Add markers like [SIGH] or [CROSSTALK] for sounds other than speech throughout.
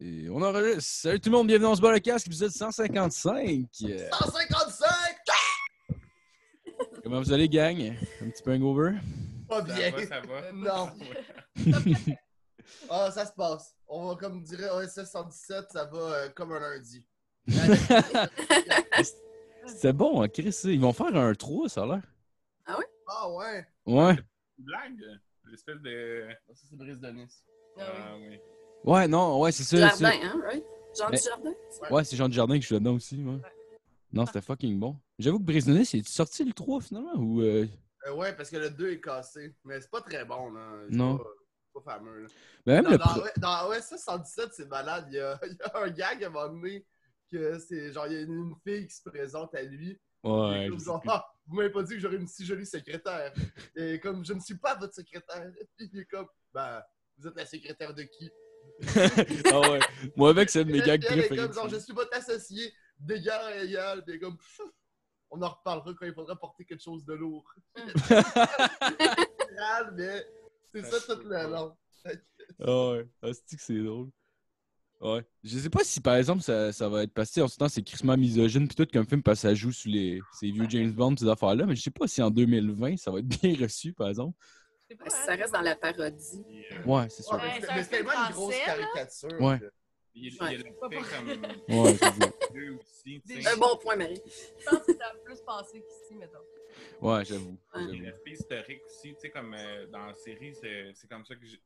Et on enregistre. Salut tout le monde, bienvenue dans ce bar le casque, épisode 155. Euh, 155! Comment vous allez, gang? Un petit peu hangover? Pas Ça bien! va, ça [LAUGHS] va. Non. Ouais. Ah, ça se passe. On va, comme dirait OSS 117, ça va euh, comme [LAUGHS] un lundi. C'était bon, hein, Chris. Ils vont faire un 3, ça a l'air. Ah ouais! Ouais. Blague? L'espèce de. Ça, c'est Brice de Nice. Ah oui. Ouais, non, ouais, c'est ça. c'est- Euh, Jardin, hein, right? Jean Mais- du Jardin? Ouais, c'est Jean Jardin que je suis dedans aussi. Ouais. Non, c'était fucking bon. J'avoue que Brisonnet, c'est sorti le 3 finalement ou. euh, Euh, ouais, parce que le 2 est cassé. Mais c'est pas très bon, là. C'est Non. Pas, c'est pas fameux, là. ben, même Dans, le. dans- pro- dans OSS 117, c'est malade. Il y, a, [LAUGHS] il y a un gag à un moment donné que c'est genre, il y a une fille qui se présente à lui. Il est Ouais. comme je sais genre, plus. Ah, vous m'avez pas dit que j'aurais une si jolie secrétaire. Et comme je ne suis pas votre secrétaire. [LAUGHS] Puis il est comme, ben, vous êtes la secrétaire de qui? ah ouais. Moi, avec, c'est un de mes Puis gags elle est comme, genre, je préférés. suis votre associé, d'égal à égal. Puis elle est comme, [LAUGHS] Pfff, on en reparlera quand il faudra porter quelque chose de lourd. Râle, mais c'est Ça se ça tout peut le pas. long. Ah ouais. Ah, c'est que c'est drôle. Ouais. Je sais pas si par exemple ça, ça va être passé en ce temps, c'est crissement misogyne pis tout comme film parce que ça joue sur les ces vieux James Bond, ces affaires-là, mais je sais pas si en 2020 ça va être [LAUGHS] bien reçu, par exemple. Ouais, Ben, Ça reste dans la parodie. Il, euh, Ouais, c'est sûr. Ouais, mais c'est c'est un mais c'est film tellement une grosse français, là. caricature. Ouais. que- il, il, Ouais. a fait comme [LAUGHS] Ouais, c'est ça. deux aussi. tu sais. Un bon point, Marie. Je pense que ça a plus passé qu'ici, mettons. Ouais, j'avoue. Il est j'avoue. resté historique aussi. Tu sais, comme euh, dans la série, c'est c'est comme ça que je,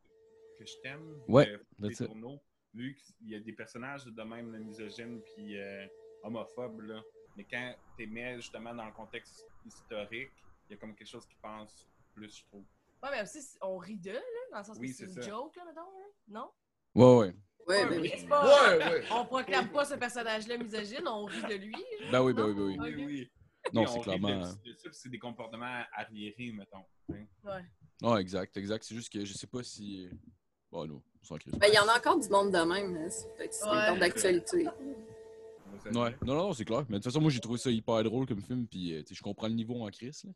que je t'aime. Ouais, euh, that's les it. tourneaux, vu qu'il y a des personnages de même là, misogynes puis euh, homophobes, là. Mais quand t'es mets justement dans le contexte historique, il y a comme quelque chose qui pense plus, je trouve. Ouais, mais aussi, c'est- on rit d'eux, là, dans le sens Oui, que c'est c'est une ça. joke, là, mettons, là. Non? Ouais, ouais. Ouais, Ouais, ben oui. C'est pas- Ouais, ouais. On proclame pas ce personnage-là misogyne, on rit de lui. là. Ben oui, ben oui, ben oui. Ok. Non, Oui, c'est on rit clairement. de- de ça, puis C'est des comportements arriérés, mettons. hein. Non, exact, exact. C'est juste que je sais pas si. Bon, non, on s'en crisse. Ben, il y en a encore du monde de même, hein. ça fait que c'est Ouais. encore d'actualité. On va se le Ouais. dire. Non, non, non, c'est clair. Mais de toute façon, moi, j'ai trouvé ça hyper drôle comme film, puis euh, tu sais, je comprends le niveau en crise, là.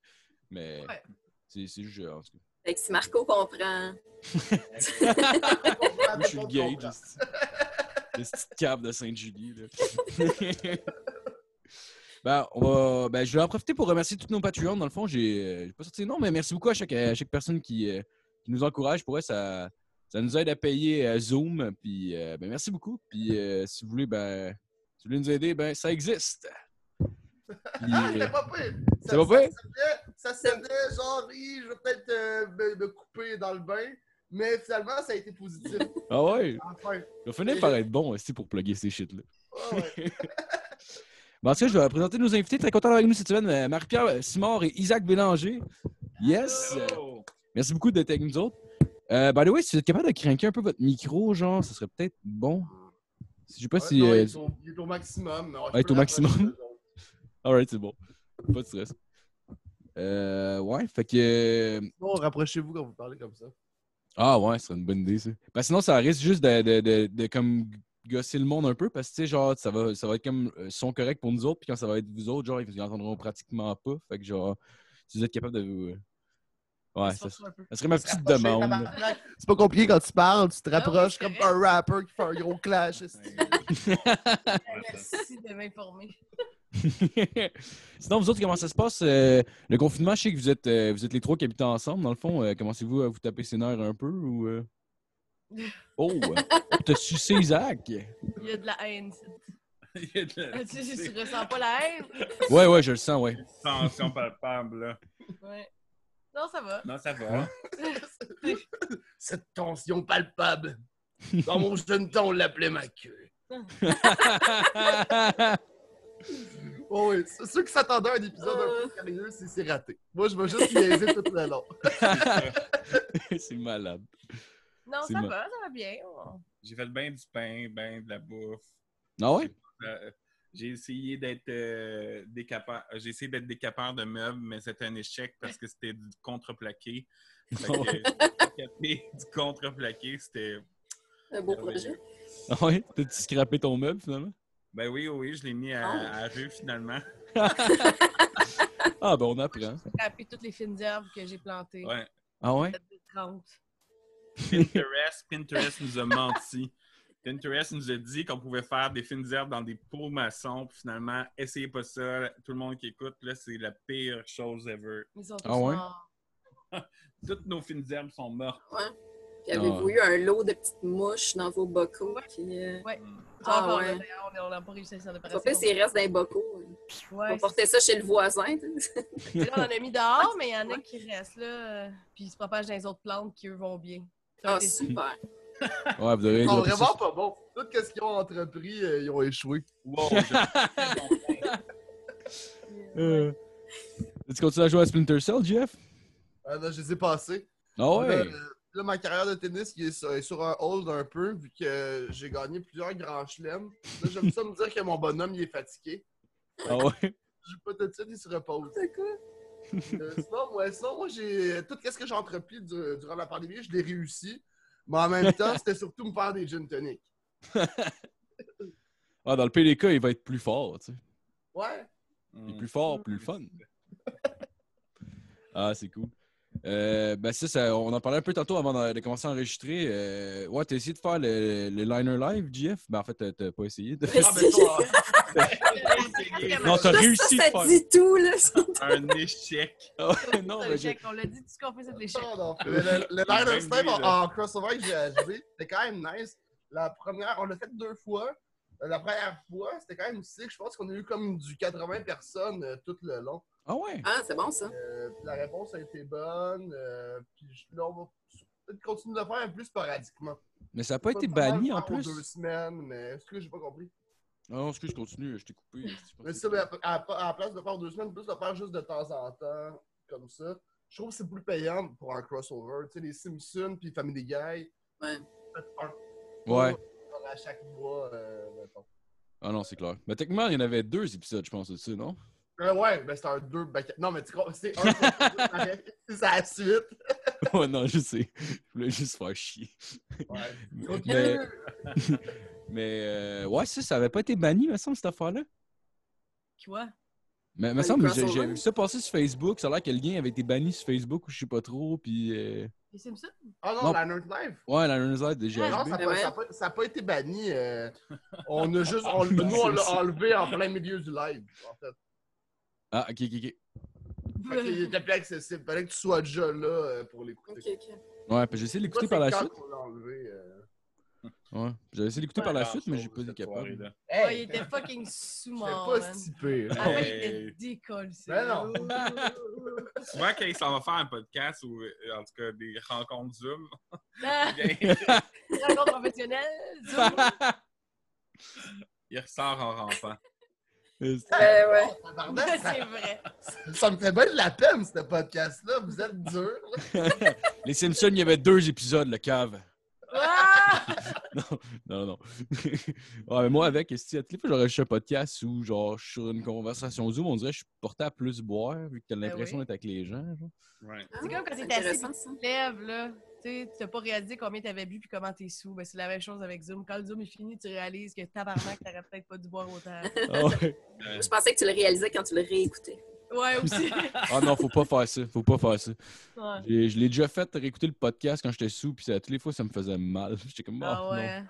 Mais Ouais. c'est c'est juste. euh, en tout cas. Fait que si Marco comprend, Moi, Moi, je suis le gay, juste. [LAUGHS] Le petit cave de Sainte-Julie, là. Ben, on va, ben, je vais en profiter pour remercier tous nos Patreons. Dans le fond, j'ai euh, j'ai pas sorti non, mais merci beaucoup à chaque, à chaque personne qui, euh, qui nous encourage. Pour vrai, ça, ça nous aide à payer euh, Zoom. Puis, euh, ben, merci beaucoup. Puis, euh, si vous voulez, ben, si vous voulez nous aider, ben, ça existe. Puis, Ah, euh, [LAUGHS] c'est pas pire! C'est pas pire? Ça s'appelait genre, Hi, je vais peut-être euh, me, me couper dans le bain, mais finalement, ça a été [LAUGHS] positif. ah ouais, Enfin! on finit par être bon aussi pour plugger ces shit-là. Ouais, ouais. Bon, Ben, en tout cas, je vais présenter nos invités. Très content avec nous cette semaine. euh, Marie-Pierre Simard et Isaac Bélanger. Yes! Oh! Merci beaucoup d'être avec nous autres. Euh, by the way, si vous êtes capable de craquer un peu votre micro, genre, ça serait peut-être bon. Si- Je sais pas Ouais, si. non, il, euh, est au, il est au maximum. Non, je Ouais, il est peux au maximum. l'approcher deux autres. Alright, c'est bon. Pas de stress. Euh, ouais, fait que. euh, Bon, rapprochez-vous quand vous parlez comme ça. Ah ouais, ce serait une bonne idée, ça. Parce que sinon, ça risque juste de, de, de, de comme gosser le monde un peu. Parce que, tu sais, genre, ça va, ça va être comme euh, son correct pour nous autres. Puis quand ça va être vous autres, genre, ils vous entendront pratiquement pas. Fait que, genre, si vous êtes capable de vous. euh, Ouais, C'est ça, pour ça un peu. ça serait ma petite Rapprochez, demande. tabarnak. C'est pas compliqué quand tu parles, tu te Ah oui, rapproches c'est comme vrai. un rapper qui fait un gros clash. est-ce que- Ah, Merci de m'informer. [LAUGHS] Sinon, vous autres, comment ça se passe? euh, le confinement, je sais que vous êtes, euh, vous êtes les trois qui habitent ensemble, dans le fond. euh, commencez-vous à vous taper ses nerfs un peu ou. [LAUGHS] euh? Oh! on t'a sucé Isaac! Il y a de la [LAUGHS] haine. ça. Il y a de la- Ah, Tu [LAUGHS] sais, tu ressens pas la haine? Ouais, ouais, je le sens, ouais. [LAUGHS] Tension palpable, là. Ouais. Non, ça va. Non, ça Hein? va. Cette [LAUGHS] tension palpable. Dans mon jeune temps, on l'appelait ma queue. Oh, oui. c- Ceux qui s'attendaient à un épisode un Euh. peu sérieux, c'est c'est raté. Moi, je vais juste niaiser tout [LAUGHS] le long. C'est malade. [LAUGHS] Non, C'est ça ma- va, ça va bien. On- J'ai fait bien du pain, bien de la bouffe. Ah ouais? Euh, j'ai essayé d'être euh, décapeur. J'ai essayé d'être décapeur de meubles, mais c'était un échec parce que c'était du contreplaqué. Fait que, décaper du contreplaqué, c'était. un beau projet. Ah ouais? T'as-tu scrappé ton meuble finalement? Ben oui, oui, je l'ai mis à, Oh. à rue finalement. Ah ben on apprend. J'ai tapé toutes les fines herbes que j'ai plantées. Ouais. Ah ouais? 30. Pinterest, Pinterest nous a menti. Pinterest nous a dit qu'on pouvait faire des fines herbes dans des pots maçons. Puis finalement, essayez pas ça. Tout le monde qui écoute, là, c'est la pire chose ever. Ils sont tous Ah ouais? morts. Toutes nos fines herbes sont mortes. Puis avez-vous Ah. eu un lot de petites mouches dans vos bocaux? Puis, euh, Ah Encore là, ouais. d'ailleurs, on n'a pas réussi à s'en pas pire débarrasser. s'il reste dans les bocaux. Ouais, on va porter ça chez le voisin. c'est- là, on en a mis dehors, mais il y en a qui restent là, euh, puis ils se propagent dans les autres plantes qui, eux, vont bien. Ah, C'est- [LAUGHS] super. Ouais, vous devriez Ils sont dropper ça. vraiment pas bons. Tout ce qu'ils ont entrepris, euh, ils ont échoué. Wow, je- Euh, Tu continues à jouer à Splinter Cell, Jeff? Ah non, je les ai passés. Ah ouais! Là, euh, là, ma carrière de tennis il est sur, est sur un hold un peu, vu que j'ai gagné plusieurs grands chelems. Là, j'aime ça me dire que mon bonhomme, il est fatigué. Ah ouais! Je pas tout de suite, il se repose. [LAUGHS] C'est quoi? Euh, sinon, moi, sinon, moi, j'ai tout ce que j'ai entrepris du- durant la pandémie, je l'ai réussi. Mais en même temps, c'était surtout me faire des gin tonic. Ah, dans le PDK, il va être plus fort, tu sais. Ouais. Il est plus fort, plus le fun. Ah, c'est cool. Euh, ben ça, ça- on en parlait un peu tantôt avant de, de commencer à enregistrer. Euh, ouais, t'as essayé de faire le, le liner live, Jeff? Ben en fait, t'as- t'as pas essayé. de- Ah, mais toi, Ah, Non, [LAUGHS] t'as Ça, réussi ça, de ça faire- dit tout, là. ben, Un échec. Ah ouais, Non, [LAUGHS] non, mais j'ai- On l'a dit, tout ce qu'on fait, c'est de l'échec. Non, non. Le, le, le Lion Même of Steve lui, en, là. en crossover que j'ai ajouté, c'était quand même nice. La première, on l'a fait deux fois. Euh, La première fois, c'était quand même sick. Je pense qu'on a eu comme du 80 personnes euh, tout le long. Ah ouais! Ah, c'est bon, ça. Euh, puis la réponse a été bonne. euh, puis je- là, on va peut-être continuer de le faire plus sporadiquement. Mais ça n'a pas été de problème, banni en faire aux deux plus. semaines, mais ce que j'ai pas compris. Ah non, excuse, je continue, je t'ai coupé. Mais ça, mais à, à- à la place de faire deux semaines, plus de faire juste de temps en temps, comme ça. Je trouve que c'est plus payant pour un crossover. Tu sais, les Simpsons puis Family Guy. Ouais. faites un Ouais. À chaque mois, euh, mettons. Ah non, c'est clair. Mais techniquement, il y en avait deux épisodes, je pense, de ça, non? [LAUGHS] Euh, ouais, ben c'est un 2 Non, mais tu crois, [LAUGHS] c'est un crossover, pareil, c'est à la suite. ouais, non, je sais. Je voulais juste faire chier. Ouais. Ok. Mais, [LAUGHS] mais euh, ouais, ça, ça n'avait pas été banni, me semble, cette affaire-là. Quoi? Mais me le semble que j'ai- crossover? j'ai vu ça passer sur Facebook. Ça a l'air que le lien avait été banni sur Facebook ou je sais pas trop. Puis euh, Les Simpsons? Ah non, Non. la Nerd Live. ouais, la newsletter de Ah, Non, GHB. ça n'a Ouais. pas, ça a pas été banni. euh, on a juste. on- nous, on l'a enlevé en plein milieu du live, en fait. Ah, ok, ok, ok. Fait qu'il [LAUGHS] était plus accessible. Fallait que tu sois déjà là euh, pour l'écouter. OK, OK. Ouais, puis j'ai essayé de l'écouter par la Toi, c'est suite. quand qu'on l'a enlevé, euh. Ouais, j'ai essayé de l'écouter Pas par la grand suite, mais j'ai chose, pas été cette capable. soirée-là. Ah, il Hey, était fucking c'est sous-mort. pas man. si pire. Ah ouais, il Hey. était décolle, Ben non. [LAUGHS] Souvent, quand il s'en va faire un podcast ou euh, en tout cas des rencontres Zoom, [LAUGHS] Ah, bien, rencontre professionnelle, Zoom. il ressort en rampant. Euh, ouais. Tabarnak, ça- [LAUGHS] c'est vrai. [LAUGHS] Ça me fait bien de la peine, ce podcast-là. Vous êtes dur. [LAUGHS] Les Simpsons, il y avait deux épisodes, le cave. [LAUGHS] Ah! Non, [LAUGHS] non. ouais, mais moi, avec, si à tous les fois, j'aurais juste un podcast où, genre, je suis sur une conversation Zoom, on dirait que je suis porté à plus boire, vu que t'as l'impression Ben oui. d'être avec les gens. [LAUGHS] genre. Ouais. C'est comme quand c'est t'es assis Ah, intéressant, ça. tu te lèves, là. Tu sais, tu t'as pas réalisé combien t'avais bu puis comment t'es sous. Ben, c'est la même chose avec Zoom. Quand le Zoom est fini, tu réalises que tabarnak, t'aurais peut-être pas dû boire autant. Ah ouais. Euh, Je pensais que tu le réalisais quand tu le réécoutais. Ouais, aussi. Ah non, faut pas faire ça. Faut pas faire ça. Ouais. Ah, J'ai- Je l'ai déjà fait réécouter le podcast quand j'étais sous, puis ça- toutes les fois, ça me faisait mal. [LAUGHS] J'étais comme, Ah ah, ouais.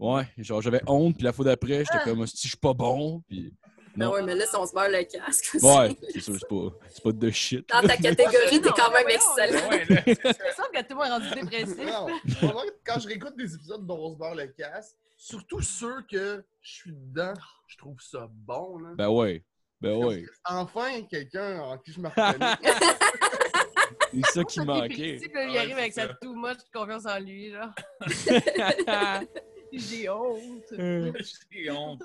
non. Ouais, genre, j'avais honte, puis la fois d'après, j'étais comme, si je suis pas bon, puis. [LAUGHS] Non, Non. Ah ouais, mais là, si on se beurre le casque. aussi. Ouais, c'est sûr, c'est pas, c'est pas de shit. [LAUGHS] Dans ta catégorie, t'es quand même Non, excellent. ouais, là, [LAUGHS] Il me semble que tout le monde est rendu dépressif. Non, vraiment, quand je réécoute des épisodes dont on se barre le casque, surtout ceux que je suis dedans, je trouve ça bon. Là. Ben ouais. Ben ouais. [LAUGHS] Enfin, quelqu'un en qui je me reconnais. C'est ça qui Ça, il est manquait. fictif, là, Il Ouais, arrive avec c'est sa ça. too much confiance en lui, [LAUGHS] genre. J'ai honte. [LAUGHS] Euh, j'ai honte.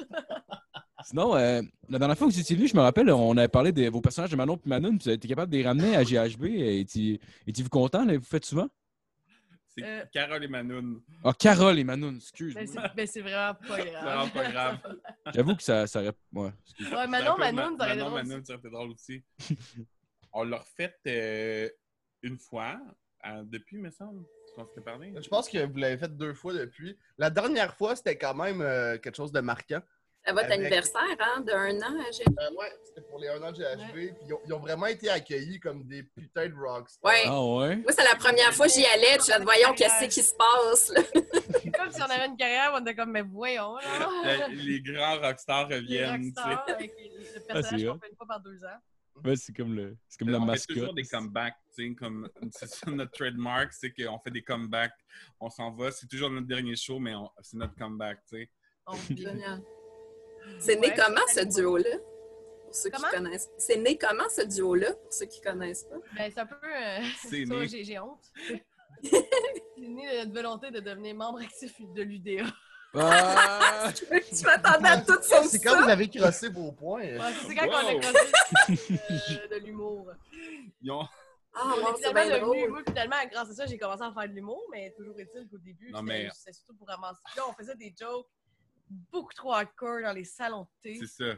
Sinon, euh, la dernière fois que vous étiez venu, je me rappelle, on avait parlé de vos personnages de Manon et Manon, puis vous avez été capable de les ramener à GHB. euh, Étiez- Étiez-vous content? Là, vous faites souvent? C'est Euh. Carole et Manoun. Ah, Carole et Manon, excuse. Ben, c'est- Ben, c'est vraiment pas C'est vraiment grave. [LAUGHS] pas grave. J'avoue que ça, ça aurait- ouais. Ouais, C'est Manon, un peu Ma- Manon, ça aurait été Manon, drôle. Manon, ça aurait été drôle [LAUGHS] aussi. On l'a refait euh, une fois, euh, depuis, me semble, qu'on s'était parlé. Euh, je pense que vous l'avez fait deux fois depuis. La dernière fois, c'était quand même euh, quelque chose de marquant. À votre Avec- anniversaire, hein, d'un an à G. Euh, ouais, c'était pour les 1 an de GHB. Puis ils ont, ils ont vraiment été accueillis comme des putains de rockstars. Ouais. Ah ouais? Moi, c'est la première fois que j'y allais. puis Je disais, voyons, qu'est-ce qui se passe, là? C'est comme si on avait une carrière, on était comme, mais [LAUGHS] voyons, là. Le- Euh, les grands rockstars Les reviennent. tu sais. Ah, rockstars avec le personnage c'est qu'on hot. fait une fois par deux ans. Ouais, c'est comme, le, c'est comme la on mascotte. fait toujours des comebacks, tu sais, comme c'est ça notre trademark, c'est qu'on fait des comebacks, on s'en va, c'est toujours notre dernier show, mais on- c'est notre comeback, tu sais. On vit. Génial. C'est né Ouais, Ben, comment, ce c'est- duo-là? Pour ceux Comment? qui connaissent. C'est né comment, ce duo-là? Pour ceux qui connaissent pas. [LAUGHS] Ben, c'est un peu. euh, [LAUGHS] C'est ça, né. J'ai j'ai honte. c'est né euh, de notre volonté de devenir membre actif de l'UDA. Ah! Je m'attendais à tout sauf C'est quand ça. vous avez crossé vos points. Ouais, c'est quand on a Wow! croisé [LAUGHS] euh, de l'humour. Ils ont- Ah, On wow, est c'est finalement bien devenu, drôle. moi, finalement, grâce à ça, j'ai commencé à faire de l'humour, mais toujours est-il qu'au début, Non, c'était mais- c'était surtout pour ramasser. Puis Là, on faisait des jokes beaucoup trop hardcore dans les salons de thé. C'est ça.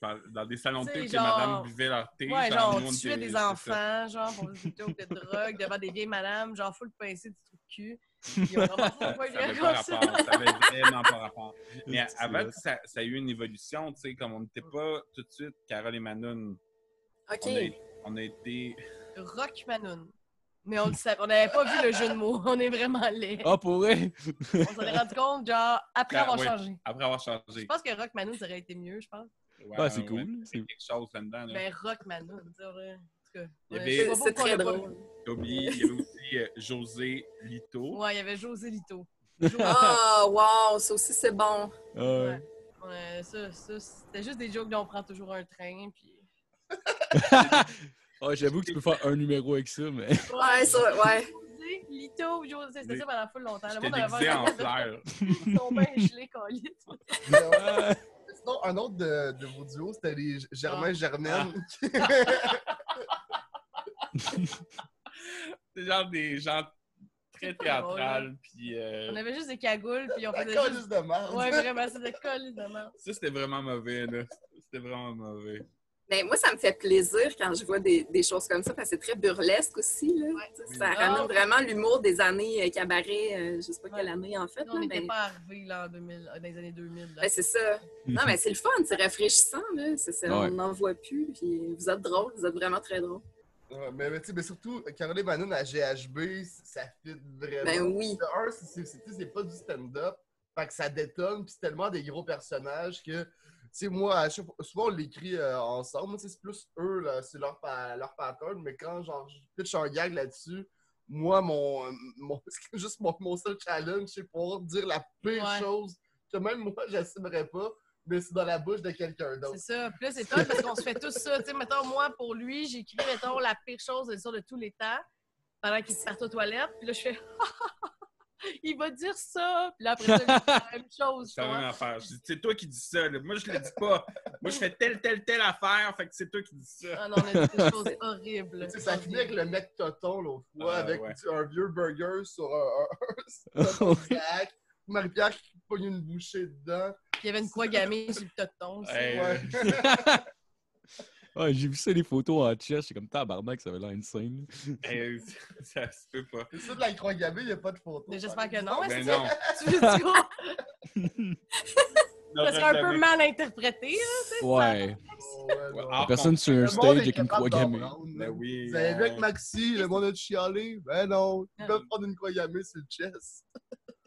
Par- Dans des salons de Tu thé sais, que genre- madame buvait leur thé. Ouais, genre, nous, on tuait était- c'est des ça. enfants, genre, pour des jokes de drogue, devant des vieilles madames, genre, full pincé du trou de cul. Puis on [LAUGHS] ramassait Ça un point [LAUGHS] n'avait de pas comme ça. rapport, ça avait vraiment pas rapport. [LAUGHS] Mais C'est avant, hot. ça, ça a eu une évolution, tu sais, comme on n'était pas tout de suite Carole et Manon. OK. On a, on a été. Rock Manon. Mais on le savait, on n'avait pas vu le jeu de mots. On est vraiment laid. Ah, pour vrai? On s'en est rendu compte, genre, après Ah, avoir Oh. ouais. changé. Après avoir Je changé. pense que Rock Manon, ça aurait été mieux, je pense. Ouais, Ah, c'est ouais, cool. il y a C'est- quelque chose là-dedans. là. Mais Rock Manon, tu sais, ouais. en tout cas. Il y ouais, avait- je sais pas C'est c'est pourquoi on très l'a pas drôle. T'as oublié, il y avait aussi euh, José Lito. vu. Ouais, il y avait José [LAUGHS] Lito. Ah, wow, ça aussi, c'est bon. Ah, Ouais. Ouais, ça, ça, c'était juste des jokes dont on prend toujours un train, puis... [LAUGHS] Ah, j'avoue que tu peux faire un numéro avec ça, mais. Ouais, ça, ouais. José Lito, José, c'était Mais- ça pendant full longtemps. Le J'étais monde avait déguisé vraiment en fleur. [LAUGHS] Ils sont bien gelés, Colin. Sinon, Ah, un autre de, de vos duos, c'était les Ah. Germain Germaine. [LAUGHS] C'est genre des gens [LAUGHS] très C'est pas théâtrales. Puis euh, On avait juste des cagoules, puis on La faisait juste... colisse Ah, de merde. Ouais, vraiment, c'était Colin de merde. ça, c'était vraiment mauvais. là. C'était vraiment mauvais. Mais moi, ça me fait plaisir quand je vois des, des choses comme ça, parce que c'est très burlesque aussi. Là. Tu sais, Ça Oui. ramène Ah. vraiment l'humour des années euh, cabaret, euh, je sais pas quelle Ouais. année en fait. Nous, on là, n'était mais- pas arrivés là, en 2000, dans les années 2000. là. ben, c'est ça. Non, mais c'est le fun, c'est rafraîchissant. Là. C'est ça, Mhm. Ouais. On n'en voit plus. Puis vous êtes drôle, vous êtes vraiment très drôle. Ouais, mais, mais, tu sais, mais surtout, Caroline Manon à GHB, ça fit Euh, vraiment. Ben oui. De un, c'est- c'est- c'est tu sais, c'est pas du stand-up. Fait que ça détonne, puis c'est tellement des gros personnages que, tu sais, moi, à chaque fois- souvent on l'écrit euh, ensemble. Moi, tu sais, c'est plus eux, là, c'est leur, pa- leur pattern, mais quand genre, je pitch un gag là-dessus, moi, mon, euh, mon [LAUGHS] juste mon, mon seul challenge, c'est pour dire la pire Ouais. chose que même moi, [LAUGHS] j'assumerais pas, mais c'est dans la bouche de quelqu'un d'autre. C'est ça. Puis là, c'est top parce qu'on se fait tous ça. Tu sais, mettons, moi, pour lui, j'écris, mettons, la pire chose de ça de tous les temps pendant qu'il se part aux toilettes. Puis là, je fais [LAUGHS] il va dire ça. Puis là, après ça, je fais la même chose. [LAUGHS] C'est tu la vois. même affaire. Je dis, C'est toi qui dis ça. là. Moi, je le dis pas. Moi, je fais telle, telle, telle affaire. Fait que c'est toi qui dis ça. [LAUGHS] Ah non, on a dit des choses horribles. Tu sais, ça finit avec le mec Toton l'autre fois, Ah, avec ouais. tu sais, un vieux burger sur un, un- [LAUGHS] sur un sac. Marie-Pierre qui pogne une bouchée dedans. Puis il y avait une croix gammée sur le toton. aussi. Ouais. Ouais. Ouais, Ah, j'ai vu ça, les photos en chess. J'étais comme tabarnak, ça avait l'air insane. Eh, ça se peut pas. [LAUGHS] C'est ça de la croix gammée, il n'y a pas de photo. Mais J'espère que non. mais Ben c'est ça. non. [LAUGHS] Tu veux dire, Non, ça serait un peu jamais. mal interprété. hein. Ouais. Oh, ouais, non. Ah, La personne sur un Le stage monde est avec une capable croix gammée. d'en prendre, Ben là. oui. Vous avez vu hein. avec on- Maxi, le monde a chialé? Ben non, ils Ah. peuvent prendre une croix gammée sur le chest. [LAUGHS]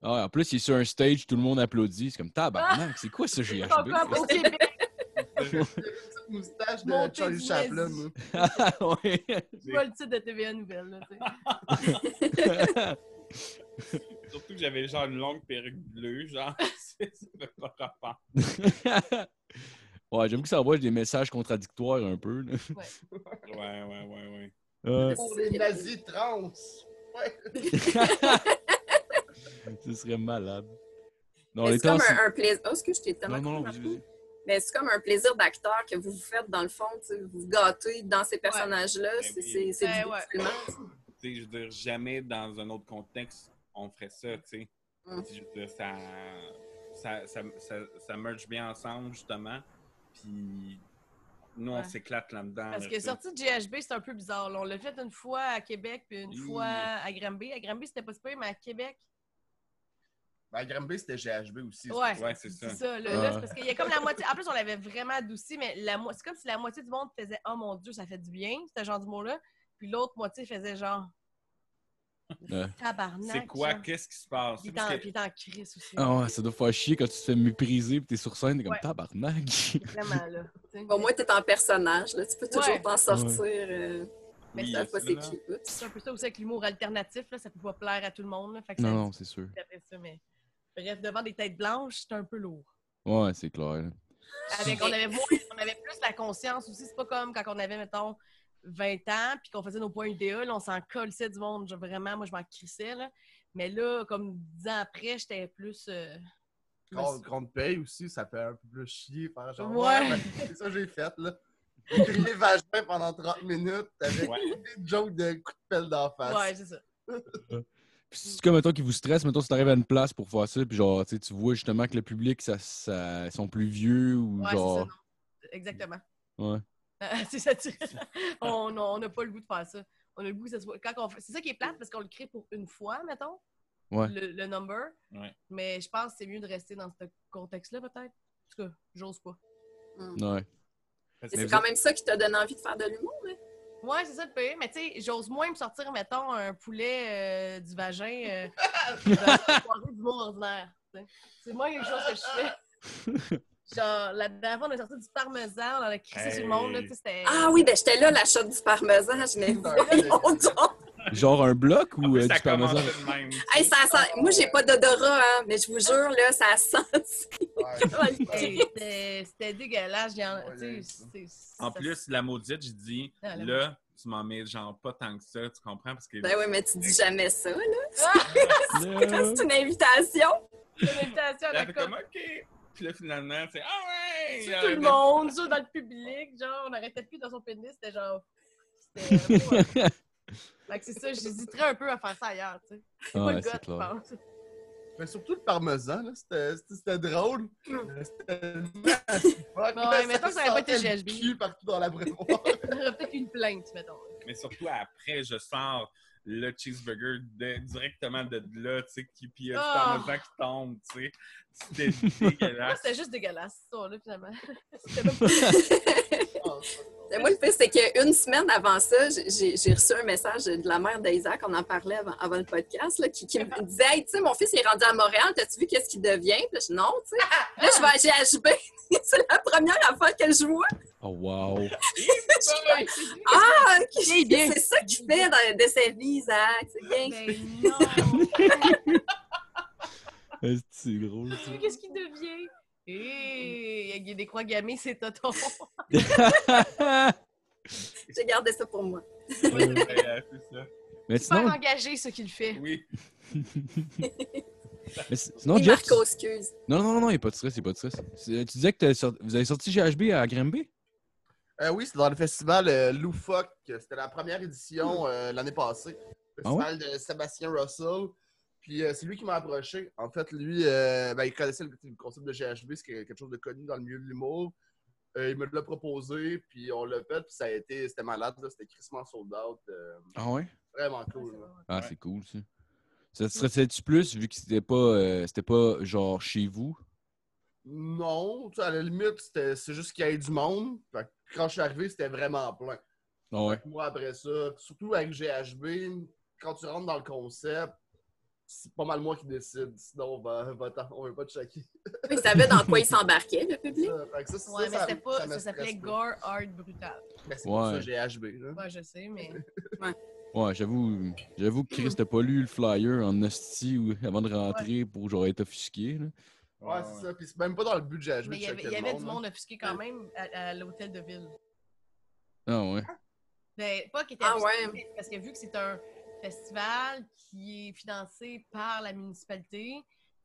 Ah, en plus, il est sur un stage, tout le monde applaudit. C'est comme tabarnak, c'est quoi ce Ils sont GHB? comme au Québec. Petite moustache de Montez Charlie du Chaplin. nazi. [LAUGHS] hein. Ouais. C'est pas le titre de TVA Nouvelle. là, tu sais. Ah, Surtout que j'avais genre une longue perruque bleue. Genre, [LAUGHS] ça fait pas rapport. [LAUGHS] ouais, j'aime que ça envoie des messages contradictoires un peu. là. Ouais, ouais, ouais, ouais. Ah, Pour les nazis trans. Ouais. [LAUGHS] ce serait malade. Non, Mais les c'est comme temps. un, un plaisir. Oh, excuse, je t'ai Non, tellement non, non, coupé, vas-y, Marco. vas-y. Mais c'est comme un plaisir d'acteur que vous vous faites dans le fond. tu sais, Vous vous gâtez dans ces personnages-là. Ben C'est oui. c'est- c'est Ben du ouais. seulement. Tu sais, je veux dire, jamais dans un autre contexte, on ferait ça, tu sais. Mm. Je veux dire, ça, ça, ça, ça, ça merge bien ensemble, justement. Puis nous, on Ouais. s'éclate là-dedans. Parce là, que tu sais. sortie de GHB, c'est un peu bizarre. là. On l'a fait une fois à Québec, puis une Oui. fois à Granby. À Granby, c'était pas super, mais à Québec, Ben, à Granby, c'était GHB aussi. Ouais, Ouais, c'est c'est ça. ça. Là, Ah. là, c'est parce qu'il y a comme la moitié. En plus, on l'avait vraiment adouci, mais la mo- c'est comme si la moitié du monde faisait Oh mon Dieu, ça fait du bien, ce genre du mot-là. Puis l'autre moitié faisait genre. [LAUGHS] Ouais. Tabarnak. C'est quoi? genre. Qu'est-ce qui se passe? Puis il est Parce en- que- puis il est en crise aussi. Ah ouais, ça doit faire chier quand tu te fais mépriser pis t'es sur scène, t'es comme Ouais. tabarnak. Vraiment, là. tu sais. Au moins, t'es en personnage, là. Tu peux toujours Ouais. t'en sortir. euh, Mais Oui, t'as pas c'est absolument. qui. Oups. C'est un peu ça aussi avec l'humour alternatif, là, ça peut pas plaire à tout le monde. Là, fait que [LAUGHS] Non, ça- non, c'est sûr. après ça, mais... Bref, devant des têtes blanches, c'est un peu lourd. Ouais, c'est clair. là. Avec, on, avait moins- on avait plus la conscience aussi. C'est pas comme quand on avait, mettons, 20 ans, puis qu'on faisait nos points UDA, là, on s'en colissait du monde. Je- vraiment, moi, je m'en crissais. Là. Mais là, comme 10 ans après, j'étais plus... euh, Quand, quand on te paye aussi, ça fait un peu plus chier. Faire genre, Ouais. ben, c'est ça que j'ai fait, là. J'ai crié vagin pendant 30 minutes avec [LAUGHS] Ouais. des jokes de coups de pelle d'en face. Ouais, c'est ça. Pis c'est comme mettons qui vous stresse, mettons si t'arrives à une place pour faire ça, pis genre tu sais, tu vois justement que le public ça, ça ils sont plus vieux ou Ouais, c'est ça, genre. non. Exactement. Ouais. [LAUGHS] c'est ça, tu- on on- on n'a pas le goût de faire ça. On a le goût que ça soit. Quand on fait- C'est ça qui est plate parce qu'on le crée pour une fois, mettons. Ouais. Le, le number. Ouais. Mais je pense que c'est mieux de rester dans ce contexte-là, peut-être. En tout cas, j'ose pas. Ouais. Et Mais C'est vous quand même ça qui t'a donné envie de faire de l'humour. hein? Ouais, c'est ça le pays. Mais tu sais, j'ose moins me sortir, mettons, un poulet euh, du vagin euh, dans une soirée du monde ordinaire. tu sais. C'est moins quelque chose que je fais. Genre, la dernière fois, on a sorti du parmesan, on en a crissé sur le monde. Là, tu sais, c'était- Ah oui, ben j'étais là, la shot du parmesan. Je n'ai [LAUGHS] Non, voyons donc. Genre un bloc En ou plus, euh, ça du commence parmesan? [LAUGHS] de même. Hey, ça sent- Moi, j'ai pas d'odorat, hein, mais je vous jure, là, ça sent. Ouais. Hey, c'était- C'était dégueulasse. j'y en- tu sais, c'est- En ça- plus, la maudite, j'ai dit, Ah, la là, tu m'en mets genre pas tant que ça, tu comprends? Parce que Ben oui, mais tu dis jamais ça, là. Yeah. C'est une invitation. c'est une invitation à là, la t'es com- comme, OK. Puis là, finalement, c'est, ah ouais! sur euh, tout le monde, sur dans le public, genre, on n'arrêtait plus dans son pénis, c'était genre. [LAUGHS] C'était. ouais. Fait que c'est ça, j'hésiterais un peu à faire ça ailleurs, tu sais. C'est pas Ah, Ouais, le c'est gars, je clair. pense. [LAUGHS] Mais surtout le parmesan, là, c'était- c'était c'était drôle. Euh, C'était Ouais, mettons que ça aurait pas été sentait le GHB. cul partout dans [LAUGHS] l'abreuvoir. Il y aurait peut-être une plainte, mettons. Mais surtout après, je sors le cheeseburger de- directement de là, tu sais, qui- puis il y a du Ah! parmesan qui tombe, tu sais. C'était Moi, [LAUGHS] dégueulasse. c'était juste dégueulasse, ça, là, finalement. [LAUGHS] C'était même pas- Mais Euh, moi, le pire, c'est qu'une semaine avant ça, j'ai- j'ai j'ai reçu un message de la mère d'Isaac, on en parlait avant, avant le podcast, là, qui, qui [LAUGHS] me disait Hey, tu sais, mon fils il est rendu à Montréal, t'as-tu vu qu'est-ce qu'il devient? Puis là, je dis Non, [LAUGHS] tu sais. Là, je vais à GHB. [LAUGHS] c'est la première affaire que je vois. [LAUGHS] Oh wow. Ah, ok, Il est bien. c'est ça qu'il fait dans- de sa vie, Isaac. C'est bien. Mais Ben non! Est-ce que C'est drôle [LAUGHS] Tu vois qu'est-ce qu'il devient? Hé! Il y a des croix gammées, c'est [LAUGHS] tonton. ça. J'ai gardé ça pour moi. Euh, Ouais, euh, c'est ça. [LAUGHS] mais Super sinon, engagé, ce qu'il fait. Oui. mais si- sinon Et Jeff, Marco, excuse. non non non non, y a pas de stress, y a pas de stress. C'est- Tu disais que t'as sorti- vous avez sorti GHB à Granby? Euh, oui, c'est dans le festival euh, Loufoque. C'était la première édition euh, l'année passée. Le Ah ouais? festival de Sébastien Russell. Puis euh, c'est lui qui m'a approché. En fait, lui, euh, ben, il connaissait le, le concept de GHB, c'est quelque chose de connu dans le milieu de l'humour. Euh, il me l'a proposé, puis on l'a fait, puis ça a été, c'était malade, là. c'était crissement sold out. euh, Ah ouais. vraiment cool. là. Ah Ouais. c'est cool ça. Ça te stressait-tu plus vu que c'était pas euh, c'était pas genre chez vous? Non, tu sais, à la limite, c'était- c'est juste qu'il y ait du monde. Fait que quand je suis arrivé, c'était vraiment plein. Ah ouais. Moi, après ça, surtout avec GHB, quand tu rentres dans le concept, c'est pas mal moi qui décide. Sinon, ben, [LAUGHS] va-t'en, on veut pas te chaquer. Il savait dans quoi il s'embarquait, le public. Ça, fait que ça, ça, Ouais, mais ça- c'était pas. ça me Ça s'appelait stresse pas. Gore Hard Brutal. Mais c'est pour Ouais. ça GHB. là. Ouais, je sais, mais. Ouais, j'avoue, j'avoue que Chris t'as pas lu le flyer en hostie ou- [LAUGHS] avant de rentrer pour genre être offusqué. Là. Ouais, c'est ça. Puis c'est même pas dans le but de GHB. Mais de il y avait, choquer il y avait le du monde offusqué quand même à, à l'hôtel de ville. Ah ouais. Ben, pas qui était Ah offusqué, ouais. mais parce que vu que c'est un festival qui est financé par la municipalité,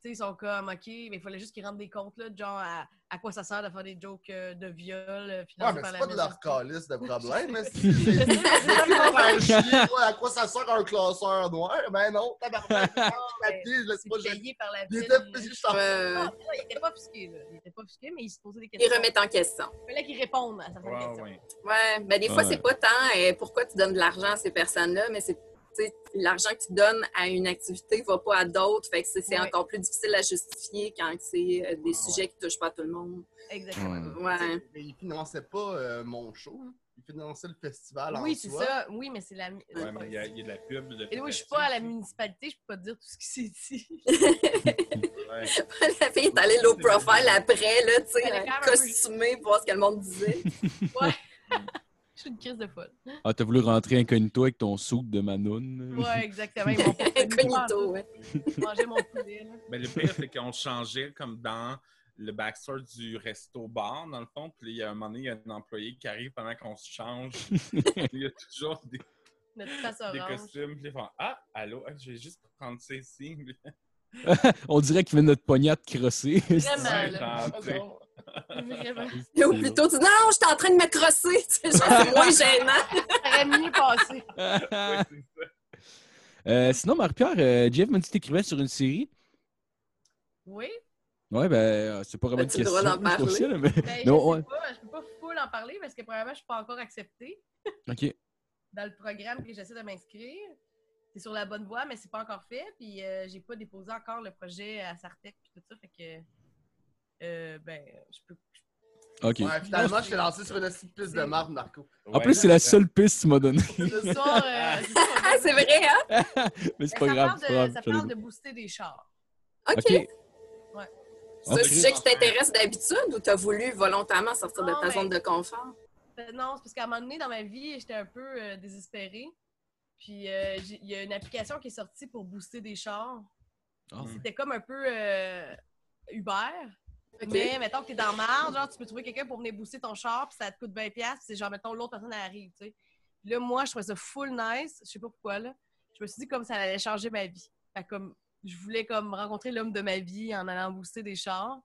tu sais, ils sont comme, OK, mais il fallait juste qu'ils rendent des comptes, là, de genre, à, à quoi ça sert de faire des jokes euh, de viol euh, Ouais, financés mais par c'est la pas de leur [LAUGHS] calice municipalité. de [LAUGHS] problème. mais c'est- Je c'est- sais, c'est mais- pas [LAUGHS] faire chier, ouais, à quoi ça sert un classeur noir? Ben non, tabarnak, je prends le papier, je laisse Ah, c'est pas jeter. payé par la Il ville. était je t'en- Euh, Non, il était pas offusqué, là. Il était pas offusqué, mais il se posait des il questions. remet en question. Il fallait qu'il réponde à certaines Ouais, questions. ouais. Ouais, ben des fois, Ouais. c'est pas tant euh, pourquoi tu donnes de l'argent à ces personnes-là, mais c'est tu sais, l'argent que tu donnes à une activité ne va pas à d'autres. Fait que c'est c'est Ouais. encore plus difficile à justifier quand c'est euh, des sujets qui ne touchent pas tout le monde. [LAUGHS] Exactement. Ouais. Mais il finançait pas euh, mon show. hein. Il finançait le festival en Oui, c'est soi. ça. Oui, mais c'est la. Ouais, mais il y, a- il y a de la pub. de Et oui, je suis pas à la là-dessus. municipalité, je peux pas te dire tout ce qui s'est dit. Ouais. la fille est allée low profile après, là, tu Elle sais, est quand même un peu- costumée pour voir ce que le monde disait. Je suis une crise de folle. Ah, t'as voulu rentrer incognito avec ton soupe de Manoun. Ouais, exactement. Ils [LAUGHS] m'ont pas reconnu. Incognito, ouais. Je mangeais mon poulet, là. Mais le pire, c'est qu'on changeait comme dans le backstore du resto-bar, dans le fond. Puis il y a un moment donné, il y a un employé qui arrive pendant qu'on se [LAUGHS] change. il y a toujours des, Notre face des orange. costumes. Puis ils font Ah, allô, je vais juste prendre ça ici. [LAUGHS] On dirait qu'il vient de notre pognate [LAUGHS] crosser. Vraiment, là. Oh, Ouais, c'est- Vraiment. Ou plutôt, tu dis, non, je suis en train de me crosser. [LAUGHS] Tu sais, genre, c'est moins gênant. [LAUGHS] Ça aurait mieux passé. Ah. Ouais, c'est ça. [LAUGHS] Euh, sinon, Marc-Pierre, euh, Jeff m'a dit que t'écrivais sur une série. Oui, Ouais, ben, euh, c'est pas vraiment une As-tu le question. droit d'en c'est [LAUGHS] pour parler? ça, là, mais- ben, Non, je ouais. sais pas, je peux pas full en parler parce que probablement je suis pas encore acceptée OK. dans le programme que j'essaie de m'inscrire. C'est sur la bonne voie, mais c'est pas encore fait. Puis euh, j'ai pas déposé encore le projet à Sartec puis tout ça. Fait que euh, ben je peux. OK. Ouais, finalement, je t'ai lancé sur une petite piste de marbre, Marco. En plus, c'est la seule piste que tu m'as donnée. [LAUGHS] Ce soir, euh, ce soir, Ah, c'est vrai, hein? mais c'est ça pas grave. parle c'est de- pas grave, ça je l'ai parle dit. de booster des chars. OK. Ouais. C'est un Ok. sujet qui t'intéresse d'habitude ou t'as voulu volontairement sortir de Non, ben, ta mais- zone de confort? Euh, Non, c'est parce qu'à un moment donné dans ma vie, j'étais un peu euh, désespérée. Puis euh, j'ai- il y a une application qui est sortie pour booster des chars. Ah. C'était comme un peu euh, Uber. OK. Mais mettons que t'es dans marge, genre tu peux trouver quelqu'un pour venir booster ton char, puis ça te coûte 20$, puis c'est genre mettons l'autre personne elle arrive, tu sais. Puis là, moi, je trouvais ça full nice, je sais pas pourquoi là. Je me suis dit comme ça allait changer ma vie. Fait que, comme je voulais comme rencontrer l'homme de ma vie en allant booster des chars.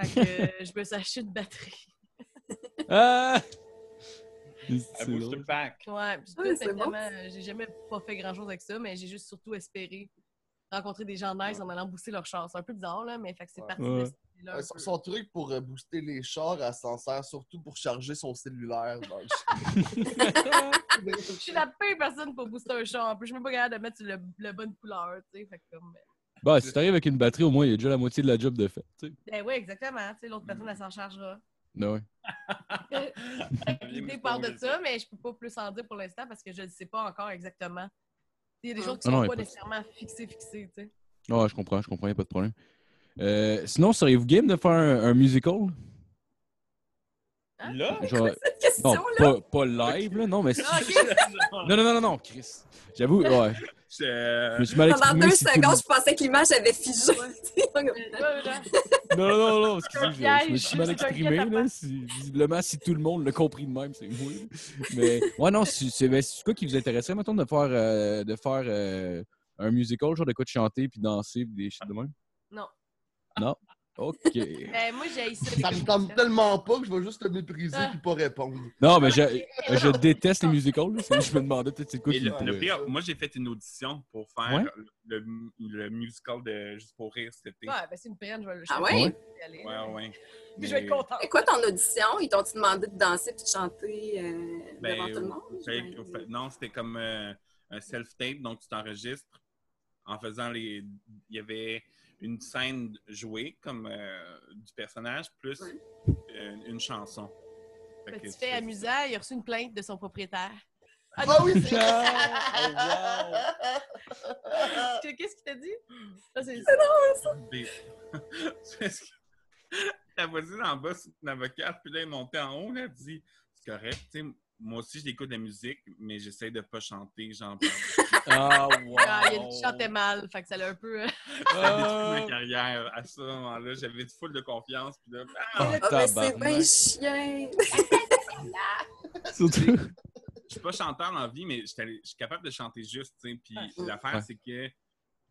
Fait que euh, je me suis acheté une batterie. Ah! Un C'est booster drôle. pack. Ouais, puis tout, Ouais, c'est bon. finalement, euh, j'ai jamais pas fait grand chose avec ça, mais j'ai juste surtout espéré rencontrer des gens nice en allant booster leur char. C'est un peu bizarre, là, mais fait que c'est Ouais. parti Ouais. de cette idée-là. un Euh, peu. son, son truc pour euh, booster les chars, elle s'en sert surtout pour charger son cellulaire. donc, [LAUGHS] [LAUGHS] Je suis la pire personne pour booster un char. En plus, je suis même pas capable de mettre le, la bonne couleur, tu sais. Fait que comme... Bah, si t'arrives avec une batterie, au moins, il y a déjà la moitié de la job de fait. tu sais. Ben oui, exactement. Tu sais, l'autre personne, elle s'en chargera. Non, Ben ouais. [LAUGHS] Ah. L'idée part de ça, mais je peux pas plus en dire pour l'instant parce que je ne sais pas encore exactement. Il y a des choses qui Ah sont non, y a pas pas de- nécessairement fixées, fixées, tu sais. Ah, je comprends, je comprends, il a pas de problème. Euh, sinon, seriez-vous game de faire un, un musical? Hein? [LAUGHS] Là? [LAUGHS] Genre, [LAUGHS] Cette non, question, là. Ah, pas, pas live, là, non, mais... si- Non, non, non, non, non, Chris. J'avoue, ouais. Je me Je- suis mal Pendant exprimé. deux si tout le secondes, monde- je pensais que l'image avait figé. [LAUGHS] Mais là, là, Non, non, non, excusez, je, je me piège, suis mal c'est un exprimé. guet-apens. Là, si- visiblement, si tout le monde l'a compris de même, c'est moi. Mais ouais, non, si- c'est ben, c'est quoi qui vous intéresserait, mettons, de faire, euh, de faire euh, un musical, genre de quoi de chanter puis danser puis des shit de même? Non. Non? OK. ben, moi, j'ai ça. ça me tente tellement pas que je vais juste le mépriser et pas répondre. Non, mais je, je déteste les musicals. là. C'est- Je me demandais peut-être c'est quoi Mais qui le, pourrait- le pire, moi j'ai fait une audition pour faire Ouais. le, le musical de Juste pour rire cet été. Ouais, ben, c'est une peine, je vais le Ah je vais ouais? y aller, Ouais, là. ouais. Puis je vais être contente. Et quoi ton audition? Ils t'ont-tu demandé de danser puis de chanter euh, Ben, devant tout le monde? Ben, vous savez que vous faites- non, c'était comme euh, un self-tape, donc tu t'enregistres en faisant les. Il y avait une scène jouée comme euh, du personnage plus Ouais. euh, une chanson. Fait que Petit c'est- bah fait amusant, il a reçu une plainte de son propriétaire. Ah oui, c'est Ah, Que- [LAUGHS] Qu'est-ce qu'il t'a dit? Ça, c'est- Des- [LAUGHS] Parce que [LAUGHS] La voisine en bas, c'est une avocate, puis là, elle est montée en haut, là, elle dit C'est correct, tu sais, moi aussi, j'écoute de la musique, mais j'essaie de pas chanter, j'en parle. Ah, wow. Ah, il a dit qu'il chantait mal, fait que ça l'a un peu. euh, Ça a détruit ma Ah. carrière à ce moment-là. J'avais une foule de confiance, puis là, bah, Ah, Ah, ben, c'est tabarnak. bien chien! Surtout- je suis pas chanteur en vie, mais j'étais allé- je suis capable de chanter juste, tu sais. Puis l'affaire, Ouais. c'est que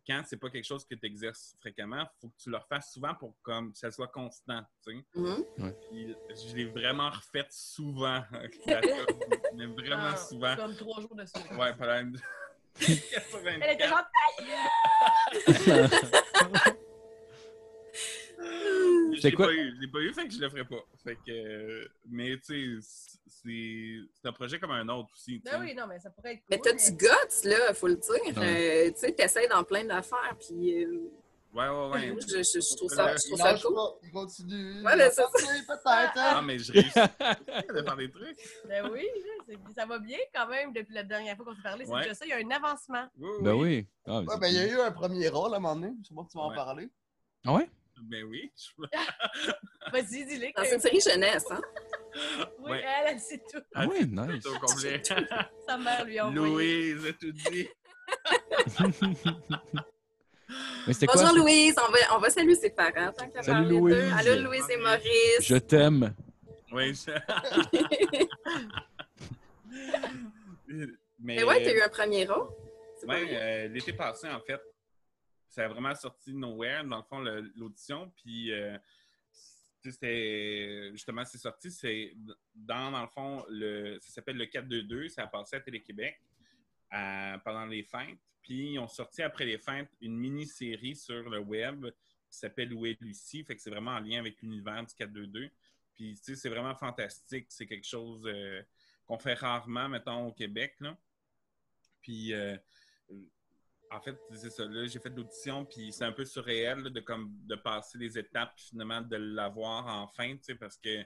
quand c'est pas quelque chose que tu exerces fréquemment, faut que tu le refasses souvent pour comme, que ça soit constant, tu sais. Mhm. Puis je l'ai vraiment refaite souvent. [LAUGHS] La [LAUGHS] tune, mais vraiment Ah, [LAUGHS] souvent. Comme trois jours de suite. Ouais, pendant [LAUGHS] une- Elle était 84. genre. Je l'ai quoi? pas eu, je l'ai pas eu, fait que je le ferai pas. Fait que, euh, mais tu sais, c'est c'est un projet comme un autre aussi. tu sais. Ben oui, non, mais ça pourrait être cool. Mais t'as du guts, là, faut le dire. Ouais. Euh, tu sais, t'essayes dans plein d'affaires, puis euh, Ouais, ouais, ouais. [LAUGHS] moi, je, je- je trouve ça, je Il trouve ça lâche cool. pas, il continue. Ouais, Il mais va ça- partir, peut-être. Ah, hein. mais je réussis de faire des trucs. Ben oui, là, c'est- ça va bien quand même depuis la dernière fois qu'on s'est parlé. C'est Ouais. déjà ça, il y a un avancement. Oui, [LAUGHS] Ben oui. Ah, Ouais, ben, il y a eu un premier rôle à un moment donné. Je sais pas si tu vas en Ouais. parler. Ah ouais? Ben oui. Vas-y, dis-le. Dans que- une série jeunesse, hein? Oui, Ouais. elle, elle sait tout. Ah ouais, nice. Au [LAUGHS] complet. Sa mère lui a envoyé. Louise a tout dit. Mais c'était quoi? Bonjour ça? Louise, on va, on va saluer ses parents. Tant qu'à Salut, parler d'eux. Louise. Allô Louise et Maurice. Je t'aime. Oui. je- [LAUGHS] Mais ouais, t'as eu un premier rôle. C'est pas Ouais, vrai. euh, l'été passé, en fait, ça a vraiment sorti de nowhere, dans le fond, le- l'audition. Puis, euh, c'était justement, c'est sorti, c'est dans, dans le fond, le, ça s'appelle le 422, ça a passé à Télé-Québec à- pendant les fêtes. Puis, ils ont sorti après les fêtes une mini-série sur le web qui s'appelle Où est Lucie? Fait que c'est vraiment en lien avec l'univers du 422. Puis, tu sais, c'est vraiment fantastique. C'est quelque chose euh, qu'on fait rarement, mettons, au Québec, là. Puis, euh, euh, en fait, c'est ça. Là, j'ai fait de l'audition, puis c'est un peu surréel là, de, comme, de passer les étapes, puis finalement, de l'avoir enfin, tu sais, parce que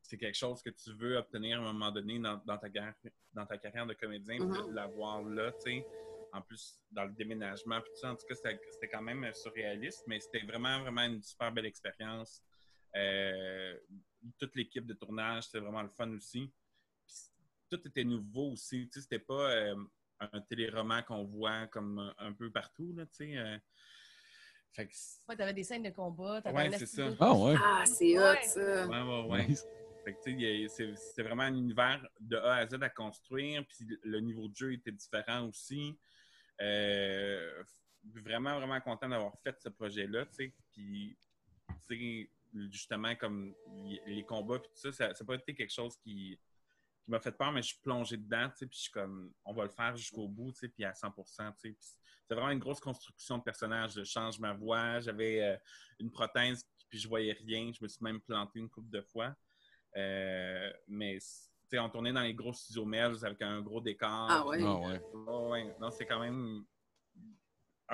c'est quelque chose que tu veux obtenir à un moment donné dans, dans ta, gar- dans ta carrière de comédien, puis de Mhm. l'avoir là, tu sais. En plus, dans le déménagement, puis tout ça, en tout cas, c'était c'était quand même surréaliste, mais c'était vraiment, vraiment une super belle expérience. Euh, toute l'équipe de tournage, c'était vraiment le fun aussi. Puis, tout était nouveau aussi, tu sais, c'était pas... euh, un téléroman qu'on voit comme un- un peu partout, là, tu sais. euh. Fait que... c'est- Ouais, t'avais des scènes de combat, t'avais Ouais, un c'est esti ça. de- Ah ouais. Ah Ah, c'est hot, Ouais. ça. Ouais, ouais, ouais. Nice. Fait que, tu sais, il y a- c'est- c'était vraiment un univers de A à Z à construire, puis le niveau de jeu était différent aussi. Euh, vraiment, vraiment content d'avoir fait ce projet-là, tu sais. Puis, tu sais, justement, comme y- les combats, puis tout ça, ça n'a pas été quelque chose qui, qui m'a fait peur, mais je suis plongé dedans, tu sais, puis je suis comme, on va le faire jusqu'au bout, tu sais, puis à 100 tu sais. Puis C'est vraiment une grosse construction de personnage. Je change ma voix, j'avais euh, une prothèse, puis je voyais rien. Je me suis même planté une couple de fois. Euh, mais, tu sais, on tournait dans les gros studios Melz avec un gros décor. Ah ouais. Ah ouais. Ouais, ouais. Non, c'est quand même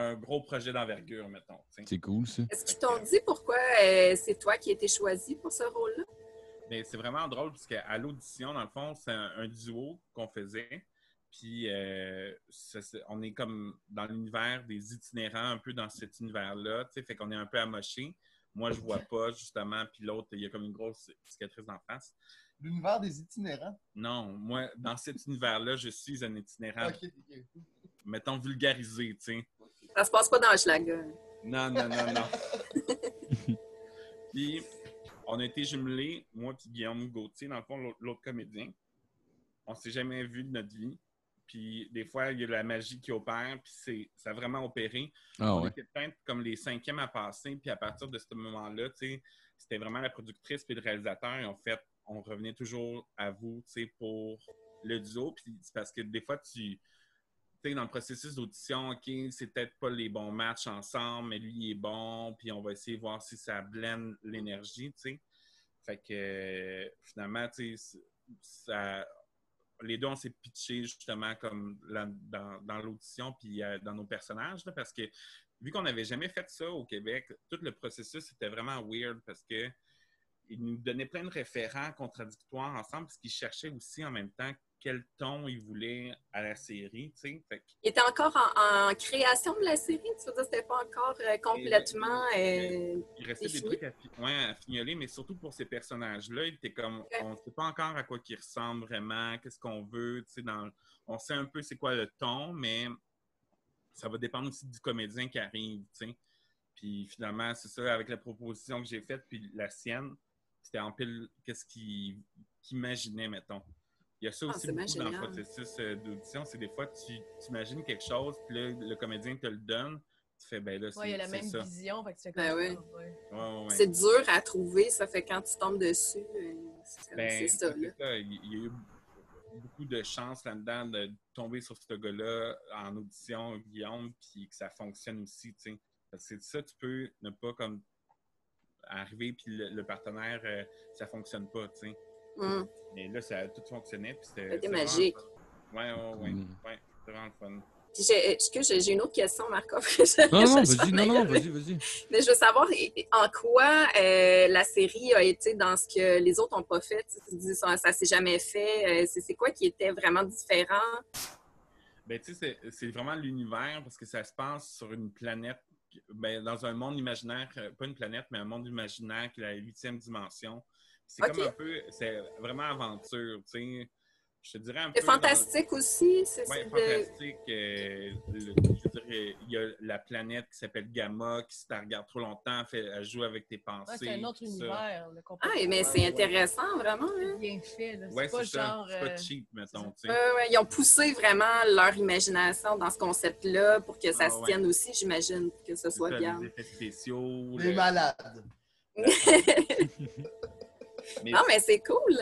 un gros projet d'envergure, mettons. tu sais. C'est cool ça. Est-ce qu'ils t'ont dit pourquoi euh, c'est toi qui as été choisi pour ce rôle-là? Mais c'est vraiment drôle parce qu'à l'audition, dans le fond, c'est un, un duo qu'on faisait. Puis euh, ça, c'est- on est comme dans l'univers des itinérants, un peu dans cet univers-là. tu sais. Fait qu'on est un peu amoché. Moi, je vois pas, justement. Puis l'autre, il y a comme une grosse cicatrice en face. L'univers des itinérants. Non, moi, dans cet univers-là, je suis un itinérant, Ok, ok. mettons, vulgarisé, tu sais. Ça se passe pas dans hein. Schlager. Non, non, non, non. puis, on a été jumelés, moi puis Guillaume Gauthier, dans le fond, l'autre- l'autre comédien. On s'est jamais vu de notre vie. Puis, des fois, il y a la magie qui opère, puis c'est, ça a vraiment opéré. Ah on ouais. était peut-être comme les cinquièmes à passer, puis à partir de ce moment-là, tu sais, c'était vraiment la productrice puis le réalisateur, et en fait, on revenait toujours à vous, tu sais, pour le duo, puis c'est parce que des fois, tu tu sais, dans le processus d'audition, OK, c'est peut-être pas les bons matchs ensemble, mais lui, il est bon, puis on va essayer de voir si ça blende l'énergie, tu sais. Fait que euh, finalement, tu sais, c- ça- les deux, on s'est pitché justement comme là- dans, dans l'audition, puis euh, dans nos personnages, là, parce que vu qu'on n'avait jamais fait ça au Québec, tout le processus était vraiment weird parce que ils nous donnaient plein de référents contradictoires ensemble, parce qu'ils cherchaient aussi en même temps quel ton ils voulaient à la série, tu sais. Fait que Il était encore en, en création de la série, tu veux dire, c'était pas encore euh, complètement... euh, il restait C'est des trucs à, fi- ouais, à fignoler, mais surtout pour ces personnages-là, il était comme, on ne sait pas encore à quoi ils ressemblent vraiment, qu'est-ce qu'on veut, tu sais, dans- on sait un peu c'est quoi le ton, mais ça va dépendre aussi du comédien qui arrive, tu sais. Puis finalement, c'est ça, avec la proposition que j'ai faite, puis la sienne, c'était en pile qu'est-ce qu'il qu'il imaginait, mettons. Il y a ça Ah, aussi c'est bien beaucoup dans le génial. processus euh, d'audition, c'est des fois, tu imagines quelque chose, puis là, le comédien te le donne, tu fais, ben là, c'est Ouais, il y a la c'est même ça. vision, fait que tu fais comme Ben ça, ouais. Ouais, ouais, ouais. C'est dur à trouver, ça fait quand tu tombes dessus, euh, c'est comme- Ben, c'est ça, là. Il il y a eu beaucoup de chance là-dedans de tomber sur ce gars-là en audition, Guillaume, puis que ça fonctionne aussi, tu sais. Parce que c'est ça, tu peux ne pas comme arriver, puis le, le partenaire, euh, ça fonctionne pas, tu sais. Mm. Mais là, ça a tout fonctionné. Puis c'était. c'est C'était vraiment Ah, ben, magique. le fun. Ouais, ouais, ouais. Mm. ouais, c'est vraiment le fun. Puis j'ai- euh, excuse, j'ai j'ai une autre question, [LAUGHS] Marco. après je- Non, non, je- vas-y, non, non, vas-y, vas-y. Mais je veux savoir et- et en quoi euh, la série a été dans ce que les autres n'ont pas fait. Tu sais, tu dis, ça, ça s'est jamais fait. Euh, c'est- C'est quoi qui était vraiment différent? Ben, tu sais, c'est- c'est vraiment l'univers parce que ça se passe sur une planète, ben, dans un monde imaginaire, euh, pas une planète, mais un monde imaginaire qui est la huitième dimension. C'est Ok. comme un peu, c'est vraiment aventure, tu sais. Je te dirais un peu. C'est dans- fantastique aussi. c'est- Ouais, c'est de- fantastique. euh, le- je veux dire, euh, il y a la planète qui s'appelle Gamma, qui si tu la regardes trop longtemps, fait, elle joue avec tes pensées. Ouais, c'est un autre tout ça. univers. là, Ah, complètement. mais c'est ouais. intéressant, vraiment. hein? C'est bien fait. là. C'est Ouais, pas c'est ça. genre. C'est pas euh, [LAUGHS] cheap, mettons, tu sais. Ouais, ouais, Ils ont poussé vraiment leur imagination dans ce concept-là pour que ça Ah, se ouais. tienne aussi, j'imagine, que ce soit Ça, bien. Les effets spéciaux. Les le- malades. mais- non, mais c'est cool.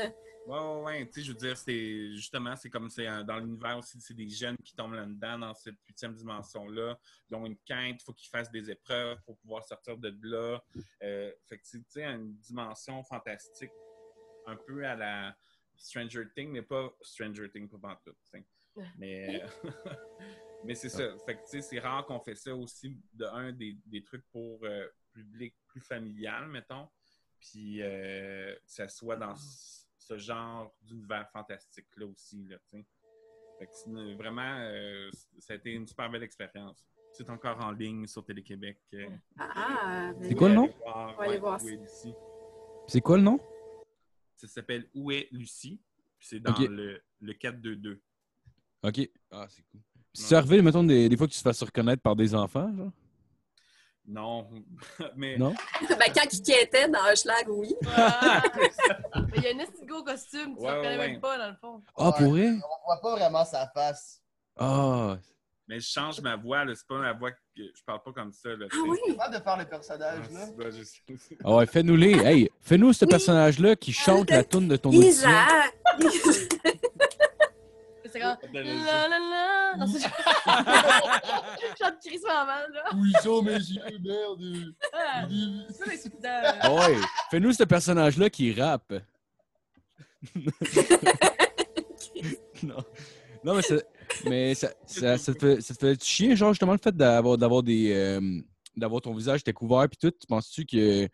Ouais, ouais, ouais. Tu sais, je veux dire, c'est justement, c'est comme c'est euh, dans l'univers aussi, c'est des jeunes qui tombent là-dedans, dans cette huitième dimension-là. Ils ont une quinte, il faut qu'ils fassent des épreuves pour pouvoir sortir de là. Euh, fait que, tu sais, une dimension fantastique, un peu à la Stranger Things, mais pas Stranger Things, pas pantoute, tu sais. Mais, euh, [LAUGHS] mais c'est ça. Fait que, tu sais, c'est rare qu'on fait ça aussi, de un, des, des trucs pour euh, public plus familial, mettons puis euh, que ça soit Mm. dans ce- ce genre d'univers fantastique-là aussi. Là, tu sais. Fait que c'est une- vraiment, euh, c- ça a été une super belle expérience. C'est encore en ligne sur Télé-Québec. euh, Ah, ah, mais- C'est quoi le nom? allez voir, On va aller ouais, voir Où ça. est Lucie. C'est quoi le nom? Ça s'appelle Où est Lucie? Puis c'est dans Ok. le, le 422. Ok. Ah, c'est cool. Puis c'est arrivé, mettons, des, des fois que tu te fasses reconnaître par des enfants, genre? Non, [LAUGHS] mais Non? [LAUGHS] Ben, quand Kiki était dans Hushlag, oui. Ah! Mais il y a un estigo costume, tu Ouais, ouais, ne le connais ouais. même pas, dans le fond. Ah, Ouais. pour vrai? On voit pas vraiment sa face. Ah! mais je change ma voix. là. C'est pas ma voix que je parle pas comme ça. Là, Ah oui? Comment de faire le Ah, personnage, là? c'est pas juste- [LAUGHS] Ah ouais, fais-nous les. Hey, fais-nous ce Oui. personnage-là qui chante la toune de ton audition. Isaac! C'est quand. Attends, La Ah. je- la la! Non, c'est [LAUGHS] genre de Chris Maman, là. Où ils sont mes yeux, merde! Ah, Ils- [LAUGHS] ça, les soupçons, là. Ah ouais, fais-nous ce personnage-là qui [LAUGHS] rappe. non. Non, mais, ça, mais ça, ça, ça te fait, ça te fait chier, genre, justement, le fait d'avoir, d'avoir des. euh, d'avoir ton visage découvert puis tout. Tu penses-tu que,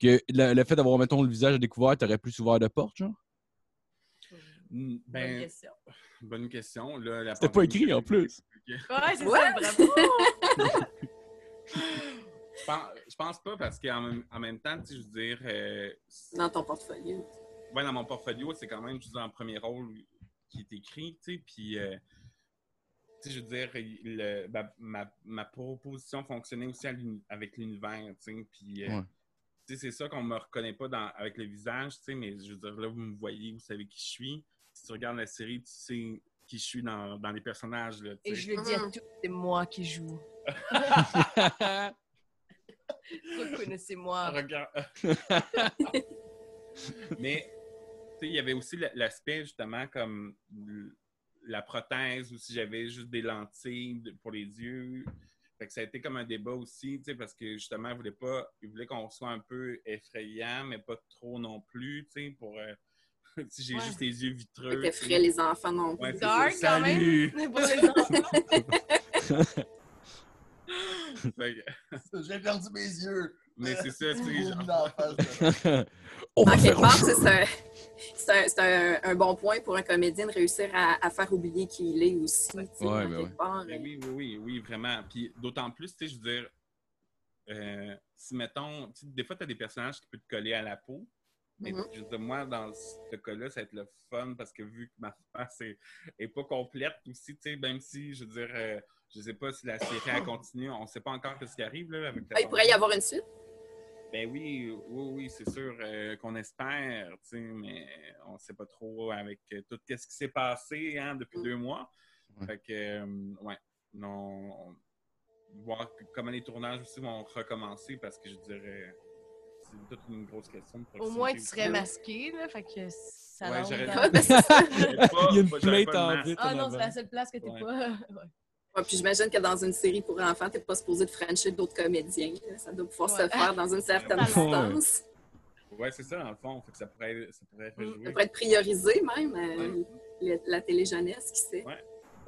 que le, le fait d'avoir, mettons, le visage à découvert, t'aurais plus ouvert de porte, genre? Ben, Bonne question. bonne question. Là, la C'était pas pandémie- écrit en plus. Ouais, c'est Ouais. ça, bravo. Je pense, je pense pas parce qu'en même- en même temps, tu sais, je veux dire, euh, dans ton portfolio. ouais, dans mon portfolio, c'est quand même, je veux dire, en premier rôle qui est écrit, tu sais, puis, euh, tu sais, je veux dire, il- le- ma, ma- ma proposition fonctionnait aussi à l'uni- avec l'univers, tu sais, puis, euh, Ouais. tu sais, c'est ça qu'on me reconnaît pas dans, avec le visage, tu sais, mais je veux dire, là, vous me voyez, vous savez qui je suis. Si tu regardes la série, tu sais qui je suis dans, dans les personnages, là, tu Et sais. je le dis à tous, c'est moi qui joue. [LAUGHS] Reconnaissez-moi. Regarde. Mais tu sais, il y avait aussi la- l'aspect justement comme l- la prothèse ou si j'avais juste des lentilles de- pour les yeux. Fait que ça a été comme un débat aussi, tu sais, parce que justement, il voulait pas, il voulait qu'on soit un peu effrayant, mais pas trop non plus, tu sais, pour euh, [LAUGHS] si j'ai Ouais. juste les yeux vitreux. C'était tu sais. frais, les enfants non plus. Ouais, c'est Dark, ça. quand même. Salut! Pour les enfants. Fait que- J'ai perdu mes yeux! mais c'est ça, tu sais, Boum, genre- dans la face [LAUGHS] de- [LAUGHS] On va En faire quelque un part, jeu. c'est un, c'est un- c'est un- un bon point pour un comédien de réussir à, à faire oublier qui il est aussi. tu sais, Ouais, en ben quelque ouais. part. Ben oui, oui, oui, oui, vraiment. Puis d'autant plus, tu sais, je veux dire, euh, si mettons, tu sais, des fois, tu as des personnages qui peuvent te coller à la peau. Mais Mhm. je veux dire, moi, dans ce cas-là, ça va être le fun parce que vu que ma [LAUGHS] face est, est pas complète aussi, tu sais, même si, je veux dire, euh, je sais pas si la série elle continue, on sait pas encore ce qui arrive, là, avec la Ah, il pourrait y avoir une suite. Ben oui, oui, oui, c'est sûr euh, qu'on espère, tu sais, mais on sait pas trop avec euh, tout ce qui s'est passé hein, depuis Mm. deux mois. Ouais. Fait que, euh, ouais, non, on- voir que- comment les tournages aussi vont recommencer parce que je dirais, c'est toute une grosse question. de Au proximité moins, tu aussi. serais masqué, là. Fait que ça Ouais, rentre j'aurais- dans- Ouais, ben, c'est ça. [LAUGHS] Il y a une plainte en vite. Ah en non, avant. c'est la seule place que t'es Ouais. pas. [LAUGHS] Ouais, puis j'imagine que dans une série pour enfants, t'es pas supposé de franchir d'autres comédiens. là. Ça doit pouvoir se Ouais. faire dans une certaine Ouais. distance. Ouais, c'est ça, dans le fond. Fait que ça pourrait, ça pourrait rejouer. Ça pourrait être priorisé même, euh, le- la télé-jeunesse, qui sait. Ouais.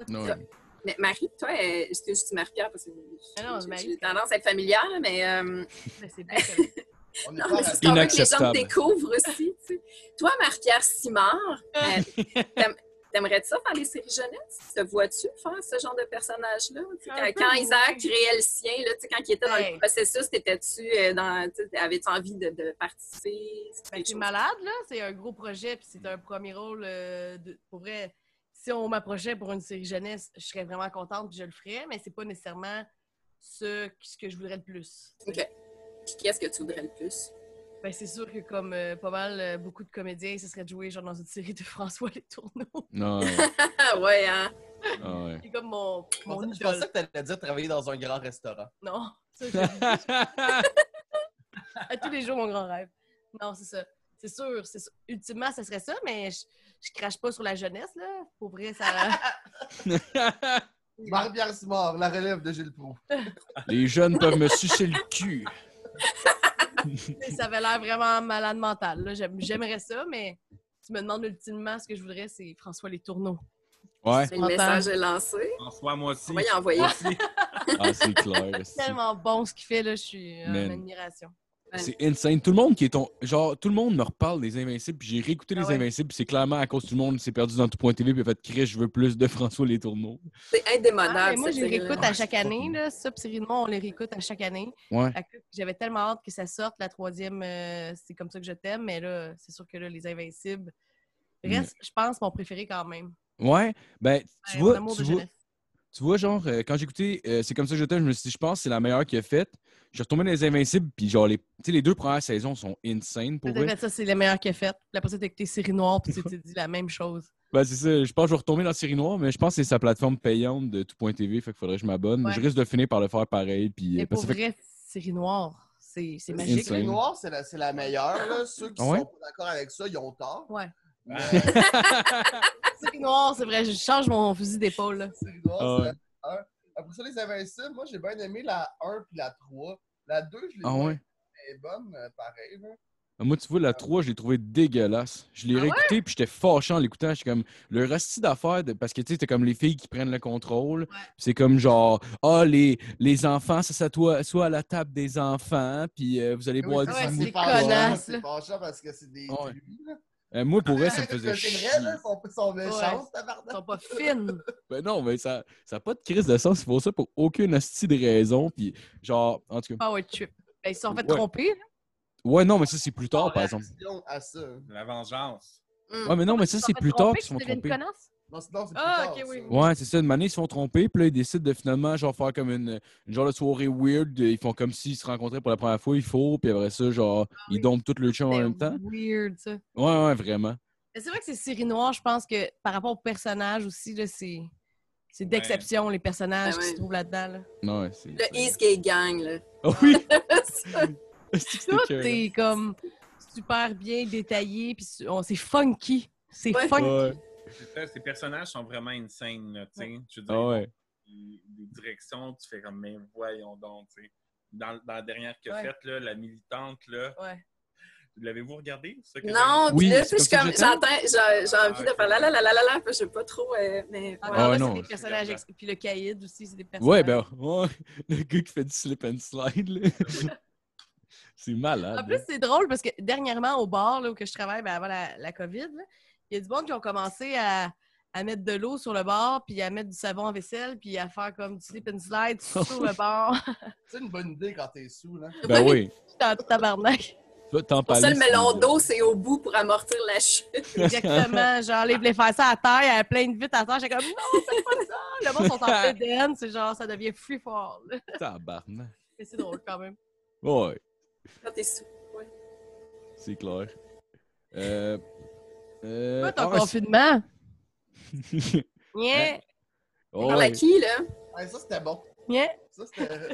Ouais. Mais Marie, toi, euh, est-ce que je dis Marie-Pierre parce que Ah non, j'ai- Marie. j'ai tendance à être familière, là, mais, euh, Mais Ben, c'est bien correct. On est non, pas mais à- c'est qu'on veut que les gens Inacceptable. te découvrent aussi. tu sais. Toi, Marie-Pierre Simard, euh, t'aim- t'aimerais-tu ça faire les séries jeunesse? Te vois-tu faire ce genre de personnage-là? Tu sais, Un Quand, peu, quand oui. Isaac créait le sien, là, tu sais, quand il était dans Ouais. le processus, t'étais-tu euh, dans. tu sais, Avais-tu envie de, de participer? Ben, Quelque t'es chose? malade, là. C'est un gros projet, puis c'est un premier rôle. euh, de- pour vrai, si on m'approchait pour une série jeunesse, je serais vraiment contente, puis je le ferais, mais c'est pas nécessairement ce, ce que je voudrais le plus. OK. Puis qu'est-ce que tu voudrais le plus? [LAUGHS] Ben, c'est sûr que, comme euh, pas mal, euh, beaucoup de comédiens, ce serait de jouer genre, dans une série de [LAUGHS] François Les Tourneaux. Non, ouais. Ah ouais, hein? Ah ouais. C'est comme mon, Je mon pensais- je idole. pensais que t'allais dire travailler dans un grand restaurant. Non. Ça, je- à tous les jours, mon grand rêve. Non, c'est ça. C'est sûr, c'est sûr. Ultimement, ce serait ça, mais je, je crache pas sur la jeunesse, là. Pour vrai, ça. [LAUGHS] Marie-Pierre Simard, la relève de Gilles Proux. Les jeunes peuvent me sucer le cul. Tu sais, ça avait l'air vraiment malade mental. là. J'aime- J'aimerais ça, mais tu me demandes ultimement ce que je voudrais, c'est François Les Tourneaux. Ouais, Le message est lancé. François, moi aussi. On va y envoyer. Moi aussi. ah, c'est clair. c'est- Tellement bon ce qu'il fait, là. Je suis en Man. admiration. C'est insane. Tout le monde qui est ton. Genre, tout le monde me reparle des Invincibles, puis j'ai réécouté les Ah ouais. Invincibles, puis c'est clairement à cause que tout le monde s'est perdu dans tout point TV, puis a fait Chris, je veux plus de [LAUGHS] François Les Tourneaux. C'est indémodable. Ah, mais moi, cette je les série-là. réécoute à chaque année, là. Ça, puis Cyril et moi, on les réécoute à chaque année. Ouais. Fait que J'avais tellement hâte que ça sorte, la troisième, euh, c'est comme ça que je t'aime, mais là, c'est sûr que là, les Invincibles Mm. reste, je pense, mon préféré quand même. Ouais, ben, tu Ouais, mon vois. amour Tu de vois jeunesse. tu vois, genre, euh, quand j'ai écouté euh, C'est comme ça que je t'aime, je me suis dit, je pense que c'est la meilleure qu'il a faite. Je suis retombé dans les Invincibles, puis genre, les, tu sais, les deux premières saisons sont insane pour Peut-être vrai. que ça, c'est le meilleur qu'il a fait. Puis Après ça, t'as écouté Série Noire, puis [LAUGHS] tu t'es dit la même chose. Ben, c'est ça. Je pense que je vais retomber dans la série noire, mais je pense que c'est sa plateforme payante de tout point TV, fait qu'il faudrait que je m'abonne. Ouais. Je risque de finir par le faire pareil, puis euh, Mais parce pour que ça fait- vrai, Série Noire, c'est c'est C'est magique. insane. Les noirs, c'est la, c'est la meilleure. là. Ceux qui Ah ouais? sont pas d'accord avec ça, ils ont tort. Ouais. Mais, [LAUGHS] Série Noire, c'est vrai, je change mon fusil d'épaule. là. c'est les noirs, Ah c'est la meilleure. Après ça, les Invincibles, moi, j'ai bien aimé la 1 puis la 3. La 2, je l'ai Ah moins ouais? elle est bonne, euh, pareil. là. Ah, Moi, tu vois, la 3, je l'ai trouvée dégueulasse. Je l'ai Ah ouais? réécoutée, puis j'étais fâché en l'écoutant. J'étais comme, le reste d'affaires, de- parce que tu sais, t'as comme les filles qui prennent le contrôle. puis C'est comme genre, ah, les, les enfants, ça s'assoit soit à la table des enfants, puis euh, vous allez Mais oui, boire ça, du ah ouais, mou- c'est fâchant, connasse, Ah C'est là. fâchant parce que c'est des. Ah ouais. truies, là. Euh, Moi, Ah, pour vrai, ça me [LAUGHS] Parce que faisait C'est chier. vrai, là, ils sont, ils sont méchants, Ouais. Ils tabarnak. sont pas fines. Ben non, mais ça n'a pas de crise de sens. Ils font ça pour aucune hostie de raison. Puis genre, en tout cas. Power Trip. Ben, ils se sont fait Ouais. tromper. là. Ouais, non, mais ça, c'est plus tard, Ah, par exemple. Réaction à ça. La vengeance. Mm. Ouais, mais non, mais ça, Ils se sont c'est fait plus tard tromper, qu'ils se font puis c'est une tromper. connasse. Non, sinon, c'est plus Ah, tard, ok, ça. oui. Ouais, c'est ça. Une année, ils se font tromper, puis là, ils décident de finalement, genre, faire comme une, une genre de soirée weird. Ils font comme s'ils se rencontraient pour la première fois, il faut, puis après ça, genre, ils Ah oui. dompent tout le chum en C'était même temps. weird, ça. Ouais, ouais, vraiment. Mais C'est vrai que c'est série noire, je pense que par rapport aux personnages aussi, là, c'est. C'est d'exception, les personnages Ben qui ouais. se trouvent là-dedans. Là. Non, ouais, c'est. Ben, Le East Gay Gang, là. Ah [LAUGHS] [LAUGHS] oui! [LAUGHS] [LAUGHS] Ça, C'est que Tout c'était écœurant. est comme super bien détaillé, puis su- on- c'est funky. C'est Ouais. funky. Ouais. C'est ça, Ces personnages sont vraiment insane, là, tu sais. Je veux dire, Ah ouais. des des directions, tu fais comme, mais voyons donc, tu sais. Dans, dans la dernière que Ouais. faite, là, la militante, là, Ouais. l'avez-vous regardé? ça, que non, Oui, puis là, c'est tu sais, je suis comme ça comme, que je j'entends, j'ai j'ai envie Ah, de ok. faire la la la la la la, puis je sais pas trop, euh, mais... Ah, ouais. non, Ah, là, non. c'est des personnages. ex- Puis le caïd aussi, c'est des personnages. Ouais, ben, ouais. [LAUGHS] Le gars qui fait du slip and slide, là. [LAUGHS] c'est malade. En plus, hein. c'est drôle parce que dernièrement, au bar là, où que je travaille, ben, avant la, la COVID, là, il y a du monde qui ont commencé à, à mettre de l'eau sur le bar, puis à mettre du savon en vaisselle, puis à faire comme du slip [LAUGHS] and slide sur le bar. [LAUGHS] C'est une bonne idée quand t'es sous, là. Ben oui. J'étais en tabarnak. Toi, t'en Pour ça, parlais, le melon c'est- d'eau, c'est au bout pour amortir la chute. Exactement. Genre, les voulaient faire ça à terre, à plein de vite à terre. J'étais comme, non, faites pas ça. Le monde sont en Eden, c'est genre, ça devient free fall. là. Tabarnak. Mais c'est drôle quand même. Ouais, Quand t'es sous. c'est clair. Euh. euh, Toi, ton ah, c'est- confinement? Ouais. [LAUGHS] Yeah, On Ouais, parle à qui, là? Ouais, ça, c'était bon. yeah. Ça, [LAUGHS] c'était. euh,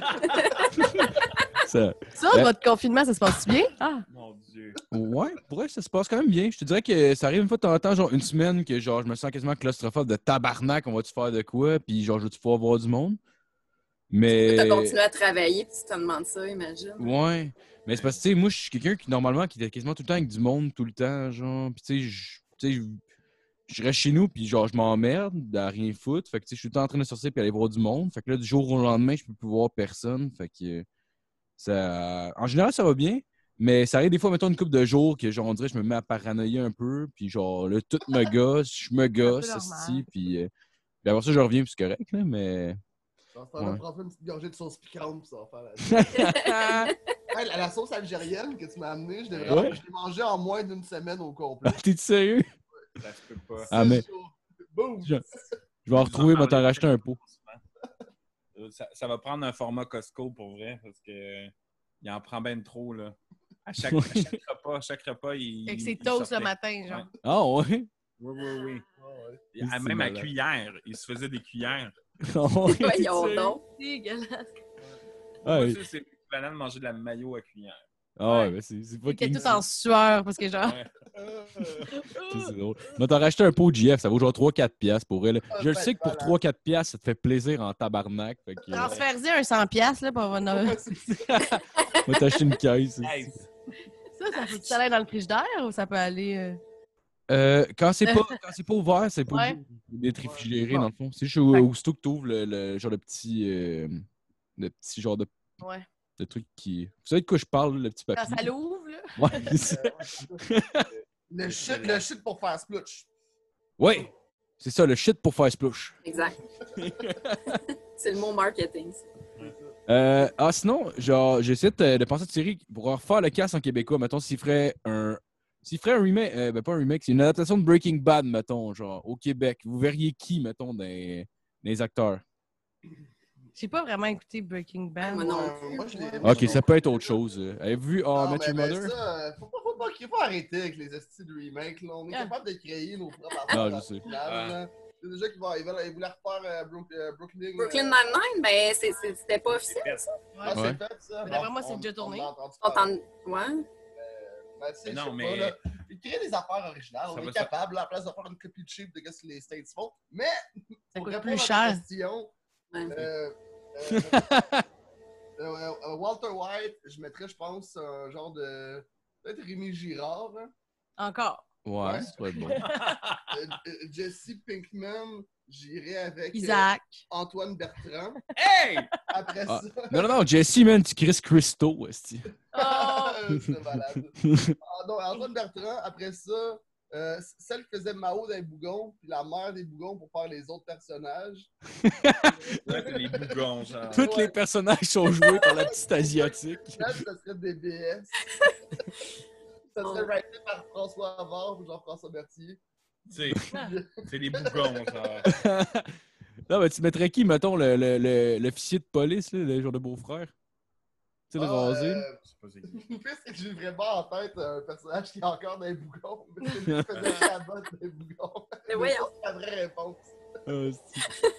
ça- Ça, Ben- votre confinement, ça se passe bien? Ah, Mon Dieu. Ouais, pour elle, ça se passe quand même bien. Je te dirais que ça arrive une fois de temps en temps, genre une semaine, que genre je me sens quasiment claustrophobe de tabarnak, on va-tu faire de quoi, puis genre je veux-tu pouvoir voir du monde. Mais. T'as continué à travailler, puis tu te demandes ça, imagine. Ouais. Mais c'est parce que, tu sais, moi, je suis quelqu'un qui, normalement, qui était quasiment tout le temps avec du monde, tout le temps, genre. Puis, tu sais, je- tu sais, je- je reste chez nous, puis genre, je m'emmerde à rien foutre. Fait que, tu sais, je suis tout le temps en train de sortir puis aller voir du monde. Fait que là, du jour au lendemain, je peux plus voir personne. Fait que, euh, ça... En général, ça va bien. Mais ça arrive des fois, mettons, une couple de jours que, genre, on dirait, je me mets à paranoïer un peu. Puis, genre, là, tout me gosse, je me gosse, normal. esti, Puis, euh, puis après ça, je reviens, puis c'est correct, là, mais... Dans ce temps-là, Ouais. prends-toi une petite gorgée de sauce piquante, puis ça va faire la [LAUGHS] Ah, Hey, la, la sauce algérienne que tu m'as amenée, je, devrais... Ouais. je l'ai mangée en moins d'une semaine au complet. T'es sérieux? Ça se peut pas. Ah, mais- Six jours. Boum! Je- Je vais en retrouver, va t'en racheter un pot. Euh, Ça, ça va prendre un format Costco pour vrai, parce que euh, il en prend ben trop, là. À chaque, à [LAUGHS] chaque repas, à chaque repas, il. Fait que il c'est toast sortait. le matin, genre. [LAUGHS] Ah ouais? Oui, oui, oui. Ah, Ouais, ouais. Et à- C'est même à [LAUGHS] malade. cuillère. Il se faisait des cuillères. Ah ouais, t'es [LAUGHS] Voyons sérieux? donc. Dégueulasse. Ah Moi, ouais, ça, c'est l'équivalent de manger de la mayo à cuillère. ah ouais, ben c'est c'est Il était fucking... tout en sueur parce que genre. Ouais. C'est c'est drôle. Mais t'as racheté un pot JF, ça vaut genre 3-4 piastres pour elle. Ah, Je le ben, sais que pour voilà. 3-4 piastres, ça te fait plaisir en tabarnak. Fait que, euh, Transfère-y un 100$ piastres, là, pour [LAUGHS] avoir une- on va t'acheter une caisse. Hey, Ça, ça peut aller dans le frigidaire ou ça peut aller. euh, Euh, quand c'est pas, quand c'est pas ouvert, c'est pas Ouais. obligé d'être réfrigéré Ouais. dans le fond. C'est juste au- aussitôt que t'ouvres le, le genre de petit... euh, le petit genre de, Ouais. de truc qui... Vous savez de quoi je parle, le petit Quand papier? ça l'ouvre, là. Ouais, c'est- Le shit, le shit pour faire splutch. ouais. c'est ça, le shit pour faire splouche. [LAUGHS] Exact. c'est le mot marketing. ça. Euh, ah, sinon, genre, j'essaie de, de penser à Thierry pour refaire le cast en québécois. Mettons, s'il ferait un. S'il ferait un remake, euh, ben pas un remake, c'est une adaptation de Breaking Bad, mettons, genre, au Québec. Vous verriez qui, mettons, des, des acteurs? J'ai pas vraiment écouté Breaking Bad. Moi non. Ouais, moi, je l'ai- moi, Ok, je l'ai- ça peut être autre chose. euh. Avez-vous vu Oh, Non, Matthew mais- mais Mother? ça, euh, Faut pas, faut pas, faut pas arrêter avec les styles de remake. Là. On est Ah. capable de créer nos propres Non, affaires. je sais. Ah. C'est déjà qu'ils vont, ils veulent, ils voulaient refaire euh, Brook- euh, Brooklyn. Brooklyn euh, Nine-Nine, ben, c'est- c'est- c'était pas officiel. ah, Ouais. Ouais. c'est fait, ça. Mais d'après moi, On- c'est déjà tourné. On a entendu On parler. t'en- Ouais. Mais Ben, tu sais, Non, je sais mais- pas, là. Ils créent des affaires originales. Ça on va est faire- capable, là, à la place de faire une copie cheap de ce que les States font. Mais, Ça pour coûte répondre plus à cher. la question, Ouais. euh, euh, [LAUGHS] euh, euh, Walter White, je mettrais, je pense, un genre de. Peut-être Rémi Girard. hein. Encore. Ouais, Ouais. ça pourrait être bon. [LAUGHS] Euh, euh, Jesse Pinkman, j'irais avec euh, Isaac. Antoine Bertrand. hey! Après Ah. ça. Non, non, non, Jesse, man, tu crises Christo, esti. [LAUGHS] Oh! euh, c'est malade. Ah non, Antoine Bertrand, après ça, euh, c- celle qui faisait Mao des Bougons, puis la mère des Bougons pour faire les autres personnages. Là, c'est des [LAUGHS] bougons, Ah, genre. Tous les personnages sont joués par la petite asiatique. [LAUGHS] Là, ça serait DBS. [LAUGHS] ça serait writé par François Havard ou Jean-François Berthier. Tu sais, C'est des bougons, genre. non, mais tu mettrais qui, mettons, le- le- le- l'officier de police, là, le genre de beau-frère? Tu sais, le Ah, rasé, là? euh, [LAUGHS] Je sais pas c'est qui. Le pire, c'est que j'ai vraiment en tête un personnage qui est encore dans les bougons, mais c'est lui qui faisait la botte des bougons. Mais voyons. C'est la vraie réponse. Euh, c'est-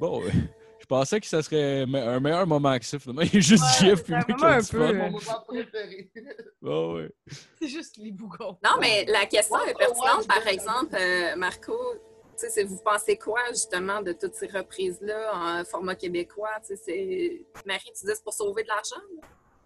bon, euh, je pensais que ça serait me- un meilleur moment que ça. Finalement, [LAUGHS] il y a juste Ouais, GF c'est puis un moi qui moment a un du peu, fun. Mon euh, moment préféré. Bon, ouais. [LAUGHS] C'est juste les bougons. Non, mais la question Ouais, est pertinente. ouais, Par je- exemple, euh, Marco, tu sais, c'est- vous pensez quoi justement de toutes ces reprises-là en format québécois? Tu sais, c'est- Marie, tu dis c'est pour sauver de l'argent?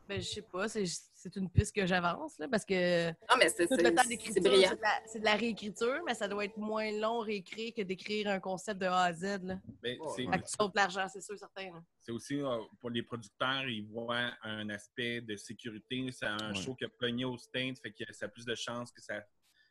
Ben, je sais pas, c'est c'est une piste que j'avance, là, parce que Non, mais c'est tout le temps c'est- d'écriture, c'est c'est brillant. de, la- c'est de la réécriture, mais ça doit être moins long réécrire que d'écrire un concept de A à Z, là. Ben, c'est- Fait que tu sauves de l'argent, c'est sûr, certain. là. C'est aussi euh, pour les producteurs, ils voient un aspect de sécurité. C'est un Ouais. show qui a pogné au States, fait que ça a plus de chances que ça.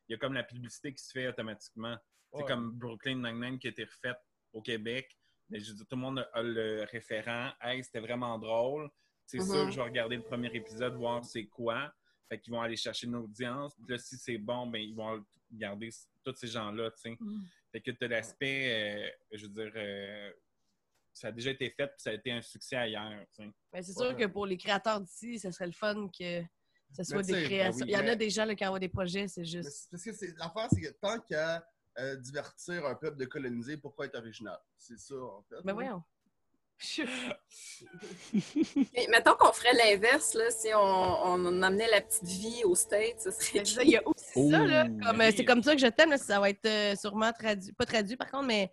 Il y a comme la publicité qui se fait automatiquement. C'est Ouais. comme Brooklyn Nine-Nine qui a été refaite au Québec. Mais je veux dire, tout le monde a- a le référent. Hey, c'était vraiment drôle. C'est Uh-huh. Mhm. sûr que je vais regarder le premier épisode, voir c'est quoi. Fait qu'ils vont aller chercher une audience. Puis là, si c'est bon, ben ils vont garder s- tous ces gens-là, tu sais. Mm. Fait que t'as l'aspect, euh, je veux dire, euh, ça a déjà été fait, puis ça a été un succès ailleurs, tu sais. Mais c'est sûr Ouais. que pour les créateurs d'ici, ce serait le fun que ce soit Mais tu sais, des ben créations. oui, Il y en a mais- des gens là, qui envoient des projets, c'est Mais juste. c'est- Parce que c'est- l'affaire, c'est que tant qu'à euh, divertir un peuple de coloniser, pourquoi être original? C'est ça, en fait. Mais Ben voyons. Je- Mais mettons qu'on ferait l'inverse, là, si on, on amenait la petite vie au States, ce serait. Mais Ben, ça, il y a aussi Oh. ça, là. Comme, euh, Oui. c'est comme ça que je t'aime, là, ça va être euh, sûrement traduit, pas traduit par contre, mais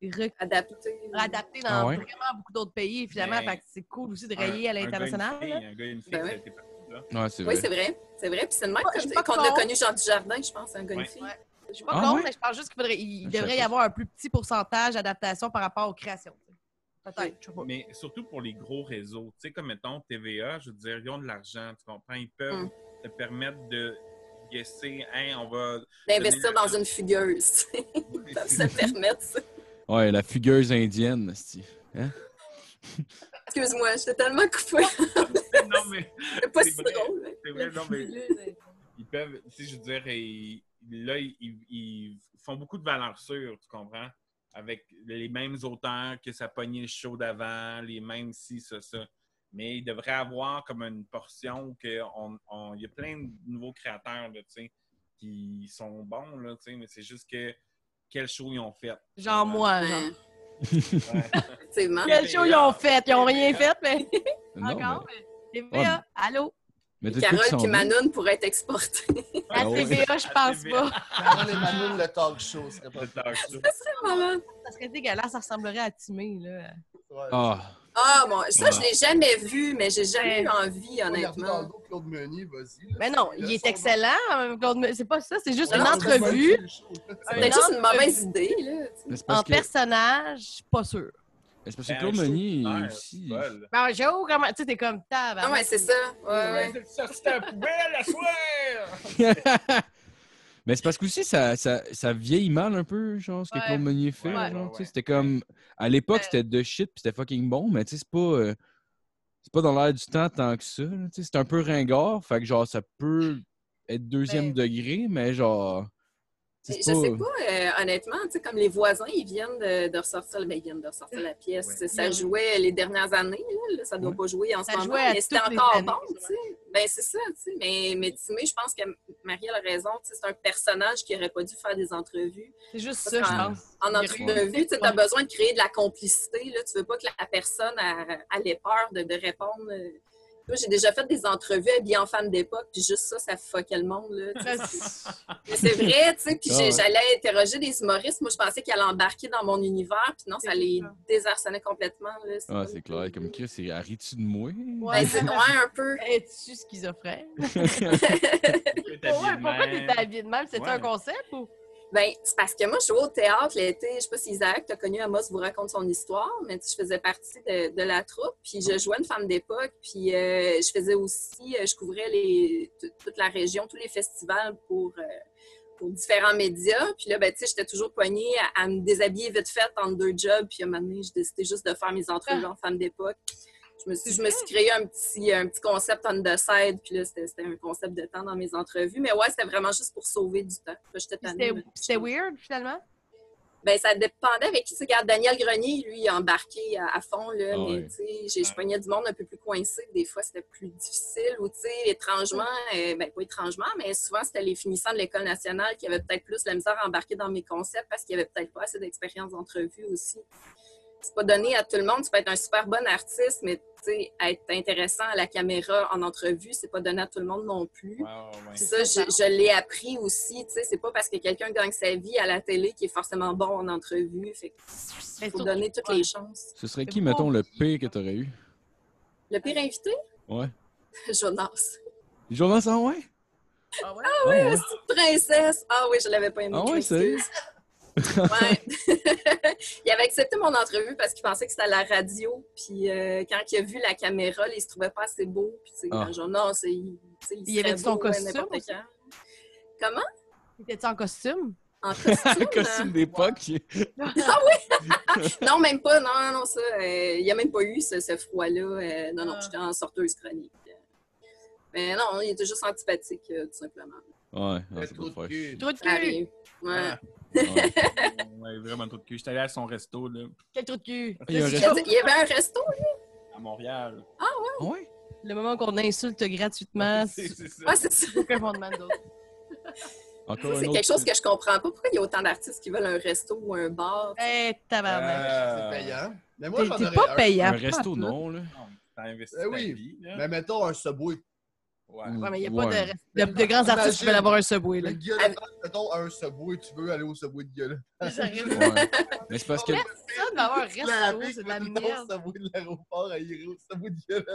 re- Adapté. adapté dans Ah ouais? vraiment beaucoup d'autres pays, finalement. Mais- Fait que c'est cool aussi de Un- rayer à un gars et une l'international. fille, là. Un gars et une fille, ça Ben a oui. été parti là. Ouais, c'est Oui, vrai. c'est vrai. C'est vrai. Puis c'est le même Ouais, je suis qu'on pas qu'on a contre. connu Jean Dujardin, je pense, un gars, une Ouais. fille. Ouais. Je suis pas Ah, contre, ouais? mais je pense juste qu'il faudrait- il- il Je sais devrait y pas. avoir un plus petit pourcentage d'adaptation par rapport aux créations. tu sais. Peut-être, je sais pas. Mais surtout pour les gros réseaux. Tu sais, comme mettons TVA, je veux dire, ils ont de l'argent, tu comprends? Ils peuvent Mm. te permettre de guesser, hein, on [LAUGHS] va. D'investir dans une fugueuse. [LAUGHS] Ils peuvent se permettre ça. Ouais, la fugueuse indienne, esti. Excuse-moi, j'étais tellement coupée. [LAUGHS] non, mais. C'est pas C'est si vrai. drôle. hein. C'est vrai, non, mais. Ils peuvent, tu sais, je veux dire, ils- là, ils, ils font beaucoup de valeurs sûres, tu comprends? Avec les mêmes auteurs que ça pognait le show d'avant, les mêmes ci, ça, ça. Mais il devrait avoir comme une portion que on, on- il y a plein de nouveaux créateurs, là, tu sais, qui sont bons, là, tu sais, mais c'est juste que quel show ils ont fait. Genre moi, genre. Ouais, Ouais. effectivement. Quel show ils ont fait? Ils ont rien fait, mais Non, encore. mais- mais- TVA, allô? mais t'as de quoi qui Carole s'en puis vient? Manoun pourraient être exportées. La Ah ouais. TVA, je pense pas. Carole et Manon, le talk show serait pas Le talk show. Malade. Ça serait dégueulasse, ça ressemblerait à Timmy, là. Ouais. Ah, Ah, bon, ça, je Ouais. l'ai jamais vu, mais j'ai jamais Ouais. eu envie, Regardez dans le honnêtement. dos, Claude Meunier, vas-y. là. Mais Ben non, il Là, est son- excellent, euh, Claude Meunier. C'est pas ça, c'est juste Non, une c'est entrevue, [LAUGHS] C'est Un peut-être juste une entrevue. mauvaise idée, là. tu sais. mais c'est un parce que, personnage, pas sûr. c'est parce que Ben, Claude un show Meunier d'hiver, aussi. c'est folle. Bonjour, comment... Tu sais, t'es comme tab. Ah, ouais, c'est ça. Ouais, ouais. Ça, c'est un poubelle à soir! [LAUGHS] Mais c'est parce que aussi, ça, ça, ça vieillit mal un peu, genre, ce que Ouais. Claude Meunier fait. Ouais, genre, ouais, tu sais, ouais. C'était comme. À l'époque, Ouais. c'était de shit, puis c'était fucking bon, mais tu sais, c'est pas. euh, c'est pas dans l'air du temps tant que ça. là, tu sais, C'est un peu ringard, fait que genre, ça peut être deuxième degré, mais genre. tu Mais sais, Je c'est sais pas, euh, honnêtement, tu sais, comme les voisins, ils viennent de, de ressortir, ben, ils viennent de ressortir la pièce. Ouais. Ça jouait les dernières années, là, là, ça doit Ouais. pas jouer en Ça ce moment, jouait à mais c'était toutes les encore années, bon, tu sais. Ben, c'est ça, tu sais. Mais, mais Timé, je pense que Marie a raison, tu sais, c'est un personnage qui aurait pas dû faire des entrevues. C'est juste Parce ça, je qu'en- pense. En Il y a rien. entrevue, tu as besoin de créer de la complicité, là. Tu veux pas que la personne elle- elle ait peur de, de répondre. euh. Moi, j'ai déjà fait des entrevues habillées en femme d'époque, puis juste ça, ça fuckait le monde, là, tu sais. [LAUGHS] Mais C'est vrai, tu sais, puis Ah j'ai- ouais. j'allais interroger des humoristes. Moi, je pensais qu'ils allaient embarquer dans mon univers, puis non, ça C'est les ça. désarçonnait complètement. Là, Ah, pas- c'est clair. Comme Chris, c'est arrête-tu de moi? Ben, c'est loin un peu. [LAUGHS] Es-tu schizophrène? Pourquoi Ouais, pourquoi t'es habillé de même? C'est-tu Ouais. un concept ou? Ben, c'est parce que moi, je jouais au théâtre l'été. Je sais pas si Isaac t'a connu, Amos vous raconte son histoire, mais tu sais, je faisais partie de, de la troupe, puis je jouais une femme d'époque, puis euh, je faisais aussi, euh, je couvrais les, tout- toute la région, tous les festivals pour, euh, pour différents médias. Puis là, ben, tu sais, j'étais toujours poignée à, à me déshabiller vite fait entre deux jobs, puis à un moment donné, j'ai décidé juste de faire mes entrevues Ah. en femme d'époque. Je me, suis, je me suis créé un petit, un petit concept on the side, puis là, c'était c'était un concept de temps dans mes entrevues. Mais ouais, c'était vraiment juste pour sauver du temps. Là, j'étais Puis tannée, ben, C'était mais- c'était weird, finalement? ben, ça dépendait avec qui. tu sais, Regarde, Daniel Grenier, lui, il a embarqué à, à fond. Là, Ah mais, ouais. tu sais, j'ai- je pognais du monde un peu plus coincé. Des fois, c'était plus difficile. Ou, tu sais, étrangement, euh, ben, pas étrangement, mais souvent, c'était les finissants de l'École nationale qui avaient peut-être plus la misère à embarquer dans mes concepts parce qu'il y avait peut-être pas assez d'expérience d'entrevue aussi. C'est pas donné à tout le monde. Tu peux être un super bon artiste, mais, tu sais, être intéressant à la caméra en entrevue, c'est pas donné à tout le monde non plus. Puis ça, je, je l'ai appris aussi. Tu sais, c'est pas parce que quelqu'un gagne sa vie à la télé qu'il est forcément bon en entrevue. Fait que Mais faut surtout- donner toutes les chances. Ce serait C'est qui, pas mettons, le obligé. pire que t'aurais eu? Le pire invité, [LAUGHS] Ouais. Jonas. Jonas, ah ouais? Ah ouais? Ah ouais? Princesse! Ah oui, je l'avais pas aimé. Ah je ouais, m'excuse. sérieux? [LAUGHS] Ouais. [LAUGHS] il avait accepté mon entrevue parce qu'il pensait que c'était à la radio. Puis euh, quand il a vu la caméra, là, il se trouvait pas assez beau. Puis c'est Ah. ah. genre, non, c'est. Il, tu sais, Il avait serait son beau, ouais, costume n'importe aussi? quand. Comment? T'étais-tu en [LAUGHS] costume? En costume? Un [LAUGHS] costume d'époque. Ah Non, même pas. Non, non, non, ça. euh, Il n'y a même pas eu ce, ce froid-là. euh, non, non, Ah. j'étais en sorteuse chronique. Mais non, il était juste antipathique, euh, tout simplement. Ouais, ah, Le c'est pas trou de de faire cul. chier. Trou de Ça cul! arrive. Ah. Ouais. Ouais. Ouais, vraiment trop de cul. J'étais allé à son resto, là, Quel trou de cul? Il y a un Le- resto. Il y avait un resto. à Montréal. Ah ouais? Le moment qu'on insulte gratuitement, C'est c'est [LAUGHS] c'est ça. Ah, c'est ça. aucun fondement [LAUGHS] d'autre. Encore un C'est autre quelque chose que je comprends pas. Pourquoi il y a autant d'artistes qui veulent un resto ou un bar? Eh, tabarnak! C'est Euh, payant. Mais moi, T'es j'en t'es aurais pas un. payant. Un pas en resto, tout. non, là. Non, T'as investi Eh ta oui. vie, là. Mais mettons un Subway. Ouais. Ou- Ouais, mais il n'y a ouais. pas de, de, de grands artistes qui veulent avoir un Subway, là. Le gars, Avec- mettons un Subway, tu veux aller au Subway de [LAUGHS] gueule. Ouais. Mais c'est parce que. Personne va avoir un resto, c'est de la Non, merde. Subway de l'aéroport à irait au Subway de gueule.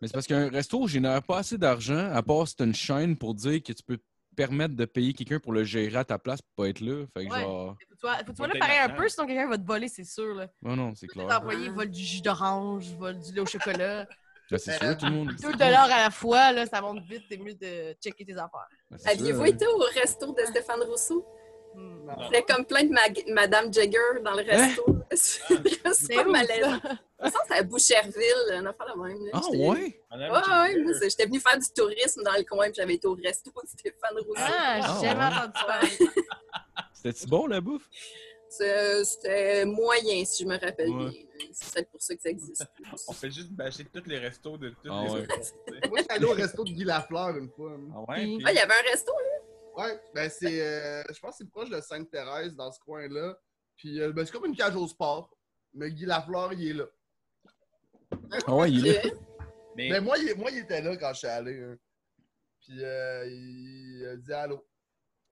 Mais c'est parce qu'un resto génère pas assez d'argent, à part si t'as une chaîne pour dire que tu peux te permettre de payer quelqu'un pour le gérer à ta place pour pas être là. Fait que Ouais. genre. Faut que tu sois- faut que tu sois là Faut pareil un être peu, sinon quelqu'un va te voler, c'est sûr. Là. Non, non, c'est Tes clair. employés volent du jus d'orange, volent du lait au [LAUGHS] Là, chocolat. Ben, c'est sûr, tout le monde. 2 dollars à la fois, là, ça monte vite, c'est mieux de checker tes affaires. Ben, c'est sûr, Aviez-vous hein. été au resto Ah. de Stéphane Rousseau? Hmm. Non. C'était comme plein de mag- Madame Jagger dans le Hein? resto. [LAUGHS] Ah. C'est pas où, malaisant. ça? Je pense que c'est à Boucherville, un affaire de même. là. Ah J'étais- ouais? Ouais, ouais, moi, c'est- j'étais venue faire du tourisme dans le coin, puis j'avais été au resto de Stéphane Rousseau. Ah, j'ai Ah, jamais ouais. entendu parler. C'était-tu bon la bouffe? C'est- C'était moyen, si je me rappelle Ouais. bien. C'est peut-être pour ça que ça existe. On fait juste bâcher tous les restos de tous Ah les ouais. autres. tu sais. Moi, j'étais allé au resto de Guy Lafleur une fois. moi. Ah ouais? Oui. puis- Ah, il y avait un resto, là? Ouais, ben c'est. euh, je pense que c'est proche de Sainte-Thérèse dans ce coin-là. Puis euh, ben, c'est comme une cage au sport. Mais Guy Lafleur, il est là. Ah ouais, euh, il est [LAUGHS] là. Mais, Mais moi, il, moi, il était là quand je suis allé. hein. Puis euh, il a dit allô.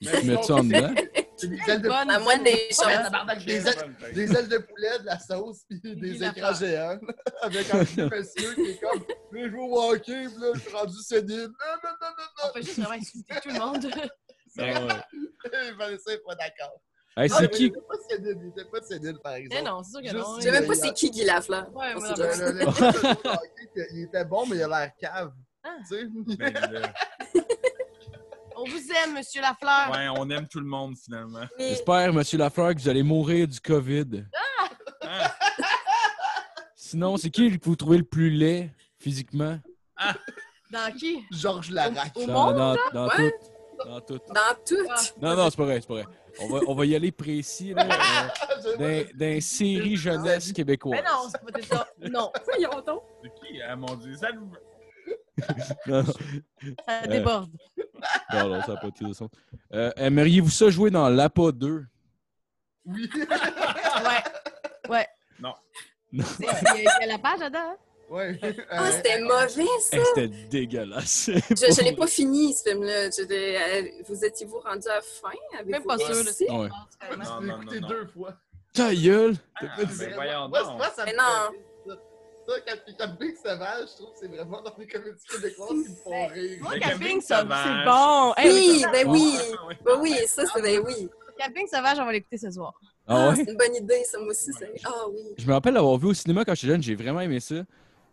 Il te met ça en dedans. C'est des ailes de, Bonne. À moins des Ah, choses. Ouais, tabarnak, des, ailes, mais des ailes de poulet, de la sauce, puis des écrans Lafleur. géants. Avec un petit monsieur qui est comme « Je joue au hockey, puis là, je suis rendu sénile. » Non, non, non, On non, fait juste vraiment insulter tout le [LAUGHS] monde. Ah [LAUGHS] ouais. non. Et Vanessa n'est pas d'accord. Hey, Ah, mais c'est Il qui? était pas sénile, il était pas sénile, par exemple. Mais non, c'est sûr que non. Je sais Juste- même pas c'est qui Guy Lafleur. Ouais, moi, C'est non, Euh, Le- juste- le- le- le- le- il était bon, mais il a l'air cave. Ah. Tu sais? là, On vous aime, Monsieur Lafleur. ouais, on aime tout le monde finalement. Mais J'espère, Monsieur Lafleur, que vous allez mourir du COVID. Ah, Sinon, c'est qui que vous trouvez le plus laid physiquement? Dans qui? Georges [LAUGHS] Larac. Au Dans, monde? dans, dans Ouais. tout. Dans tout. dans tout, Ah, Non, non, c'est pas vrai, c'est pas vrai. On va, on va y aller précis, là. euh, Ben, D'un d'un série jeunesse québécoise. Mais Ben non, c'est pas ça. Non, [LAUGHS] voyons donc. c'est qui? Ah mon dieu, ça nous- Non, non. ça déborde. Non, non, ça n'a pas été de sens. Euh, Aimeriez-vous ça jouer dans l'APA 2? Oui. Ouais. Non. C'est- Il y, a- il y a la page là-dedans. hein? Ouais. euh, Ah, c'était mauvais, ça! Hey, C'était dégueulasse. [LAUGHS] Je, je l'ai pas fini, ce film-là. Je l'ai- euh, Vous étiez-vous rendu à la fin? Avez-vous Même pas sûr, là. réussi? Ouais. Je Non, Vraiment. l'ai non, écouté non, deux fois. Ta gueule! T'as Ah, pas dit- ben voyons Moi, donc. moi, ça me Mais fait non. rire, ça. Ça, quand puis comme Big Sauvage, je trouve que c'est vraiment dans les comédies québécoises qui me font rire. Moi, Mais Camping Camping Sauvage, c'est Sauvage. bon. Hey, Oui, mais ben oui! Ah, ouais. Ben oui, ça, c'est ben oui. Camping Sauvage, on va l'écouter ce soir. Ah ouais? c'est une bonne idée, ça, moi aussi. c'est- Ah oui. Je me rappelle l'avoir vu au cinéma quand j'étais jeune, j'ai vraiment aimé ça.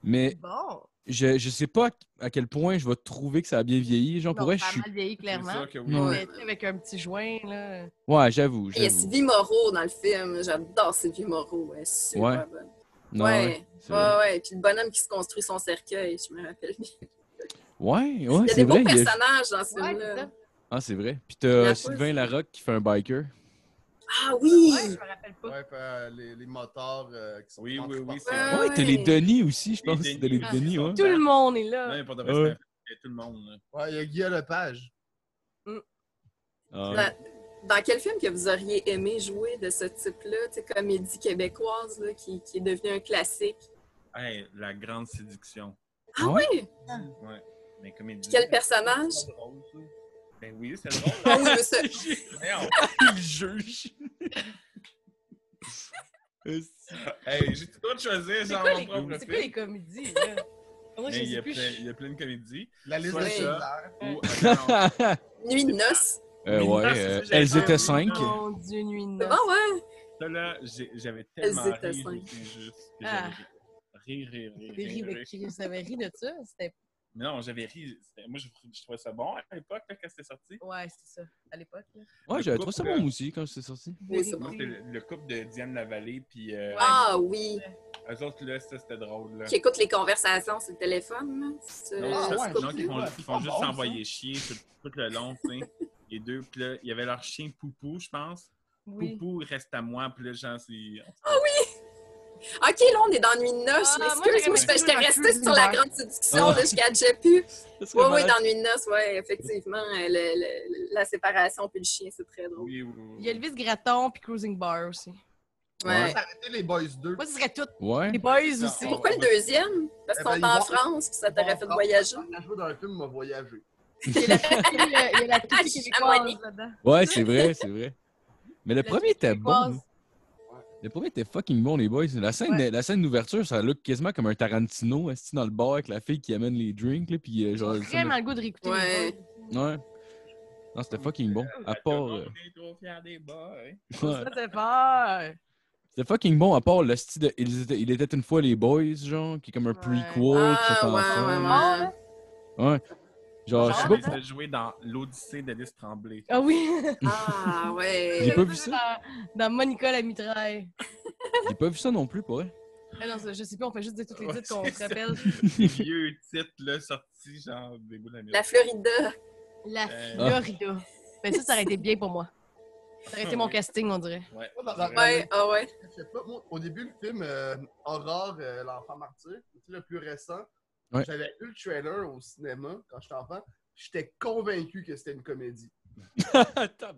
Mais Bon. je, je sais pas à quel point je vais trouver que ça a bien vieilli. Genre, pour Non, vrai, je pas suis. mal vieilli, C'est clairement. sûr que Non. oui. Mais tu sais, avec un petit joint, là. Ouais, j'avoue. Il y a j'avoue. Sylvie Moreau dans le film. J'adore Sylvie Moreau. Elle est super Ouais. bonne. Non, ouais. c'est Ouais, vrai. ouais. Puis le bonhomme qui se construit son cercueil, je me rappelle. bien. Ouais, Il ouais, y a c'est des vrai. beaux il y a- personnages dans ce Ouais, c'est film-là. ça. Ah, c'est vrai. Puis t'as La Sylvain pause. Larocque qui fait un biker. Ah oui! Ouais, je me rappelle pas. Ouais, puis, euh, les, les moteurs euh, qui sont Oui, oui, oui, c'est c'est Ah Ouais, vrai. ouais. Ah, t'as les Denis aussi, je Les pense. T'as les Denis, ouais, Denis, c'est ouais. Tout le monde est Non, là. mais pour de Ouais. vrai, c'est tout le monde. là. Ouais, il y a Guillaume Lepage. Ah, ouais. Dans, dans quel film que vous auriez aimé jouer de ce type-là, tu sais, comédie québécoise là, qui, qui est devenue un classique? Hey, la grande séduction. Ah Ouais. oui! Ouais. Mais comme il dit- Quel personnage? C'est drôle, ça. Ben oui, c'est drôle. [LAUGHS] Ah oui, mais ça- Voyons. Il juge. Euh, [LAUGHS] hey, j'ai tout le droit de choisir, C'est genre quoi, mon les- propre c'est quoi les film. comédies, là? Moi, je Mais il y, sais a plus. plein, je- il y a plein de comédies. euh, La liste Ouais. de Schindler. Ou, Nuit de noces. Euh, ouais, Ah, c'est ça, euh, j'avais elles peur. étaient cinq. Mon Dieu, nuit de Ah noces. ouais! ça là, j'ai- j'avais tellement Elles ri, étaient cinq. j'étais juste que Ah. j'avais ri, ri, ri, Des ri, rires de ri. cri- Vous avez ri de ça? C'était... Mais Non, j'avais ri. C'était- Moi, je, je trouvais ça bon à l'époque, là, quand c'était sorti. Ouais, c'est ça, à l'époque. là. Ouais, Le j'avais couple, trouvé ça euh, bon aussi quand c'est sorti. Oui, c'est Moi, bon. c'était le, le couple de Diane Lavallée, puis euh, Ah oui! eux autres, là, ça, c'était drôle, là. Qui écoute les conversations sur le téléphone. là. C'est- euh, Non, Ah, ça, ouais, c'est des gens je qui sais, font, ouais. qui font Ah, juste bon, s'envoyer chier tout, tout le long, tu sais. Les deux, puis là, il y avait leur chien Poupou, je pense. Oui. Poupou, il reste à moi, puis là, genre, c'est... Ok, là, on est dans Nuit de noces. Ah, Je moi, j'aurais m'excuse, moi, je aimé j'étais jouer restée Marcus sur la Hubert. grande séduction. Ah. là, Je catchais plus. Oui, oui, dans Nuit de noces, oui, effectivement. euh, le- le- la séparation puis le chien, c'est très drôle. Oui, oui, oui. Il y a Elvis Gratton puis Cruising Bar aussi. On Ouais. va s'arrêter les Boys 2. Moi, ce serait tout. Ouais. Les boys Non. aussi. Pourquoi le deuxième? Parce Eh qu'on ben, est ils en vont- France, puis ça t'aurait fait Bon, voyager. La jouer dans un film m'a voyagé. Il y a la petite- il y a- il y a la Ah, [LAUGHS] petite j'ai québécoise abonné. là-dedans. Ouais, c'est vrai, c'est vrai. Mais le La premier petite était bon. hein. québécoise. Le premier était fucking bon, les boys. La scène, Ouais. la scène d'ouverture, ça look quasiment comme un Tarantino, assis dans le bar avec la fille qui amène les drinks, là, puis euh, genre... J'ai le scène vraiment le goût de réécouter. Ouais. les boys. de- Ouais. Non, c'était fucking bon. À part... euh, On est trop fiers des boys. ouais. Ça, c'est fort. C'était fucking bon, à part le style de... Ils étaient- Il était une fois les boys, genre, qui est comme un Ouais. prequel. qui Ah, sont ouais, ensemble. ouais, ouais. Ah, ouais? Genre, Ah, je sais Genre, pas... les- pourquoi- joué dans l'Odyssée d'Alice Tremblay. Ah oui. Ah, J'ai ouais. pas vu ça. Dans, dans Monica la mitraille. J'ai pas vu ça non plus, [LAUGHS] pour vrai. Ah non, ça, je sais plus, on fait juste dire toutes les Ouais, titres qu'on c'est se ça. rappelle. [LAUGHS] Les vieux titres là, sortis genre des bouts de la merde. La Florida. La Euh, Florida. Ben ça, ça aurait été bien pour moi. Ça aurait été mon casting, on dirait. Ouais. Moi, dans- dans- Ouais, ah ouais. Je sais pas, moi, au début, le film euh, Aurore, euh, l'enfant martyr, tu sais, le plus récent, Ouais. j'avais eu le trailer au cinéma quand j'étais enfant. J'étais convaincu que c'était une comédie.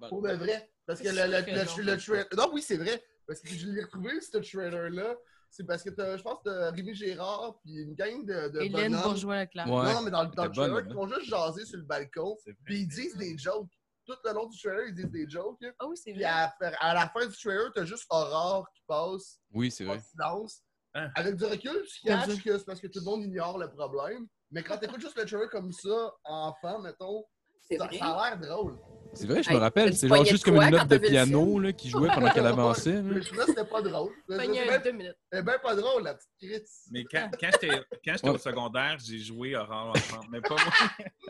Pour de vrai. Parce que le, C'est sûr le, que le- non. le trailer. Non, oui, c'est vrai. Parce que je l'ai retrouvé, ce trailer-là. C'est parce que t'as- je pense que t'as Rémi Gérard puis une gang de, de Hélène bonhommes. Bourgeois-Leclerc. Ouais. Non, mais dans le, dans le était trailer, bonne, hein. ils vont juste jaser sur le balcon. C'est vrai. Puis ils disent des jokes. Tout le long du trailer, ils disent des jokes. là. Ah oui, c'est Puis vrai. à, à la fin du trailer, t'as juste Aurore qui passe Oui, c'est en vrai. silence. Hein? Avec du recul, tu Comme caches ça. que c'est parce que tout le monde ignore le problème. Mais quand t'écoutes juste le trailer comme ça, enfant, mettons, C'est ça, vrai. ça a l'air drôle. C'est vrai, je me Hey, rappelle. tu C'est te genre poignais juste de comme une quoi note quand de t'as vu le piano là, qui jouait pendant qu'elle avançait. là. [LAUGHS] Mais je trouvais que c'était pas drôle. Pogné C'était deux minutes. c'était bien pas drôle, la petite crise. Mais quand, quand j'étais quand j'étais Ouais. au secondaire, j'ai joué Aurore l'enfant. Mais [LAUGHS] pas moi.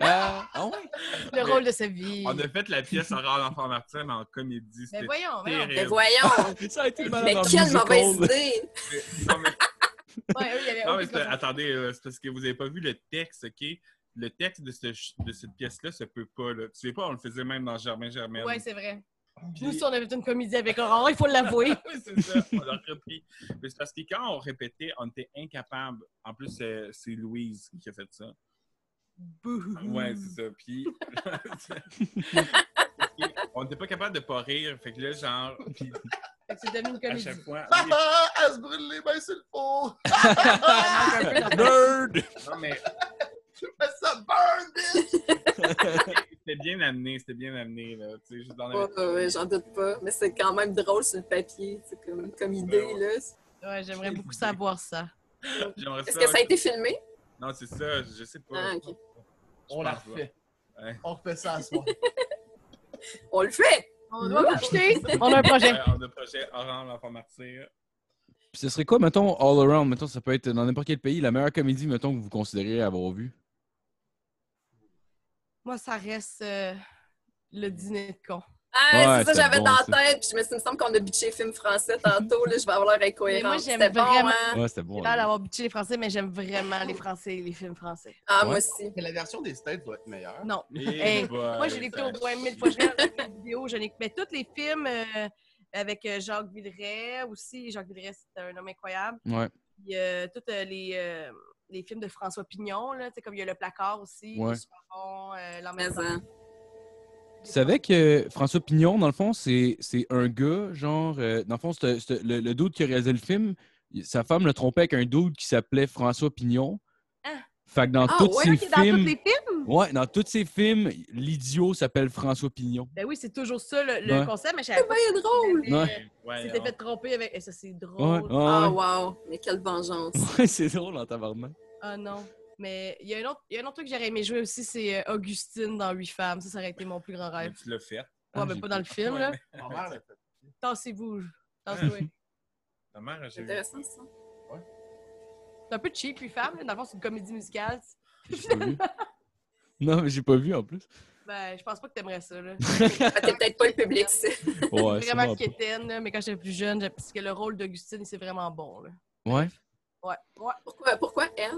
Ah, ah ouais? Le rôle de sa vie. On a fait la pièce Aurore l'enfant Martin en comédie. Mais C'était voyons, mais terrible. [LAUGHS] Mais voyons. Ça a été mal Mais avant quelle musical. mauvaise [LAUGHS] idée. Non, mais- Ouais, eux, il y avait Non, mais aucune c'est- concentration. attendez, euh, c'est parce que vous n'avez pas vu le texte, OK? Le texte de, ce ch- de cette pièce-là se peut pas. Là. Tu sais pas, on le faisait même dans Germain Germain. Ouais, c'est vrai. Puis nous, si on avait fait une comédie avec Aurore, il faut l'avouer. Oui, c'est ça. On l'a repris. Mais c'est parce que quand on répétait, on était incapable. En plus, euh, c'est Louise qui a fait ça. [LAUGHS] Ouais, c'est ça. Puis. [LAUGHS] on n'était pas capable de pas rire. Fait que là, genre. Puis Fait que c'est devenu une à comédie. chaque fois. Ah, ah, elle se brûle les mains sur le four! Ça manque un peu d'ambiance. Nerd! Non, mais Mais ça burn, bitch! c'était bien amené. C'était bien amené. Là. Tu sais, juste dans Ouais, ouais, ouais, J'en doute pas. Mais c'est quand même drôle sur le papier. C'est comme, Ben comme idée, là. Ouais, j'aimerais beaucoup savoir ça. J'aimerais Est-ce que ça a été filmé? Non, c'est ça, je sais pas. Ah, ok. Je On la pense pas. refait. Hein? Ouais. On refait ça à soir. On le fait! On doit [LAUGHS] marcher. Mm. On a un projet. Ouais, on a un projet Orange, l'enfant martyr. Puis ce serait quoi, mettons, all around? Mettons, ça peut être dans n'importe quel pays, la meilleure comédie, mettons, que vous considérez avoir vue. Moi, ça reste euh, le dîner de con. Ah, Ouais, c'est ça, c'était j'avais bon, dans ça. la tête. Puis je me suis dit, il me semble qu'on a bitché film français tantôt. Là, je vais avoir l'air Mais moi, incohérente. j'aime C'était bon, vraiment- hein? Ouais, c'était bon. J'ai l'air d'avoir bitché les Français, mais j'aime vraiment les Français et les films français. Ah, Ouais. moi aussi. Mais la version des States doit être meilleure. Non. Et Hey, voilà, Moi, je l'ai fait euh, ça au moins mille fois. Je regarde les [LAUGHS] vidéos, je l'ai- Mais tous les films euh, avec euh, Jacques Villeray aussi. Jacques Villeray, c'est un homme incroyable. Ouais. Puis euh, tous euh, les, euh, les films de François Pignon, là, tu sais, comme il y a Le Placard aussi, qui Ouais. est super bon, euh, L'Emmène- Mais, hein. Tu savais que François Pignon, dans le fond, c'est c'est un gars, genre, euh, dans le fond, c'est- c'est- le, le dude qui a réalisé le film, il- sa femme le trompait avec un dude qui s'appelait François Pignon. Ah. Fait que dans Ah, tous ouais, ses Ok, dans tous films. les films? Ouais, dans tous ses films, l'idiot s'appelle François Pignon. Ben oui, c'est toujours ça le, le Ouais. concept, mais je savais C'est pas bien drôle! si c'était- Ouais, ouais, s'était on- fait tromper avec. Et ça, c'est Ouais, Oh, drôle. ouais, Ah, ouais. [LAUGHS] wow! Mais quelle vengeance! Ouais, c'est drôle en tabarnak. Ah non. Mais il y, a un autre, il y a un autre truc que j'aurais aimé jouer aussi, c'est euh, Augustine dans Huit femmes. Ça, ça aurait été mon plus grand mais rêve. tu l'as fait. Ah, Ouais, mais j'ai pas dans le film, Ouais, là. mais Ma mère l'a fait. Tassez-vous. [LAUGHS] Tassez-vous. Ta mère, j'ai C'est vu. intéressant, ça. C'est un peu cheap, Huit femmes. là. Dans le fond, c'est une comédie musicale. J'ai pas [LAUGHS] vu. Non, mais j'ai pas vu en plus. Ben, je pense pas que t'aimerais ça, là. Ah, T'es peut-être pas le public, c'est. Ouais, c'est vraiment vraiment pas. quétaine, là, mais quand j'étais plus jeune, j'ai- parce que le rôle d'Augustine, c'est vraiment bon, là. Ouais. [LAUGHS] Ouais, ouais. Pourquoi, pourquoi elle?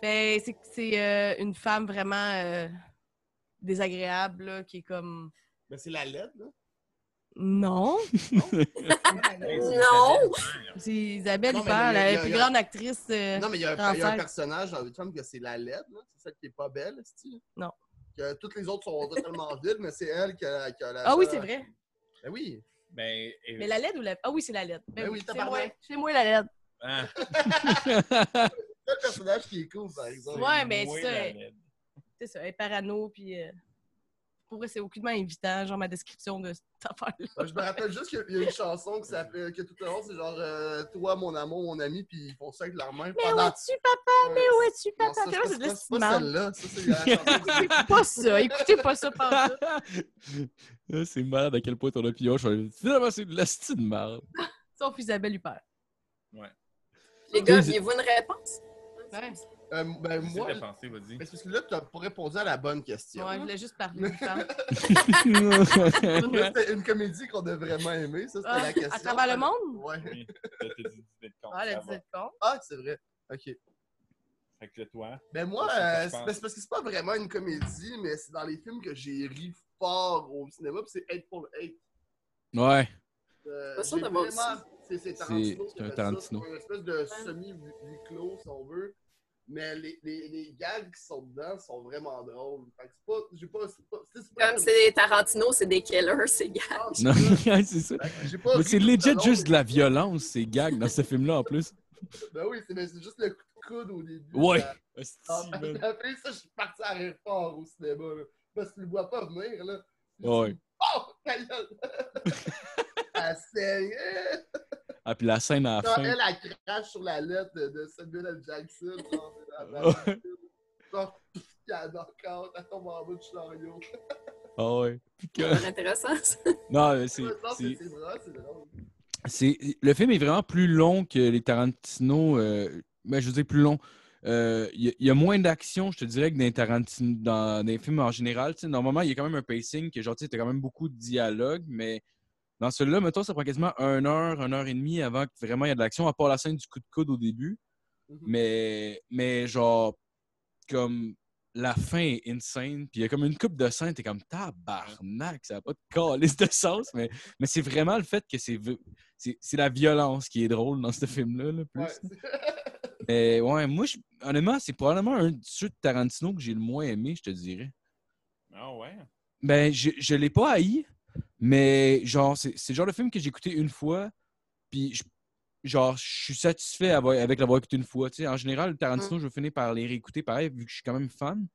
Ben, c'est c'est, euh, une femme vraiment euh, désagréable, là, qui est comme... Mais Ben, c'est la LED, là. Non! Ah, Hey, c'est Non! Isabelle Huppert. C'est Isabelle Non, mais Huppert, il y a- il y a- la plus il y a- grande actrice. euh, Non, mais il y a un, Française. il y a un personnage dans Huit Femmes que c'est la LED, là. C'est celle qui est pas belle, cest Non. Que toutes les autres sont [LAUGHS] totalement vides, mais c'est elle qui a, qui a la. Ah oui, c'est vrai. Ben oui. Ben, et- Mais la LED ou la... Ah oui, c'est la LED. Ben Ben oui, oui, c'est moi, tabarnak. c'est moi la LED. ah, C'est le personnage qui est cool, par exemple. Ouais, mais oui, ça, la elle- LED. C'est ça, elle est parano, puis... euh, pour vrai, c'est aucunement évitant, genre ma description de cette affaire-là. Je me rappelle juste qu'il y a une chanson qui s'appelle que tout le monde, c'est genre euh, Toi, mon amour, mon ami, puis ils font ça avec leurs mains. Mais où pendant- es-tu, papa? Mais où es-tu, Non, ça, papa? Puis là, c'est c'est de pas- c'est pas celle-là. la petite merde. Ça, c'est la [LAUGHS] chanson du- Écoutez pas ça, écoutez pas ça par Ah, c'est malade à quel point ton opinion. Je... Finalement, c'est de la style de marde. Sauf Isabelle Huppert. Les gars, aviez-vous une réponse? Ouais, Euh, ben, Qu'est-ce moi, que t'as pensé, vas-y? mais c'est parce que là, tu as pas répondu à la bonne question. ouais, je voulais juste [LAUGHS] parler du temps. Là, C'était une comédie qu'on a vraiment aimée, ça, c'était Ah, la question. à travers le monde? Ah, Ouais. Oui, t'as dit dîner de [LAUGHS] con, Ouais, ça elle va. disait con. Ah, c'est vrai. OK. Fait que là, toi, Ben moi, Ça, ça euh, c'est dépend. parce c'est parce que c'est pas vraiment une comédie, mais c'est dans les films que j'ai ri fort au cinéma, puis c'est Hate for Hate. [LAUGHS] ouais. Euh, Pas sûr j'ai d'avoir vraiment- C'est c'est Tarantino. C'est- qui c'est un fait ça, Tarantino. C'est une espèce de semi-huis clos, si on veut. Mais les, les, les gags qui sont dedans sont vraiment drôles. Fait que c'est pas... J'ai pas... c'est pas- c'est pas- Comme c'est des Tarantino, c'est des killers, ces gars. Ah, Non, c'est ça. [LAUGHS] c'est ça. Fait que j'ai pas Mais ri c'est tout le legit long, juste de la mais- violence, ces gags, dans ce film-là, en [LAUGHS] plus. Ben oui, c'est mais c'est juste le coup de coude au début. Ouais. Ça- Hostie, [LAUGHS] ça- man. Après ça, je suis parti à rire fort au cinéma. là. Parce que tu le vois pas venir, là. Ouais. Oh, ta gueule! [LAUGHS] Ah, Elle saigne. Eh! Ah, puis la scène à la Quand fin. elle, elle crache sur la lettre de- de Samuel L. Jackson. genre, elle- [LAUGHS] elle- [LAUGHS] Ouais. genre, pff, elle a knock-out, elle tombe en bas du chariot. Ah ouais. Puis que- C'est intéressant, ça. Non, mais c'est. Non, C'est c'est- c'est drôle, c'est drôle. c'est- Le film est vraiment plus long que les Tarantino. euh, ben, je veux dire, plus long. Euh, Il y, a- il y a moins d'action, je te dirais, que dans les, Tarantino, dans, dans les films en général. tu sais. normalement, il y a quand même un pacing que, genre, tu sais, t'as quand même beaucoup de dialogue, mais dans celui-là, mettons, ça prend quasiment une heure, une heure et demie avant que vraiment il y ait de l'action, à part la scène du coup de coude au début. Mhm. Mais, mais genre, comme la fin est insane, puis il y a comme une coupe de scène, t'es comme tabarnak, ça n'a pas de calice de sens, mais, mais c'est vraiment le fait que c'est v- c'est c'est la violence qui est drôle dans ce film-là, là, plus. Ouais, [LAUGHS] c'est- Mais ouais, moi, je- honnêtement, c'est probablement un de ceux de Tarantino que j'ai le moins aimé, je te dirais. ah ouais, Ben, je, je l'ai pas haï, mais genre, c'est c'est le genre de film que j'ai écouté une fois, puis je- genre, je suis satisfait avoir- avec l'avoir écouté une fois. tu sais. En général, Tarantino, je vais finir par les réécouter pareil, vu que je suis quand même fan.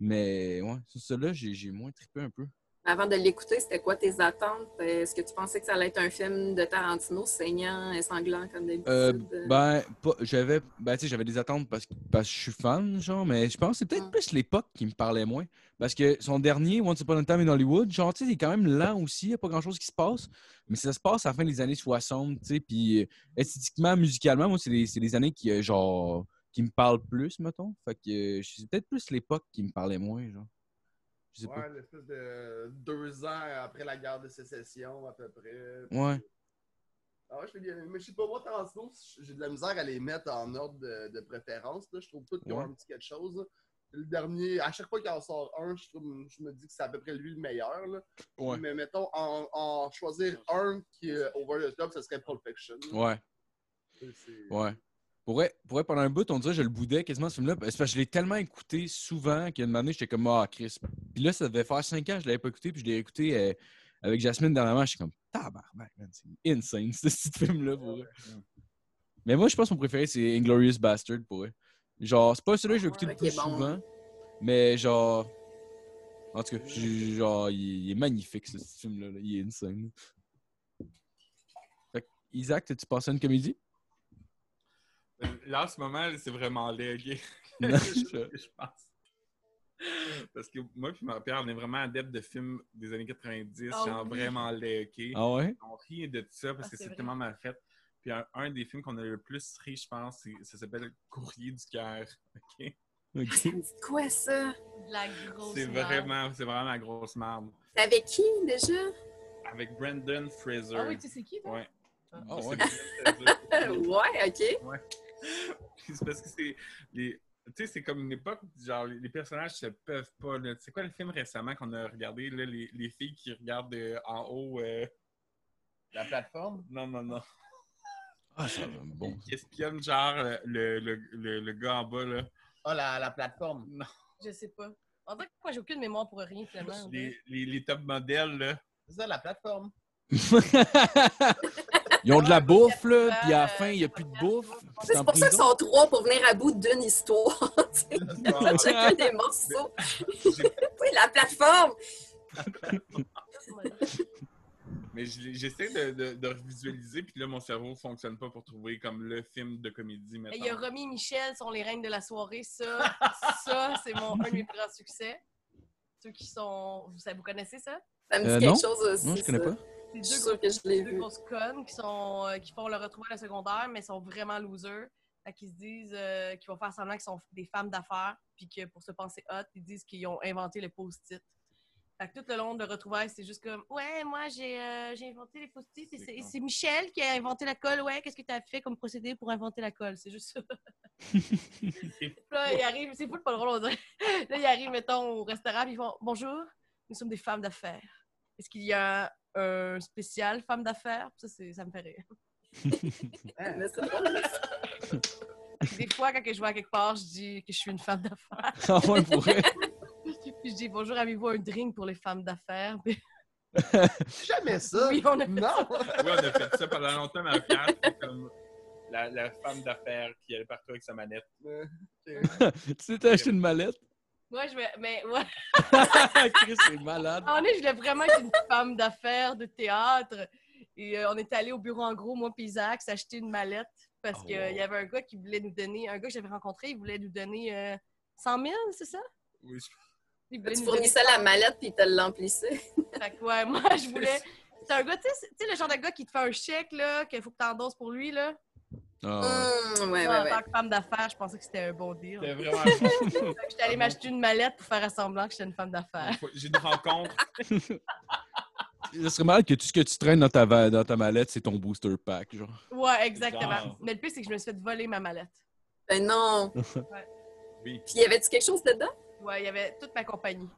Mais ouais, sur celui-là, j'ai j'ai moins trippé un peu. Avant de l'écouter, c'était quoi tes attentes? Euh, Est-ce que tu pensais que ça allait être un film de Tarantino saignant et sanglant comme d'habitude? Euh, ben, pas- j'avais ben, tu sais, j'avais des attentes parce que, parce que je suis fan, genre, mais je pense que c'est peut-être Mm. plus l'époque qui me parlait moins. Parce que son dernier, Once Upon a Time in Hollywood, genre, tu sais, il est quand même lent aussi, il n'y a pas grand-chose qui se passe, mais ça se passe à la fin des années 60, tu sais, puis euh, esthétiquement, musicalement, moi, c'est des, c'est des années qui, euh, genre, qui me parlent plus, mettons. Fait que euh, c'est peut-être plus l'époque qui me parlait moins, genre. Je sais pas. Ouais, l'espèce de deux ans après la guerre de sécession, à peu près. Ouais. Ah ouais, je fais bien. Mais je sais pas, moi, Tarantino, j'ai de la misère à les mettre en ordre de, de préférence. là. Je trouve tous qu'ils ont Ouais. un petit quelque chose. là. Le dernier, à chaque fois qu'il en sort un, je, trouve- je me dis que c'est à peu près lui le meilleur. là. Ouais. Mais mettons, en, en choisir un qui est over the top, ce serait Pulp Fiction. là. Ouais. C'est- Ouais. Pour vrai, pour vrai, pendant un bout, on dirait que je le boudais quasiment ce film-là. C'est parce que je l'ai tellement écouté souvent qu'une année, j'étais comme Ah, Chris. Puis là, ça devait faire 5 ans, que je l'avais pas écouté, puis je l'ai écouté euh, avec Jasmine dernièrement. J'étais comme Tabarnak, man, c'est insane, [LAUGHS] ce petit film-là, pour vrai. Mais moi, je pense que mon préféré, c'est Inglorious Bastard, pour vrai. Genre, c'est pas celui-là que je vais écouter Ouais, le plus qui est bon. souvent, mais genre. En tout cas, j'ai- genre, il il est magnifique, ce petit film-là. là. Il est insane. Fait que, Isaac, t'as-tu passé à une comédie? Euh, Là, en ce moment, c'est vraiment laid, [LAUGHS] ok? Non, [LAUGHS] je- je je pense. Parce que moi puis mon père, on est vraiment adeptes de films des années 90, Ah genre oui. vraiment laid, ok? Ah ouais? On rit de tout ça parce Ah, que c'est c'est vrai. tellement mal fait. Puis un, un des films qu'on a le plus ri, je pense, c'est- ça s'appelle Courrier du cœur. Ok. Ça me dit quoi, ça? De la grosse C'est merde. vraiment, c'est vraiment la grosse merde. C'est avec qui, déjà? Avec Brandon Fraser. Ah oui, tu sais c'est qui, toi? Ouais. Ah C'est ouais. Brendan Euh, Fraser. ouais, OK. C'est parce que c'est les. Tu sais, c'est comme une époque, où, genre, les les personnages se peuvent pas. là. C'est quoi le film récemment qu'on a regardé, là, les, les filles qui regardent euh, en haut. euh, La plateforme? Non, non, non. Ah, ça va, bon. Qui espionnent, genre, euh, le, le, le, le gars en bas, là. Ah, la, la plateforme. Non. Je sais pas. En fait, pourquoi j'ai aucune mémoire pour rien, finalement? on dirait. Les, les, les top modèles, [LAUGHS] là. C'est ça, la plateforme. Ils ont de Ah, la bouffe, là, puis à la Euh, fin, il n'y a plus de bouffe. puis C'est en pour ça qu'ils prison. sont trois pour venir à bout d'une histoire. tu sais. [LAUGHS] Ah, [LAUGHS] Chacun des morceaux. j'ai- Oui, la plateforme. Mais je l'ai- j'essaie de, de, de revisualiser, puis là, mon cerveau fonctionne pas pour trouver comme le film de comédie. Il y a [LAUGHS] mettons. Romy et Michel, sont les reines de la soirée. Ça, ça c'est mon un de mes plus grands succès. Ceux qui sont. Vous, savez- vous connaissez ça? Ça me dit Euh, quelque non. chose aussi. Non, je connais ça. pas. C'est Je suis deux, sûre que je l'ai deux vu. grosses connes qui, sont, euh, qui font le retrouver à la secondaire, mais sont vraiment losers. Fait qu'ils se disent euh, qu'ils vont faire semblant qu'ils sont des femmes d'affaires, puis que pour se penser hot, ils disent qu'ils ont inventé le post-it. Fait que tout le long de retrouvailles, c'est juste comme Ouais, moi j'ai euh, j'ai inventé les post-it, et C'est c'est- con. c'est Michel qui a inventé la colle. Ouais, qu'est-ce que tu as fait comme procédé pour inventer la colle? C'est juste ça. [LAUGHS] Puis là, il arrive, c'est fou, pas drôle, on dirait. Là, il arrive, mettons, au restaurant, puis ils font Bonjour, nous sommes des femmes d'affaires. Est-ce qu'il y a un spécial femme d'affaires? Ça, c'est- ça me fait rire. Mais c'est drôle. Des fois, quand que je vais à quelque part, je dis que je suis une femme d'affaires. Ah [LAUGHS] ouais, pour [LAUGHS] vrai. Puis je dis Bonjour, avez-vous un drink pour les femmes d'affaires? Puis Jamais ça. Mm. Oui, on a [LAUGHS] fait non. Ouais, on a fait ça pendant longtemps, mais en fait, c'est comme la, la femme d'affaires qui allait partout avec sa manette. tu t'es acheté une mallette. [LAUGHS] Moi, je vais. Mais ouais. Chris, c'est malade. Ah, En est, je voulais vraiment être une femme d'affaires de théâtre. Et euh, on est allé au bureau en gros, moi, puis Isaac, s'acheter une mallette parce Oh, qu'il wow. y avait un gars qui voulait nous donner, un gars que j'avais rencontré, il voulait nous donner euh, 100 000, c'est ça? Oui, je Il voulait Tu nous donner fournissais la mallette puis tu l'emplissais. Fait que, ouais, [LAUGHS] moi, je voulais. C'est un gars, tu sais, c'est- tu sais, le genre de gars qui te fait un chèque, là, qu'il faut que t'endosses pour lui, là. Ah, Hum, ouais, ouais, Moi, ouais. En tant que femme d'affaires, je pensais que c'était un bon deal. C'était [LAUGHS] vraiment bon. Fait que j'étais allée m'acheter une mallette pour faire à semblant que j'étais une femme d'affaires. J'ai une rencontre. euh. ouais. Ce serait malade que tout ce que tu traînes dans ta, va- dans ta mallette, c'est ton booster pack, genre. [LAUGHS] Ouais, exactement. Genre. Mais le pire, c'est que je me suis fait voler ma mallette. Ben non. Oui. Puis y avait-tu quelque chose dedans? Ouais, il y avait toute [LAUGHS] ma compagnie.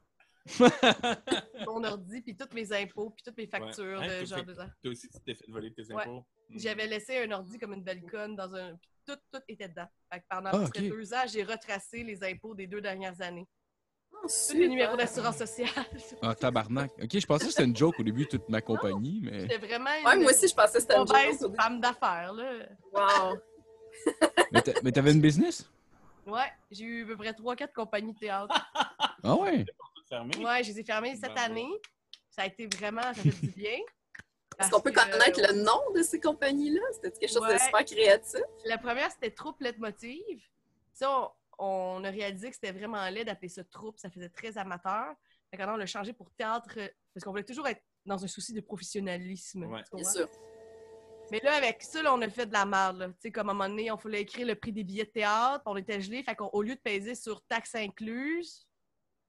Mon ordi, puis tous mes impôts, puis toutes mes factures Ouais. Hein, de tout genre fait- de ça. Toi aussi, tu t'es fait voler tes Ouais. impôts. Mm. J'avais laissé un ordi comme une belle conne dans un. Puis tout, tout était dedans. Fait que pendant Ah, presque ok. deux ans, j'ai retracé les impôts des deux dernières années. Non, Tous les super. numéros d'assurance sociale. [LAUGHS] Ah, tabarnak. Ok, je pensais que c'était une joke au début, toute ma compagnie, [LAUGHS] mais. C'était vraiment. Ouais, une- moi aussi, je pensais que c'était un mauvaise joke. femme d'affaires, là. Wow. Mais t'a- mais t'avais une business? Ouais, j'ai eu à peu près 3-4 compagnies de théâtre. Ah ouais. [LAUGHS] Fermé. Ouais, je les ai fermées cette Bravo. année. Ça a été vraiment, ça fait du bien. Est-ce qu'on peut Parce que, connaître le nom de ces compagnies-là? C'était quelque chose Ouais. de super créatif? La première, c'était Troupe Leitmotiv. Ça, on, on a réalisé que c'était vraiment laid d'appeler ça Troupe. Ça faisait très amateur. Fait que là, on l'a changé pour théâtre, euh, parce qu'on voulait toujours être dans un souci de professionnalisme. Ouais. tu Bien comprends? sûr. Mais là, avec ça, là, on a fait de la merde. là. Tu sais, comme à un moment donné, on voulait écrire le prix des billets de théâtre, puis on était gelé. Fait qu'au lieu de peser sur taxes incluses,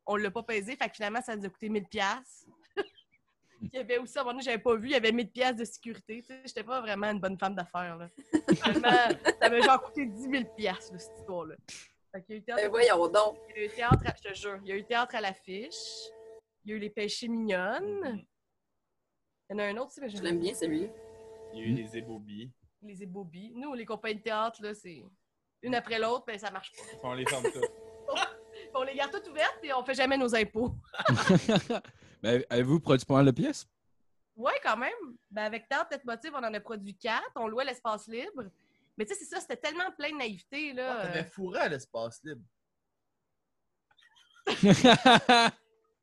on l'a pas pesé. Fait que finalement, ça nous a coûté 1000 pièces. [LAUGHS] Il y avait aussi, à un moment donné, j'avais pas vu, il y avait 1000 pièces de sécurité. Tu sais, j'étais pas vraiment une bonne femme d'affaires. là. Vraiment, [LAUGHS] ça m'a genre coûté 10 000 pièces, cette histoire-là. Fait qu'il y a eu théâtre- Ben voyons donc. il y a eu théâtre, à- je te jure, il y a eu théâtre à l'affiche. Il y a eu les péchés mignonnes. Mhm. Il y en a un autre, tu sais, mais Je je l'aime bien, celui-là. Il y a eu les ébobis. les ébobis. Nous, les compagnies de théâtre, là, c'est une après l'autre, ben ça marche pas. On les ferme toutes. Puis On les garde toutes ouvertes et on fait jamais nos impôts. Ben, avez-vous produit pas mal de pièces? [LAUGHS] Ouais, quand même. Ben, avec Théâtre Tête Motive, on en a produit quatre, on louait l'espace libre. Mais tu sais, c'est ça, c'était tellement plein de naïveté, là. T'avais fourré à l'espace libre.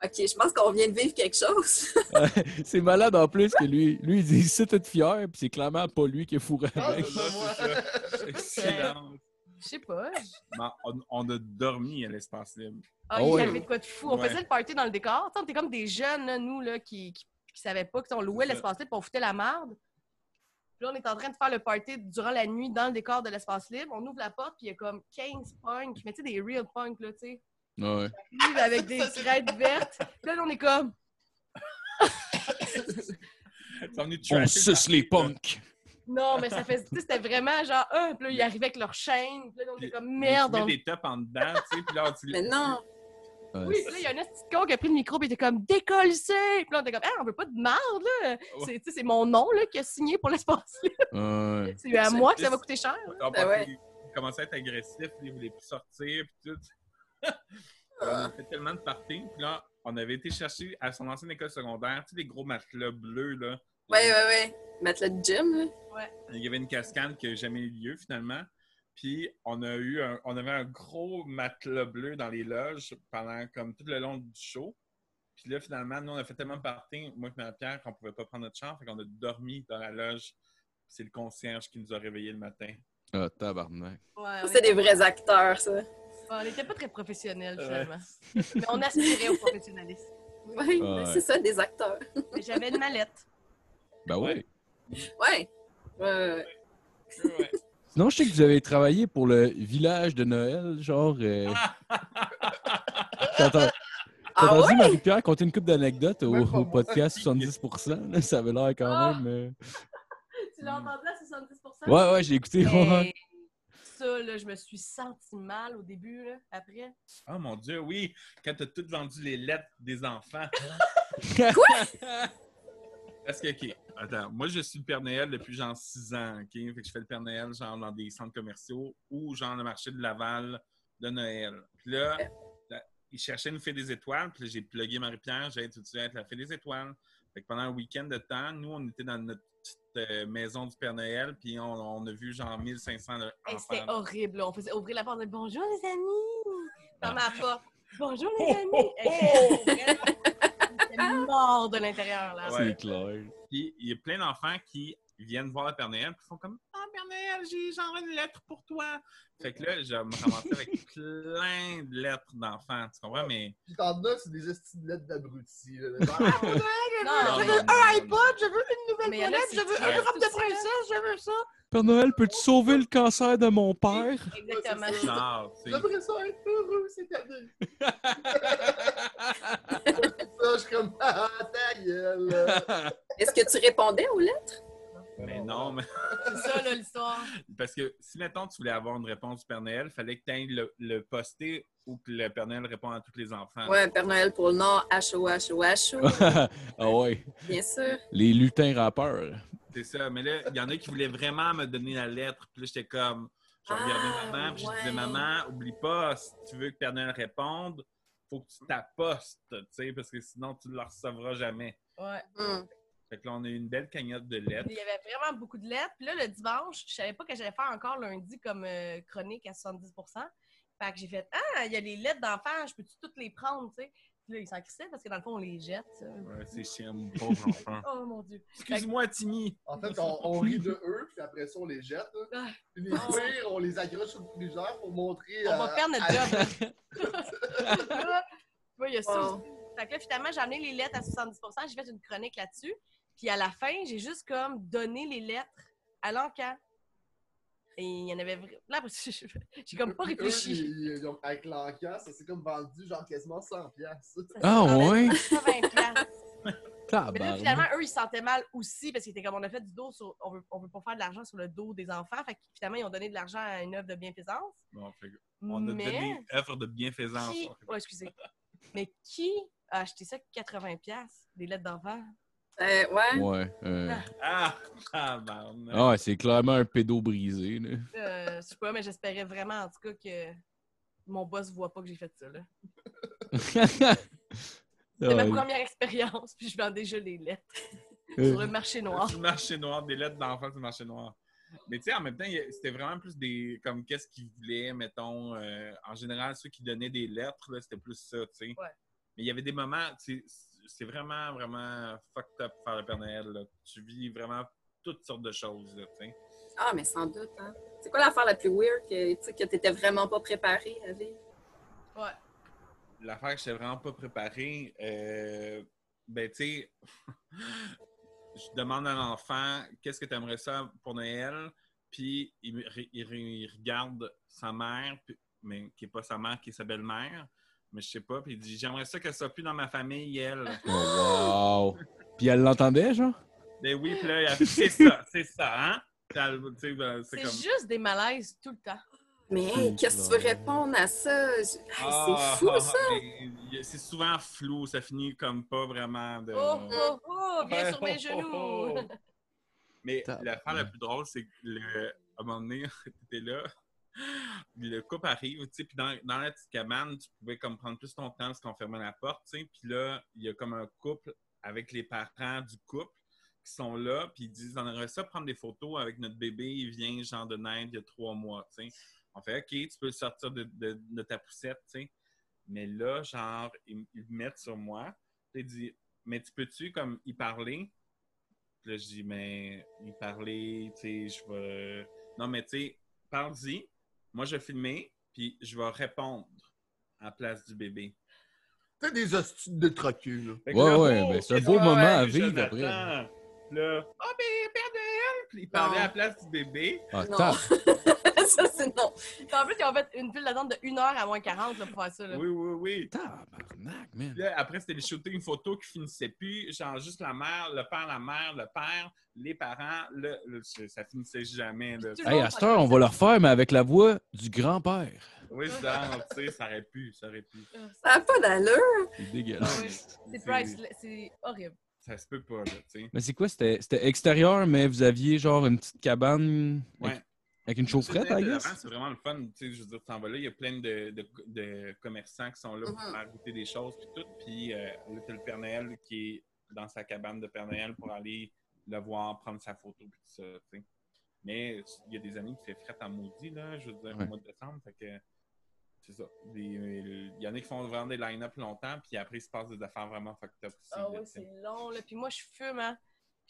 OK, je pense qu'on vient de vivre quelque chose. [LAUGHS] c'est malade en plus que lui, lui il dit c'est tout fier, puis c'est clairement pas lui qui est fourré Ah, avec. c'est ça, moi. Silence. Je sais pas. Bon, on, on a dormi à l'espace libre. Ah, Oh, il y ouais. avait de quoi de fou. On Ouais. faisait le party dans le décor. Tu sais, on était comme des jeunes, là, nous, là, qui, qui, qui savaient pas qu'on louait C'est ça. l'espace libre et on foutait la merde. Puis là, on est en train de faire le party durant la nuit dans le décor de l'espace libre. On ouvre la porte, puis il y a comme 15 punks. Mais tu sais, des real punks, là, tu sais. Ouais. Puis, avec des Ça, c'est- crêtes vertes. Puis là, on est comme... Ça, on est On trashé suce les par- punks! Non, mais ça fait... Tu sais, c'était vraiment genre... Ah! Puis là, ils arrivaient avec leur chaîne. Puis là, on est comme... Merde! On on- met des tops en dedans, tu sais, puis là, tu Mais non. Oui, puis là, il y a un petit con qui a pris le micro, puis il était comme décolle Puis là, on était comme, ah, on veut pas de merde, là. C'est, tu sais, c'est mon nom, là, qui a signé pour l'espace. libre. Ouais. C'est à C'est moi que ça va triste. coûter cher. On Ben ouais. commençait à être agressif, ils voulaient plus sortir, puis tout. [LAUGHS] on a fait tellement de parties, puis là, on avait été chercher à son ancienne école secondaire, tu sais, les gros matelas bleus, là. Ouais, ouais, ouais. Matelas de gym, là. Il y avait une cascade qui n'a jamais eu lieu, finalement. Puis, on a eu un- on avait un gros matelas bleu dans les loges pendant, comme, tout le long du show. Puis là, finalement, nous, on a fait tellement de parties, moi et ma pierre qu'on pouvait pas prendre notre chambre. Fait qu'on a dormi dans la loge. Puis C'est le concierge qui nous a réveillés le matin. Ah, tabarnak. Ouais, on, C'est des était, vrais acteurs, ça. on était pas très professionnels, Ouais. finalement. Mais on aspirait au professionnalisme. Oui, Ah, ouais. c'est ça, des acteurs. Mais J'avais une mallette. Ben ouais. Ouais. Euh, Ouais. Sinon, je sais que vous avez travaillé pour le village de Noël, genre. euh, T'as t'as- t'as Ah entendu ouais? Marie-Pierre compter une coupe d'anecdotes au, Ouais, pas au moi. podcast 70%? là, ça avait l'air quand Ah! même. euh, Tu l'as entendu à 70 Ouais, ouais, j'ai écouté. ouais. Mais Ben, ça, là, je me suis sentie mal au début, là, après. Oh mon Dieu, oui! Quand t'as toutes vendu les lettres des enfants. Parce que, OK, attends, moi, je suis le Père Noël depuis genre 6 ans, OK? Fait que je fais le Père Noël genre dans des centres commerciaux ou genre le marché de Laval de Noël. Puis là, la- ils cherchaient une fée des étoiles, puis là, j'ai plugué Marie-Pierre, j'ai tout de suite être la fée des étoiles. Fait que pendant un week-end de temps, nous, on était dans notre petite euh, maison du Père Noël, puis on, on a vu genre 1500 enfants. Et c'était horrible. là. On faisait ouvrir la porte, on disait bonjour les amis. Ah. Dans ma [LAUGHS] porte. Bonjour les Oh, amis. oh, Hey, J'étais mort de l'intérieur là. C'est Ouais. clair. Puis il y a plein d'enfants qui viennent voir le Père Noël qui font comme Ah Père Noël, j'ai genre une lettre pour toi. Fait que là, je me ramassais avec plein de lettres d'enfants, tu comprends? Mais. Puis t'en as, c'est des estilettes [LAUGHS] d'abrutis. là. Non, Ah, Non, mais- non, non, non. je veux une nouvelle Mais il y en a, c'est triste aussi, là. je veux ça. Père Noël, peux-tu sauver le cancer de mon père? [LAUGHS] c'est Exactement. ça. Genre, tu sais. J'aimerais ça être heureux cette [LAUGHS] année. ça, je suis comme, [LAUGHS] ah, ta gueule. Est-ce que tu répondais aux lettres? Mais non, mais. [LAUGHS] C'est ça là, l'histoire. Parce que si, mettons, tu voulais avoir une réponse du Père Noël, fallait que tu ailles le, le poster ou que le Père Noël réponde à tous les enfants. Ouais, Père Noël pour le Nord, HO, HO, HO, ah ouais. bien sûr. Les lutins rappeurs. là. C'est ça. Mais là, il y en a qui voulaient vraiment me donner la lettre. Puis là, j'étais comme, je Ah, regardais maman, puis je ouais. disais, maman, oublie pas, si tu veux que Père Noël réponde, faut que tu t'appostes, tu sais, parce que sinon, tu ne la recevras jamais. Ouais. Hum. Fait que là, on a eu une belle cagnotte de lettres. Il y avait vraiment beaucoup de lettres. Puis là, le dimanche, je savais pas que j'allais faire encore lundi comme euh, chronique à 70 Fait que j'ai fait Ah, il y a les lettres d'enfants, je peux-tu toutes les prendre, tu sais? Puis là, ils s'en crissaient parce que dans le fond, on les jette. ça. Ouais, c'est chiant, mon pauvre enfant. Oh mon Dieu. Excuse-moi, Timmy. En fait, on, on rit de eux, puis après ça, on les jette. là. Ah. Puis les pires, on les accroche sur le frigère pour montrer. On à- va perdre notre à- job. [LAUGHS] là. tu vois, il y a ça Oh. Wow. aussi. Fait que là, finalement, j'ai amené les lettres à 70 j'ai fait une chronique là-dessus. Puis à la fin, j'ai juste comme donné les lettres à l'encan. Et il y en avait vra- Là, [LAUGHS] après, j'ai j'ai comme pas Puis eux, réfléchi. ils- ils ont- avec l'encan, ça s'est comme vendu genre quasiment 100 piastres. Ah ouais? Ah, bah, 80 piastres. Mais là, finalement, Tabarnak. eux, ils se sentaient mal aussi parce qu'ils étaient comme on a fait du dos sur. On veut, on veut pas faire de l'argent sur le dos des enfants. Fait que finalement, ils ont donné de l'argent à une œuvre de bienfaisance. Bon, fait que on a Mais- fait des œuvres de bienfaisance. Qui... Oh, excusez. Mais qui a acheté ça 80 pièces des lettres d'enfants? Euh, ouais. Ouais. euh, Ah, ah, merde. Ah ouais, c'est clairement un pédo brisé. là. Euh, je sais pas, mais j'espérais vraiment, en tout cas, que mon boss voit pas que j'ai fait ça. là. C'est ma Ah, première expérience, [LAUGHS] puis je vends déjà les lettres sur euh, le marché noir. C'est le marché noir, des lettres d'enfants, c'est le marché noir. Mais tu sais, en même temps, il y a- c'était vraiment plus des. Comme qu'est-ce qu'ils voulaient, mettons. euh, en général, ceux qui donnaient des lettres, là, c'était plus ça, tu sais. Ouais. Mais il y avait des moments, tu sais, c'est vraiment, vraiment fucked up faire le Père Noël, là. Tu vis vraiment toutes sortes de choses, là, tu sais. Ah, mais sans doute. Hein. C'est quoi l'affaire la plus weird que tu sais, que t'étais vraiment pas préparé à vivre? Ouais. L'affaire que je vraiment pas préparée, euh, ben, tu sais, [LAUGHS] je demande à l'enfant qu'est-ce que tu aimerais ça pour Noël, puis il, me- re- il re- il regarde sa mère, puis- mais qui est pas sa mère, qui est sa belle-mère, mais je sais pas, puis il dit J'aimerais ça qu'elle soit plus dans ma famille, elle. oh, wow. Puis elle l'entendait, genre? ben oui, puis là, il a fait, c'est ça, c'est ça, hein? T'as le- tu sais, ben, C'est C'est comme. juste des malaises tout le temps. Mais hey, qu'est-ce que tu veux répondre à ça? Je- Hey, Ah, c'est fou, ah, ça! [LAUGHS] mais il- C'est souvent flou, ça finit comme pas vraiment de. Oh, oh, oh, viens Ouais, sur oh, [LAUGHS] oh, mes genoux! oh. Mais Tabarnak. l'affaire la plus drôle, c'est que le, à un moment donné, [LAUGHS] t'étais là, le couple arrive, tu sais, puis dans, dans la petite cabane, tu pouvais comme prendre plus ton temps parce qu'on fermait la porte, tu sais, puis là, il y a comme un couple avec les parents du couple qui sont là, puis ils disent, on aurait ça prendre des photos avec notre bébé, il vient genre de naître il y a trois mois, tu sais. On fait, OK, tu peux le sortir de, de- de ta poussette, tu sais. Mais là, genre, ils, ils le mettent sur moi. Puis il dit Mais tu peux-tu comme y parler? Puis là, je dis Mais y parler, tu sais, je vais. Non, mais tu sais, parle-y. Moi, je vais filmer, puis je vais répondre à la place du bébé. T'as des hosties de trocu, là. Fait que Ouais, là, ouais, oh, ben, c'est un qu'est-ce beau que- moment à ouais, vivre Jonathan. après. Là, oh, ben, Père Noël! Puis il parlait Non. à la place du bébé. Ah, Non. tape. ça, c'est non. Puis En plus, ils ont fait une file d'attente de 1 heure à moins 40 là, pour faire ça. Là. Oui, oui, oui. Tabarnak, man. Puis là, après, c'était de shooter une photo qui finissait plus. Genre, juste la mère, le père, la mère, le père, les parents. Le, le- ça finissait jamais. Là. Tout le Hey, monde à cette heure, on va le refaire, mais avec la voix du grand-père. Oui, genre, tu sais, ça aurait pu, ça aurait pu. Ça n'a pas d'allure. C'est Ah dégueulasse. oui. C'est priceless, c'est horrible. Ça se peut pas, là, tu sais. Mais c'est quoi? C'était c'était extérieur, mais vous aviez genre une petite cabane avec, Ouais. avec une chaufferette, I Le guess? restaurant, C'est vraiment le fun, tu sais, je veux dire, tu t'en vas là, il y a plein de, de- de commerçants qui sont là pour Mhm. faire goûter des choses, puis tout, puis euh, là, t'as le Père Noël qui est dans sa cabane de Père Noël pour aller le voir, prendre sa photo, puis tout ça, tu sais. Mais il y a des années qui fait fret en maudit, là, je veux dire, Ouais. au mois de décembre, fait que c'est ça. Des- euh, Il y en a qui font vraiment des line-up longtemps, puis après, il se passe des affaires vraiment fucked up. aussi, Ah là, oui, tu sais. c'est long. Là. Puis moi, je fume hein,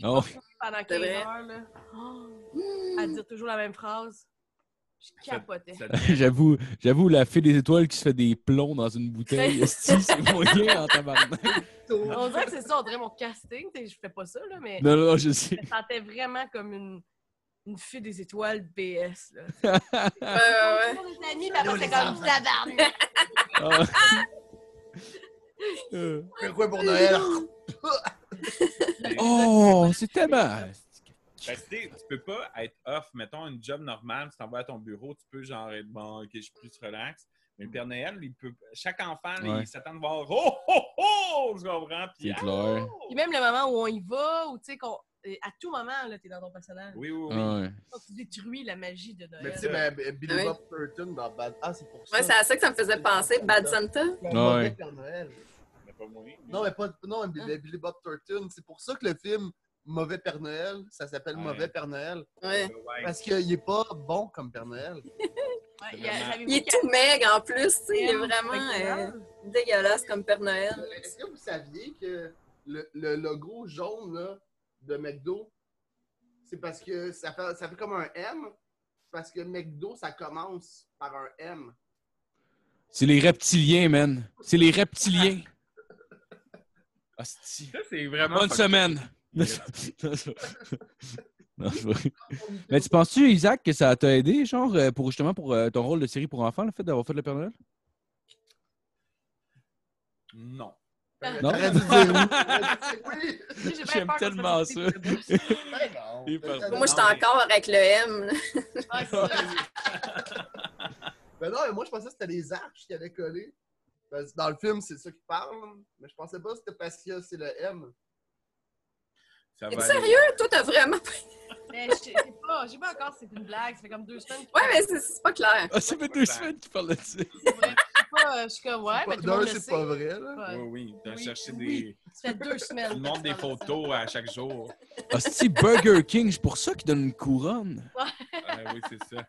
Oh, pendant 15 C'est vrai. heures. Là. Oh, [GASPS] à dire toujours la même phrase. Je capotais. Ça devient- [LAUGHS] j'avoue, j'avoue, la fée des étoiles qui se fait des plombs dans une bouteille, esti, c'est moyen en tabarnak. On dirait que c'est ça, on dirait mon casting. t'sais, Je fais pas ça, là, mais Non, non, [LAUGHS] je sais. je me sentais vraiment comme une, une fille des étoiles BS. Là. Ouais, Ah. Euh, ouais, ouais. Mon ami, papa, c'est comme tabarnak. Ah. Euh, Fais Ah, quoi pour Noël? [LAUGHS] oh, c'est tellement... Ben, tu sais, tu peux pas être off. Mettons, une job normale, tu t'en vas à ton bureau, tu peux genre être bon, ok, je suis plus relax. Mais le Père Noël, il peut... chaque enfant, là, Ouais. il s'attend de voir Oh, oh, oh! Je comprends. Puis, C'est clair. oh! Puis même le moment où on y va, ou tu sais, qu'on. et À tout moment, là, t'es dans ton personnage. Oui, oui, oui. Ouais. Tu détruis la magie de Mais tu Noël. sais, ben, ben, Billy Oui. Bob Thornton dans Bad... Ah, c'est pour ça. Ouais, c'est à ça que ça me faisait penser, Bad Ah. Santa. Le Ouais. mauvais Père Noël. Mais pas moi. Non, mais pas... Non, mais Hein? mais Billy Bob Thornton, c'est pour ça que le film Mauvais Père Noël, ça s'appelle Ouais. Mauvais Père Noël. Ouais. Ouais. Parce qu'il est pas bon comme Père Noël. Ouais, il y a- j'avais Il vu est tout maigre en plus, tu sais. Il est Catherine, vraiment c'est euh, grave. dégueulasse comme Père Noël. Est-ce que vous saviez que le, le logo jaune là, de McDo, c'est parce que ça fait, ça fait comme un M? Parce que McDo, ça commence par un M. C'est les reptiliens, man. C'est les reptiliens. [LAUGHS] Hostie. Ça, c'est vraiment. Bonne fucké. semaine. [LAUGHS] Non, c'est vrai. Mais tu penses-tu, Isaac, que ça t'a aidé, genre, euh, pour justement pour euh, ton rôle de série pour enfants, le fait d'avoir fait le Père Noël? Non. Non? T'aurais [LAUGHS] dû dire oui. T'aurais dû dire oui. J'ai bien J'aime peur qu'on se tellement fasse ça. des- [LAUGHS] Ben non. Il est parti. Ben non, Moi, j'étais mais- encore avec le M. là. Ah, c'est ça. Ben non, mais moi, je pensais que c'était les arches qui allaient coller. Parce que Dans le film, c'est ça qui parle. Mais je pensais pas que c'était parce que c'est le M. Ça Es-tu va aller. sérieux? Toi, t'as vraiment. Mais je sais pas, je sais pas encore si c'est une blague, ça fait comme deux semaines. Ouais, mais c'est- c'est pas clair. Ah, ça fait deux semaines qu'il parle de ça. mais je sais pas, je suis comme, ouais, mais tout le D'un, monde le c'est sait. pas vrai. [LAUGHS] Là. Ouais. Oui, oui. T'as Oui, cherché oui. des. Ça fait deux semaines. Tu que me je montres des parle de ça. photos à chaque jour. Hostie, Burger King, c'est pour ça qu'il donne une couronne. Ah, oui, c'est ça.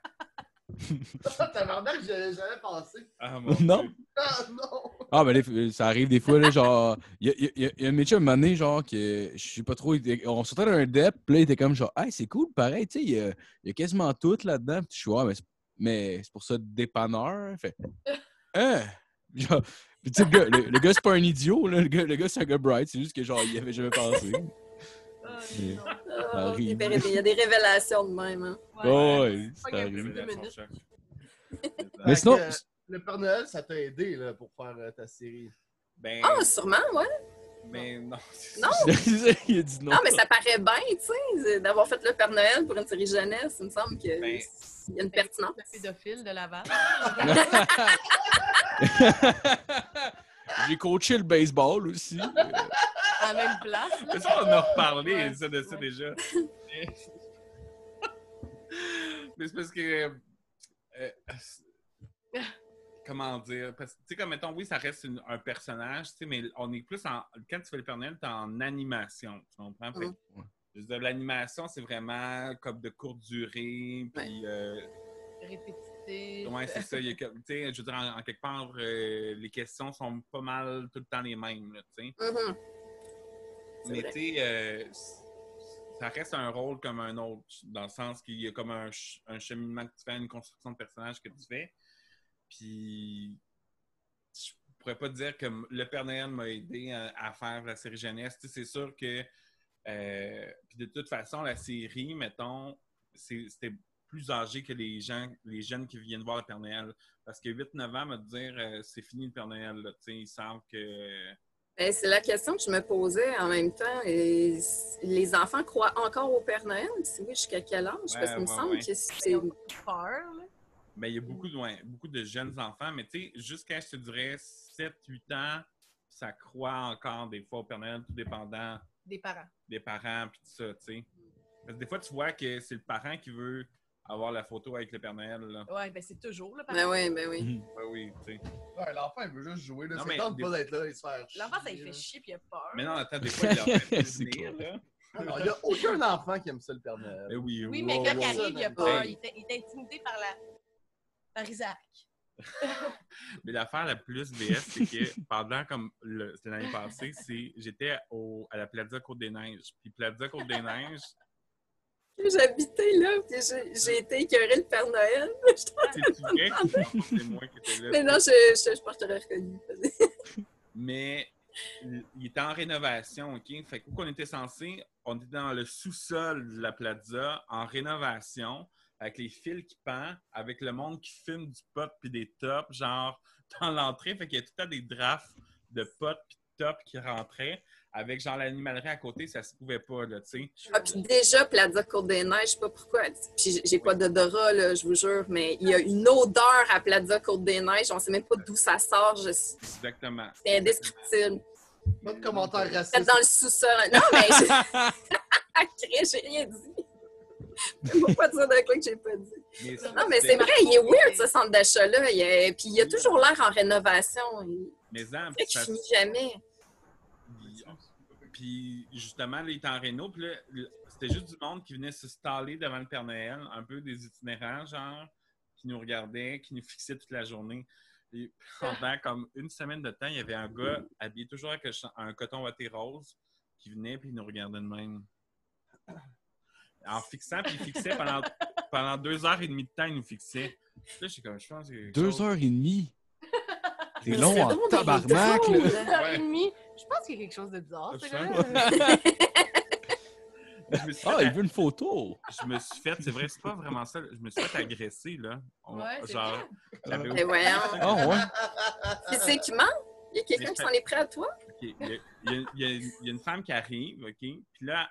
T'as l'air que j'avais jamais pensé. [LAUGHS] Ah, mon Non. Dieu. Ah non! Ah, ben, les- euh, ça arrive des fois, là, genre... Il y a, il y a- il y a un métier à un moment donné, genre, que je sais pas trop... il était- On sortait d'un dep, puis là, il était comme genre « Hey, c'est cool, pareil, tu sais, il y a, il y a quasiment tout là-dedans. » Puis je suis « Ouais, mais c'est- mais c'est pour ça, dépanneur. » Fait « Hein? » Genre... puis tu sais, le gars, le, le gars, c'est pas un idiot, là. Le gars, le gars, c'est un gars bright. C'est juste que, genre, il y avait jamais pensé. Ah, Mais- non. Ah, arrive. Il y a des révélations de même. hein. Oh, ouais, Pas ça grave. arrive. Deux minutes. Choc. Mais Fait sinon- que, euh, le Père Noël, ça t'a aidé là, pour faire euh, ta série. Ben, Ah, sûrement, ouais. mais non. c'est- Non. [LAUGHS] il a dit non. Non, mais ça paraît bien, tu sais, d'avoir fait le Père Noël pour une série jeunesse. Il me semble qu'il Ben- y a une pertinence. Le pédophile [LAUGHS] de Laval. J'ai coaché le baseball [LAUGHS] aussi. À la même place. là. Mais ça, on en a reparlé Ouais. ça, de ça Ouais. [LAUGHS] déjà. Mais- Mais c'est parce que. euh, euh, comment dire? Parce que, tu sais, comme mettons, oui, ça reste une- un personnage, tu sais, mais on est plus en. Quand tu fais le Père Noël, t'es en animation. Tu comprends? Fait que, je veux dire, l'animation, c'est vraiment comme de courte durée, puis. euh, Répétitif. négatif. Ouais, c'est ça. Il y a comme- tu sais, je veux dire, en, en quelque part, euh, les questions sont pas mal tout le temps les mêmes. Là, tu sais. Mhm. C'est Mais vrai. tu sais, euh, c- ça reste un rôle comme un autre, dans le sens qu'il y a comme un, ch- un cheminement que tu fais, une construction de personnage que tu fais. Puis, je pourrais pas te dire que m- le Père Noël m'a aidé à, à faire la série jeunesse. Tu sais, c'est sûr que, euh, puis de toute façon, la série, mettons, c'est- c'était plus âgé que les gens, les jeunes qui viennent voir le Père Noël. Parce que 8-9 ans, me dire, euh, c'est fini le Père Noël. là. Tu sais, ils savent que... Ben, c'est la question que je me posais en même temps. Et s- les enfants croient encore au Père Noël? Si oui, jusqu'à quel âge? Ouais, Parce qu'il ouais, me semble ouais. que c'est... Peur, là. Mais Ben, il y a beaucoup de, ouais, beaucoup de jeunes enfants, mais tu sais, jusqu'à, je te dirais, 7-8 ans, ça croit encore des fois au Père Noël, tout dépendant Des parents. des parents puis tout ça, tu sais. Parce que des fois, tu vois que c'est le parent qui veut avoir la photo avec le Père Noël, là. Ouais, ben c'est toujours le Ben parent. oui, ben oui. Ouais, oui, tu sais. Ouais, l'enfant, il veut juste jouer. Là. Non, Ça mais tente des- pas d'être là et se faire chier, L'enfant, ça lui là. fait chier puis il a peur. Mais non, attends, des fois, il leur fait C'est venir, clair. là. Non, Il y a aucun enfant qui aime ça, le Père Noël. Mais oui, Oui, wow, mais wow. quand il ouais. arrive, il a peur. Ouais. Il est, il est intimidé par la. par Isaac. Mais l'affaire la plus BS, c'est que [LAUGHS] pendant comme le- c'était l'année passée, c'est j'étais au- à la Plaza Côte des Neiges. Puis Plaza Côte des Neiges, J'habitais là, puis j'ai- j'ai été écœurée le Père Noël. c'est vrai que c'est moi qui étais là. Mais non, je, je, je pense que je t'aurais reconnu. mais il il était en rénovation, OK? Fait que où qu'on était censé, on était dans le sous-sol de la plaza, en rénovation, avec les fils qui pendent, avec le monde qui fume du pot puis des tops, genre [LAUGHS] dans l'entrée. Fait qu'il y a tout le temps des drafts de pot puis de tops qui rentraient. Avec genre l'animalerie à côté, ça se pouvait pas, là, tu sais. Ah, puis déjà, Plaza Cour des Neiges, je sais pas pourquoi. Puis j'ai- j'ai pas d'odorat, là, je vous jure, mais il y a une odeur à Plaza Cour des Neiges. On sait même pas d'où ça sort. je- C'est Exactement. indescriptible. Pas de commentaires Peut-être racistes. dans le sous-sol. Non, mais j'ai- ah, [LAUGHS] crée, j'ai rien dit. Pourquoi dire de quoi que j'ai pas dit? Mais ça, Non, mais c'est c'était- vrai, il est weird ce centre d'achat-là. Il est- Puis il a toujours l'air en rénovation. Il Mais ça, fait que je finis jamais. Puis, puis, justement, là, il était en réno, puis là, le- c'était juste du monde qui venait se staller devant le Père Noël, un peu des itinérants, genre, qui nous regardaient, qui nous fixaient toute la journée. Et pendant comme une semaine de temps, il y avait un gars habillé toujours avec un cha- un coton watté rose qui venait puis il nous regardait de même. En fixant, puis il fixait pendant, [LAUGHS] pendant deux heures et demie de temps, il nous fixait. Puis Là, j'ai comme, je pense que... Deux heures et demie. T'es Mais long c'est en drôle, mais il est Ah, tabarnak, drôle. là. Une heure et demie. Je pense qu'il y a quelque chose de bizarre. Ah, c'est Absolument. là. Je me suis fait Ah, il veut une photo. je me suis fait, c'est vrai, c'est pas vraiment ça. Je me suis fait agresser, là. On- Ouais, c'est genre, vrai. j'avais Mais voyons. Ah, ouais. Physiquement, il y a quelqu'un qui s'en est prêt à toi? OK, Il y, a- il y a- il y a- il y a une femme qui arrive, OK? Puis là,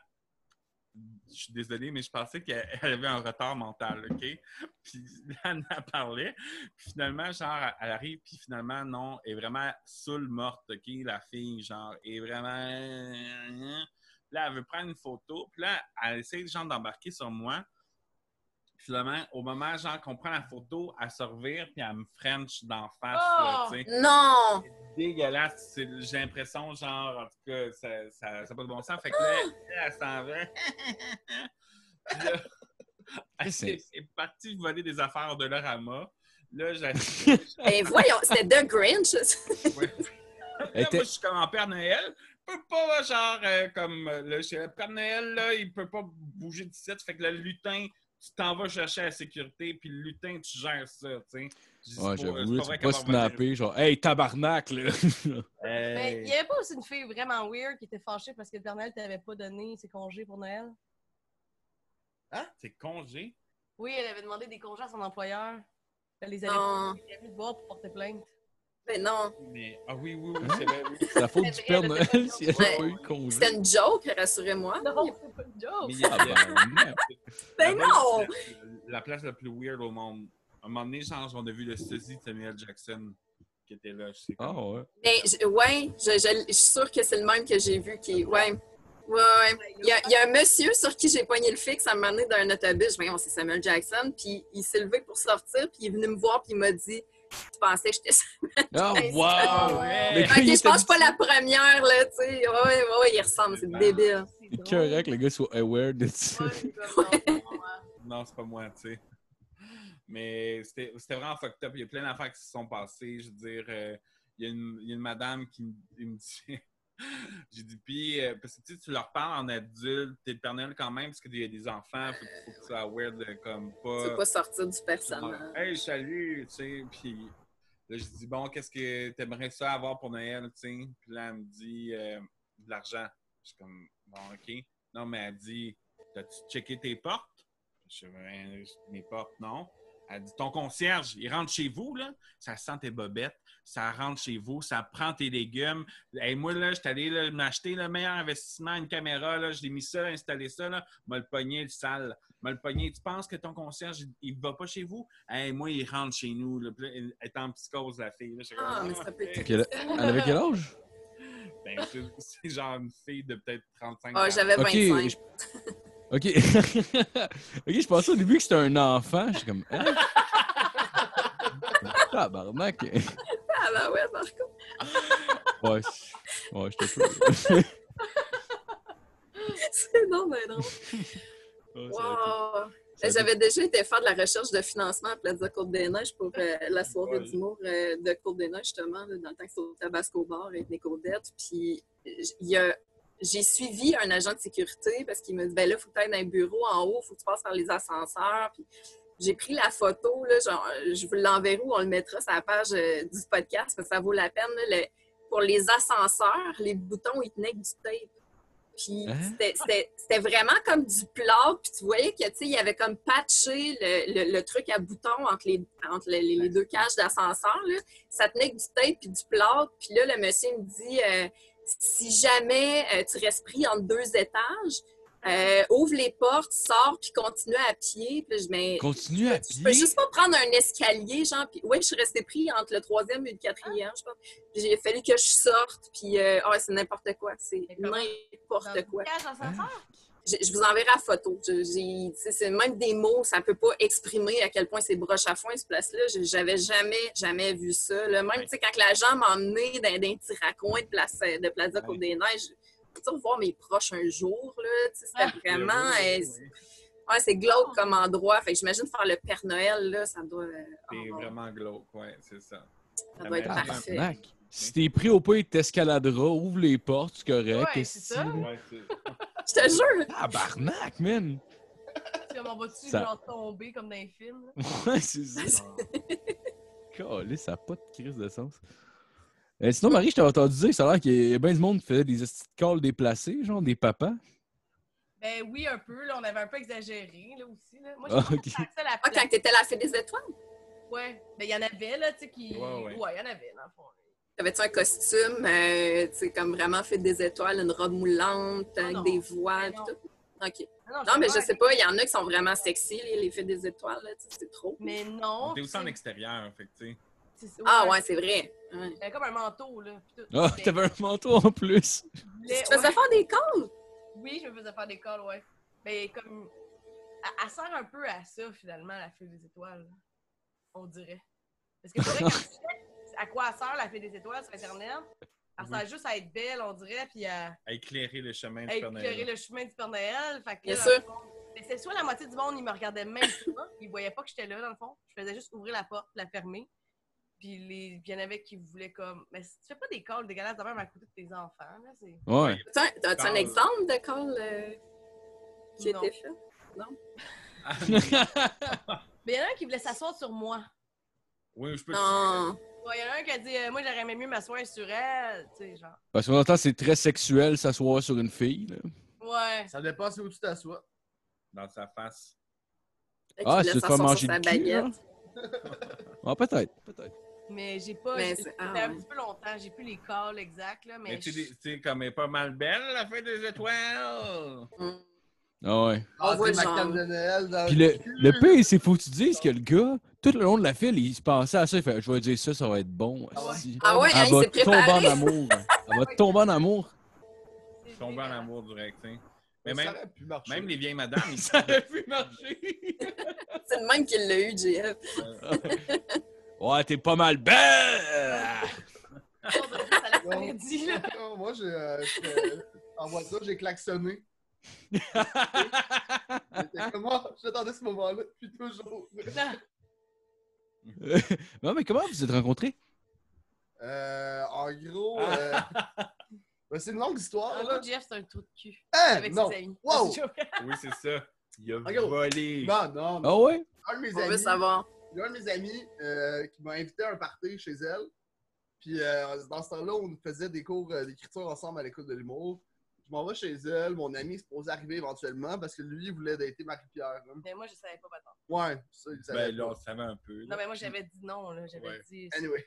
je suis désolé, mais je pensais qu'elle [LAUGHS] elle avait un retard mental, OK? Puis là, elle en parlait. Puis finalement, genre, elle arrive, puis finalement, non, elle est vraiment saoule morte, OK? La fille, genre, est vraiment... Là, elle veut prendre une photo. Puis là, elle essaie, genre, d'embarquer sur moi. Finalement, au moment, genre, qu'on prend la photo, elle se revire, puis elle me French d'en face, là, Oh! tu sais Non! dégueulasse. C'est- J'ai l'impression, genre, en tout cas, ça ça- ça a pas de bon sens. Fait que là, elle s'en va. Puis là, elle Qu'est-ce que est partie voler des affaires de leur amas. [LAUGHS] Là, j'ai. Ben voyons, c'était The Grinch. Ouais. Elle Là, était- Moi, je suis comme en Père Noël. Je peux pas, genre, euh, comme euh, le chez- le Père Noël, là, il peut pas bouger de site. Fait que le lutin, tu t'en vas chercher à la sécurité, puis le lutin, tu gères ça, tu sais. Je dis, c'est Ouais, pas- c'est j'avoue, pas tu peux vrai pas qu'elle va revenir. snapper, genre, hey, tabarnak, là. [LAUGHS] Mais Hey. Ben, il n'y avait pas aussi une fille vraiment weird qui était fâchée parce que le Père Noël t'avait pas donné ses congés pour Noël? C'est congé. Oui, elle avait demandé des congés à son employeur. Elle Ben, les avait Non, elle avait de boire pour porter plainte. ben non. Mais, ah oui, oui, oui, c'est vrai, oui. C'est la faute C'est du vrai, Père elle a Noël fait si elle n'a pas Ouais. eu congé. C'était une joke, rassurez-moi. Non, c'est pas une Mais joke! il y a- Ah, ben, merde. Ben Là-bas, non! c'est euh, La, la place la plus weird au monde. À un moment donné, genre, on a vu le sosie de Samuel Jackson qui était là. Je sais Ah, comme- ouais. Ben je- ouais, je, je- je suis sûre que c'est le même que j'ai vu qui. Ouais. Ouais, ouais. Ben, Il y, a, il y a un monsieur sur qui j'ai poigné le fixe à un moment donné dans un autobus. Voyons, c'est Samuel Jackson. Puis il s'est levé pour sortir. Puis il est venu me voir. Puis il m'a dit Tu pensais que [LAUGHS] j'étais. Ah, Ouais, wow! Le gars, Ok, il je était pense pas la première, là. Tu sais. Ouais, ouais, ouais, il ressemble. C'est Ah, débile. C'est C'est drôle. [LAUGHS] correct, le gars soit aware de ça. Ouais, c'est comme, non, c'est pas moi. Non, c'est pas moi, tu sais. Mais c'était c'était vraiment fucked up. Il y a plein d'affaires qui se sont passées. Je veux dire, euh, il, y a une, il y a une madame qui me, il me dit. [LAUGHS] J'ai dit, puis, euh, parce que tu, sais, tu leur parles en adulte, t'es le Père Noël quand même, parce qu'il y a des enfants, faut, que- faut que tu sois aware de comme Tu veux pas sortir du personnage. Genre, Hey, salut, tu sais. Puis là, je dis, bon, qu'est-ce que t'aimerais ça avoir pour Noël, tu sais? Puis là, elle me dit, euh, de l'argent. Je suis comme, bon, OK. Non, mais elle dit, t'as-tu checké tes portes? Je dis, Ben, mes portes, non. Elle dit, ton concierge, il rentre chez vous, là, ça sent tes bobettes, ça rentre chez vous, ça prend tes légumes. Hey, moi, là, je suis allé là, m'acheter le meilleur investissement, une caméra, là, je l'ai mis ça, installé ça, là, m'a le pogné, le sale, m'a le pogné. Tu penses que ton concierge, il- il va pas chez vous? Hey, moi, il rentre chez nous, là, Puis là, elle est en psychose, la fille. là. Je suis comme, Ah, mais ça peut être ok. Puis elle, elle avait quel âge? Ben, c'est- [LAUGHS] c'est genre une fille de peut-être 35 Ah, j'avais Ok. 25. je- Ok. [LAUGHS] ok, je pensais au début que c'était un enfant. Je suis comme. Hein? Tabarnak. Ah, ben ouais, par contre. Ouais, c- ouais j'étais sûr. [LAUGHS] C'est non, mais non. Ouais, ça a été- Wow! ça a été- J'avais déjà été faire de la recherche de financement à Plaza Côte des Neiges pour euh, la soirée Ouais. d'humour euh, de Côte des Neiges, justement, là, dans le temps que c'était au Tabasco Bar avec mes codettes. Puis j- il y a- j'ai suivi un agent de sécurité parce qu'il me dit ben là, faut que tu ailles dans un bureau en haut, faut que tu passes par les ascenseurs. Puis j'ai pris la photo, là, genre, euh, je vous l'enverrai ou on le mettra sur la page euh, du podcast parce que ça vaut la peine. là, le- pour les ascenseurs, les boutons, ils tenaient avec du tape. Puis Hein? c'était- c'était c'était vraiment comme du plâtre. Puis tu voyais que, tu sais, il y avait comme patché le, le- le truc à boutons entre les, entre les, les- les deux cages d'ascenseur. là. Ça tenait avec du tape puis du plâtre. Puis là, le monsieur me dit euh, si jamais euh, tu restes pris entre deux étages, euh, ouvre les portes, sors, puis continue à pied. Puis là, je mets. [LAUGHS] Continue à Je peux pied. juste pas prendre un escalier, genre. Puis, ouais, je suis restée pris entre le troisième et le quatrième, je pense. Puis, il a fallu que je sorte, puis, euh, ah ouais, c'est n'importe quoi. C'est Mais comment? Dans n'importe une quoi. cage Hein? d'ascenseur? Je, je vous enverrai la photo. Je- j'ai- tu sais, c'est même des mots, ça peut pas exprimer à quel point c'est broche à foin, cette place-là. Je- J'avais jamais, jamais vu ça. là. Même, Ouais. tu sais, quand la jambe m'a emmené dans, dans un petit raccoin de, place, de Plaza Côte des Neiges, tu sais, voir mes proches un jour, là, tu sais, Ah. c'était vraiment. euh, Ouais, c'est glauque comme endroit. Fait que j'imagine faire le Père Noël, là, ça doit, euh, C'est oh, vraiment glauque, ouais, c'est ça. ça doit être Ah, parfait. Tabarnak. Si t'es pris au pas, il t'escaladera. Ouvre les portes, c'est correct. Ouais, esti, c'est ça. là. Ouais, c'est- Je te jure! Tabarnak, man. Tu sais, Comme on va-tu Ça- genre tomber comme dans les films? là? Ouais, c'est ça. Calé, ça n'a pas de crise de sens. Euh, sinon, Marie, je t'avais entendu dire, ça a l'air qu'il y a bien du monde qui faisait des petites calls déplacés, genre des papas. Ben oui, un peu. Là, on avait un peu exagéré là aussi. Là. [LAUGHS] Moi, je Ah, pense ok. que ça à la Ah, quand t'étais la fée des étoiles, Ouais. Ben, il y en avait, là, tu sais, qui. Ouais, Ouais, ouais. il y en avait, dans le fond. t'avais-tu un costume, euh, tu sais, comme vraiment fée des étoiles, une robe moulante, Ah, avec non. des voiles, Ah, pis tout? OK. Non, Non, mais je allée. sais pas, il y en a qui sont vraiment sexy, les, les fées des étoiles, là, tu sais, c'est trop. Mais On non. était aussi en c'est- extérieur, fait que, tu sais. c'est- Ah ouais, c'est vrai. Ouais. J'avais comme un manteau, là. puis tout. Ah, Mais t'avais un manteau en plus. je voulais- Tu te faisais ouais. faire des calls? Oui, je me faisais faire des calls, ouais. Mais comme. Elle, elle sert un peu à ça, finalement, la fée des étoiles. On dirait. Parce que c'est vrai [LAUGHS] que à quoi elle sert, la fée des étoiles, sur Internet? Elle sert juste à être belle, on dirait, puis à. à éclairer le chemin du à Père Noël. éclairer le chemin du Père Noël. Fait que Bien là, sûr. dans le fond, Mais c'est soit la moitié du monde, ils me regardaient même [LAUGHS] pas. Ils voyaient pas que j'étais là, dans le fond. Je faisais juste ouvrir la porte, la fermer. Puis les... il y en avait qui voulaient comme. Mais tu fais pas des calls dégueulasses de même à côté de tes enfants. Là, c'est... Ouais. T'as un- T'as-tu un Calls. exemple de call euh, qui Non. était fait? Mais il y en a un qui voulait s'asseoir sur moi. [LAUGHS] Oui, je peux Non. Ouais, il y en a un qui a dit euh, Moi, j'aurais aimé mieux m'asseoir sur elle. Tu sais, genre. [LAUGHS] Parce qu'on entend, c'est très sexuel s'asseoir sur une fille. là. [LAUGHS] Ouais. Ça dépend c'est où tu t'assois. dans sa face. Peut-être Ah, c'est qu'il voulait de faire s'asseoir manger sur sa le cul, baguette. là. Ah, peut-être. Peut-être. Mais j'ai pas. Mais j'ai- c'est- C'était ah, un ouais. petit peu longtemps. J'ai plus les calls exacts, là. Mais. Mais tu sais, je- des- tu sais, comme elle est pas mal belle, la fête des étoiles! Hum. Ah ouais. On voit Passer le ma genre. canne de Noël dans Puis le, cul. le pire, c'est faut que tu dises que le gars, tout le long de la file, il se pensait à ça. Il fait Je vais dire ça, ça va être bon. Ah ouais. esti. Ah ouais, hein, Elle il va s'est tomber en préparé. amour. hein. Elle va tomber en amour. c'est- Tomber en amour direct, tu sais. Ça Mais même, aurait pu marcher. même les vieilles madames, [LAUGHS] ils- Ça aurait pu marcher. [LAUGHS] C'est le même qu'il l'a eu, JF. Ouais, t'es pas mal belle! Ça l'a Non. dit, là. Non, moi, j'ai, euh, j'étais- en voiture, j'ai klaxonné. oh, J'étais comme, Ah, j'attendais ce moment-là depuis toujours. non, mais comment vous vous êtes rencontrés? Euh, en gros, euh, ben, c'est une longue histoire. En Là. gros, Jeff, c'est un trou de cul. Hein, Ah, Avec non. ses amis. Wow! Oui, c'est ça. Il a Regarde. volé. Non, non, non. Ah ouais? Un de mes On veut amis, savoir. il y a un de mes amis euh, qui m'a invité à un party chez elle. Puis euh, dans ce temps-là, on faisait des cours euh, d'écriture ensemble à l'école de l'humour. Je m'en vais chez elle. Mon ami se posait arriver éventuellement parce que lui, il voulait dater Marie-Pierre. hein. [LAUGHS] Mais moi, je savais pas, maintenant. Ouais, ça, il savait. Ben là, pas. on savait un peu. Non, là. mais moi, j'avais dit non, là. J'avais Ouais. dit. Anyway.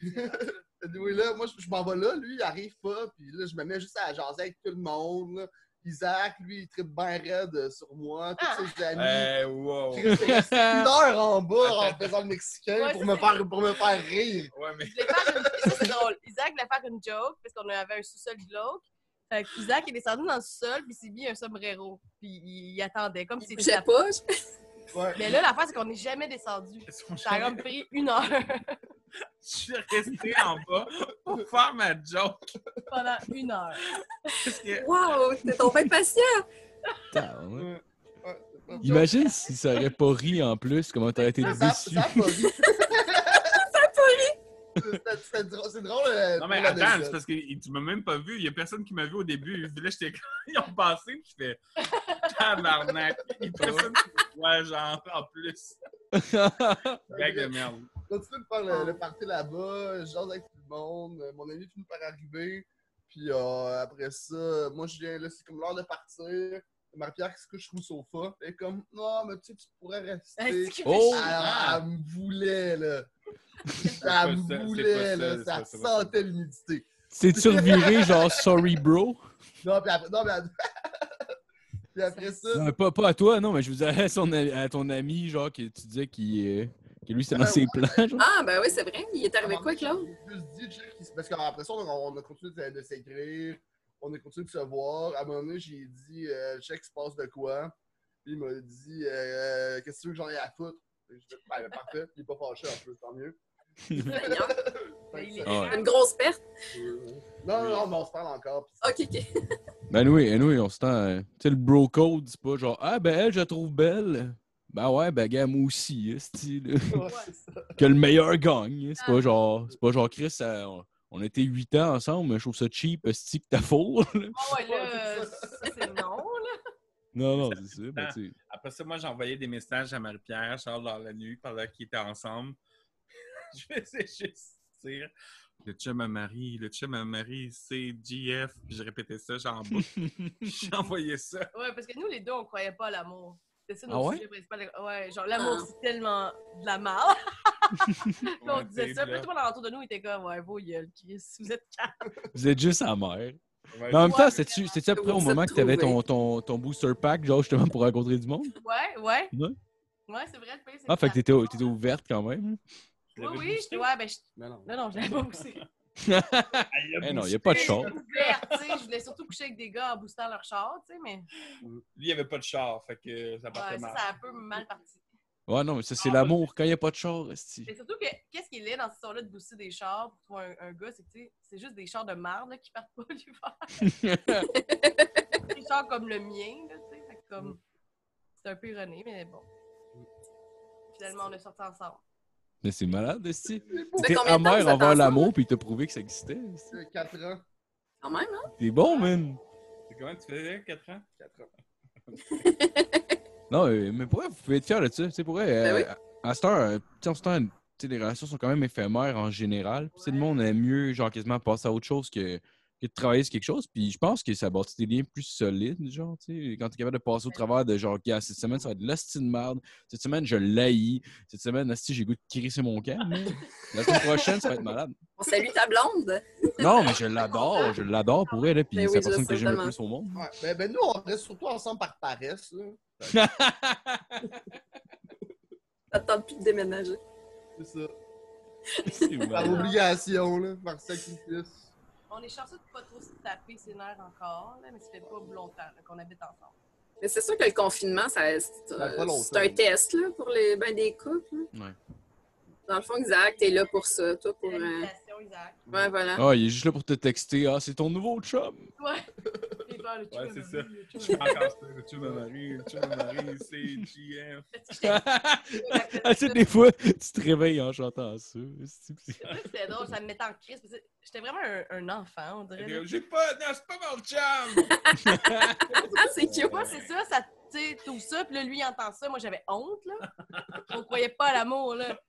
Anyway, là, moi, je- je m'en vais là. Lui, il arrive pas. Puis là, je me mets juste à jaser avec tout le monde. là. Isaac, lui, il tripe bien raide euh, sur moi. Tous ses amis. Eh, wow. Chris, il reste une heure en bas en faisant le Mexicain Ouais, pour, ça, me c'est- faire, pour me faire rire. Ouais, mais Je voulais faire une... ça, c'est drôle. Isaac voulait faire une joke parce qu'on avait un sous-sol glauque. Fait que Isaac est descendu dans le sous-sol puis s'est mis un sombrero. Puis il, il attendait comme si Il bougeait pas. Ouais. Mais là, l'affaire, c'est qu'on n'est jamais descendu. ils sont Ça a jamais- comme pris une heure [LAUGHS] je suis resté en bas pour faire ma joke. [LAUGHS] pendant une heure. Parce que Wow, t'es ton bien patient. Tabarouette. Ouais, ouais, c'est pas- Imagine si ça aurait pas ri en plus, comment t'aurais été Ça, ça, déçu. ça a pas ri. C'était- c'était drôle- C'est drôle. euh, Non, mais pour l'anecdote. attends, c'est parce que tu m'as même pas vu. Il y a personne qui m'a vu au début. Puis Là, j'étais comme, [LAUGHS] ils ont passé, puis je fais tabarnak. Il y a personne qui me voit, genre, en plus. [LAUGHS] Gag de merde. continue de faire le, le party là-bas, je jase avec tout le monde, euh, mon ami finit par arriver, puis euh, après ça, moi je viens, là c'est comme l'heure de partir, Marie-Pierre qui se couche sur le sofa, et comme « Non, mais tu sais, tu pourrais rester. Est-ce » que- Oh! Alors, elle me voulait, là. Ça pas ça, me c'est voulait, pas ça, là. c'est Ça pas ça, c'est pas sentait l'humidité. C'est surviré genre sorry bro. Non, puis après, [LAUGHS] non, mais... puis après ça... Non, mais pas, pas à toi, non, mais je vous disais à, son ami- à ton ami, genre, que tu disais qu'il, euh, que lui, c'est dans Ah, ses plans. genre. Ah, ben oui, c'est vrai. Il est arrivé quoi, Claude? Je me suis dit, check, il- parce qu'après ça, on a, on a continué de, de s'écrire, on a continué de se voir. À un moment donné, j'ai dit, euh, check, il se passe de quoi. Puis il m'a dit, euh, qu'est-ce que tu veux que j'en ai à foutre? Fait que Je dis, ben, ben, parfait, il est pas fâché un peu, tant mieux. Fait que Il ça- est- hein. Ah ouais. Une grosse perte. Ah, Non, non, non, mais on se parle encore. puis OK, OK. Ben oui, anyway, on se tend. euh, Tu sais, le bro code, c'est pas genre Ah, ben elle, je la trouve belle. Ben ouais, ben gars, moi aussi, style. [LAUGHS] c'est- Ouais. [LAUGHS] que le meilleur gagne. hein. C'est Ah. pas genre, c'est pas genre Chris, ça- on, on était 8 ans ensemble, mais je trouve ça cheap, esti que t'as faux. Ah ouais, là, euh, c'est non, là. [LAUGHS] non, non, c'est ça. Ben, tu sais. Après ça, moi, j'envoyais des messages à Marie-Pierre, Charles, dans la nuit, pendant qu'ils étaient ensemble. [LAUGHS] Je faisais juste dire le chum à Marie, le chum à Marie, c'est GF. Puis je répétais ça, j'en J'envoyais ça. Ouais, parce que nous, les deux, on croyait pas à l'amour. C'est ça Ah notre ouais? sujet principal. Ouais, genre, l'amour, Ah. c'est tellement de la merde. on Ouais, disait t'es ça. là. Puis tout le monde autour de nous était comme, ouais, vos gueules, Chris, vous êtes calme. Vous êtes juste amère. Ouais, Mais en même temps, Ouais, c'était-tu vraiment. c'était-tu après Vous au vous moment êtes que t'avais ton, trouvés. ton, ton booster pack, genre justement pour rencontrer du monde? Ouais, ouais. Ouais. Ouais, c'est vrai, le pays, c'est Ah, fait que que t'étais, t'étais ouverte quand même. Oui, oui, j'étais. Ouais, ben, je... Mais non. non, non, je l'avais pas poussé. [LAUGHS] Eh non, y a pas de char. Ouverte, tu sais, je voulais surtout coucher avec des gars en boostant leur char, tu sais, mais Lui, il n'y avait pas de char, fait que ça partait Ah, ouais, ça, mal. ça a un peu mal parti. Ouais, non, mais ça, c'est Ah, l'amour quand y a pas de char, esti. Mais surtout que, qu'est-ce qu'il est dans cette histoire-là de booster des chars pour trouver un, un gars, c'est que, tu sais, c'est juste des chars de marde, là, qui partent pas [LAUGHS] l'hiver. des chars comme le mien, là, tu sais, fait que comme... C'est un peu ironique, mais bon. Finalement, on est sortis ensemble. Mais c'est malade, esti. Ça T'es fait combien de temps que amère vous êtes envers ensemble? l'amour, puis t'as prouvé que ça existait. esti. C'est 4 ans. Quand même, hein? T'es bon, man. C'est comment tu faisais, 4 ans? 4 ans. Non, euh, mais pour vrai, vous pouvez être fier de ça. Tu sais, pour vrai, euh, Ben à, à cette heure, euh, tu sais, en ce temps, tu sais, les relations sont quand même éphémères en général. Puis, tu sais, le monde aime mieux, genre, quasiment passer à autre chose que, que de travailler sur quelque chose. Puis, je pense que ça bâtit des liens plus solides, genre, tu sais, quand tu es capable de passer au travers de genre, gars, cette semaine, ça va être l'hostie de merde. Cette semaine, je l'haïs. Cette semaine, hostie, j'ai le goût de crisser mon camp. mais La semaine prochaine, ça va être malade. On salue ta blonde. Non, mais je l'adore. Je l'adore pour elle. là, Puis, Ben c'est oui, la je personne sais que j'aime le tellement. plus au monde. [LAUGHS] Ouais. Ben, ben, nous, on reste surtout ensemble par paresse. Là. Ça te tente plus de déménager. C'est ça. C'est Par malade. obligation, là, par sacrifice. On est chanceux de pas trop se taper ses nerfs encore, là, mais ça fait pas longtemps là, qu'on habite ensemble. Mais c'est sûr que le confinement, ça, c'est Ça fait pas longtemps. euh, c'est un test là, pour les, ben, des couples. hein. Ouais. Dans le fond, Isaac, t'es là pour ça. Toi, pour. euh, Félicitations, Isaac. Ouais, voilà. [LAUGHS] Ah, il est juste là pour te texter. Ah, c'est ton nouveau chum. Ouais. T'es fleurs, le Ouais, c'est ça. Chumamari, le Je suis Chumamari. encore sur le Chumamari, le Chumamari, c'est JF. Ah, tu sais, des fois, tu te réveilles en chantant ça. C'est- c'est- Ah, C'était drôle, ça me mettait en crise. parce que J'étais vraiment un, un enfant, on dirait. là. J'ai pas, non, c'est pas mon chum! Ah, c'est cute! Moi, c'est ça, ça, tu sais, tout ça. Puis là, lui, il entend ça. Moi, j'avais honte, là. On croyait pas à l'amour, là.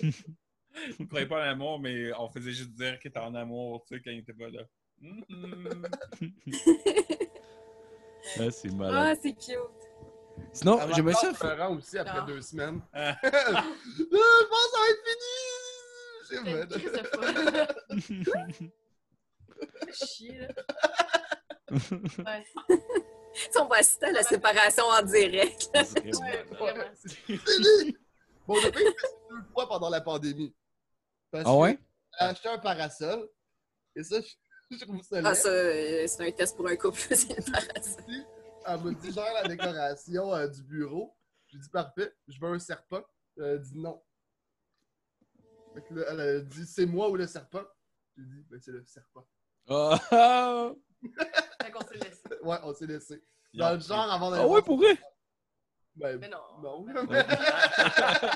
Je croyais pas en l'amour, mais on faisait juste dire qu'il était en amour, tu sais, quand il était pas là. Hum, hum. Ah, c'est malade. Ah, c'est cute! Sinon, Avant j'aimerais encore Oh, ça. Florent aussi après Non. deux semaines. Ah. [LAUGHS] je pense que ça va C'était être une fini! [LAUGHS] crise de folle. Chier, là. Ouais, Tu sais, On va assister à la séparation en direct. ça serait ouais, malade. J'ai vraiment. fait. C'est fini! Bon, le pire, c'est deux fois pendant la pandémie. Parce Ah ouais? que j'ai acheté un parasol. Et ça, je, je trouve ça laid. Ah, ça, euh, c'est un test pour un couple, [LAUGHS] c'est le parasol. Elle m'a dit genre la décoration euh, du bureau. J'ai dit parfait, je veux un serpent. Elle a dit non. Fait que là, elle a dit c'est moi ou le serpent. J'ai dit ben c'est le serpent. [LAUGHS] Ah, ah. [LAUGHS] Fait qu'on s'est laissé. Ouais, on s'est laissé. Ils Dans [LAUGHS] ont le genre avant d'aller. Ah ouais, voir- pour vrai? Ben, Mais non. non. repris-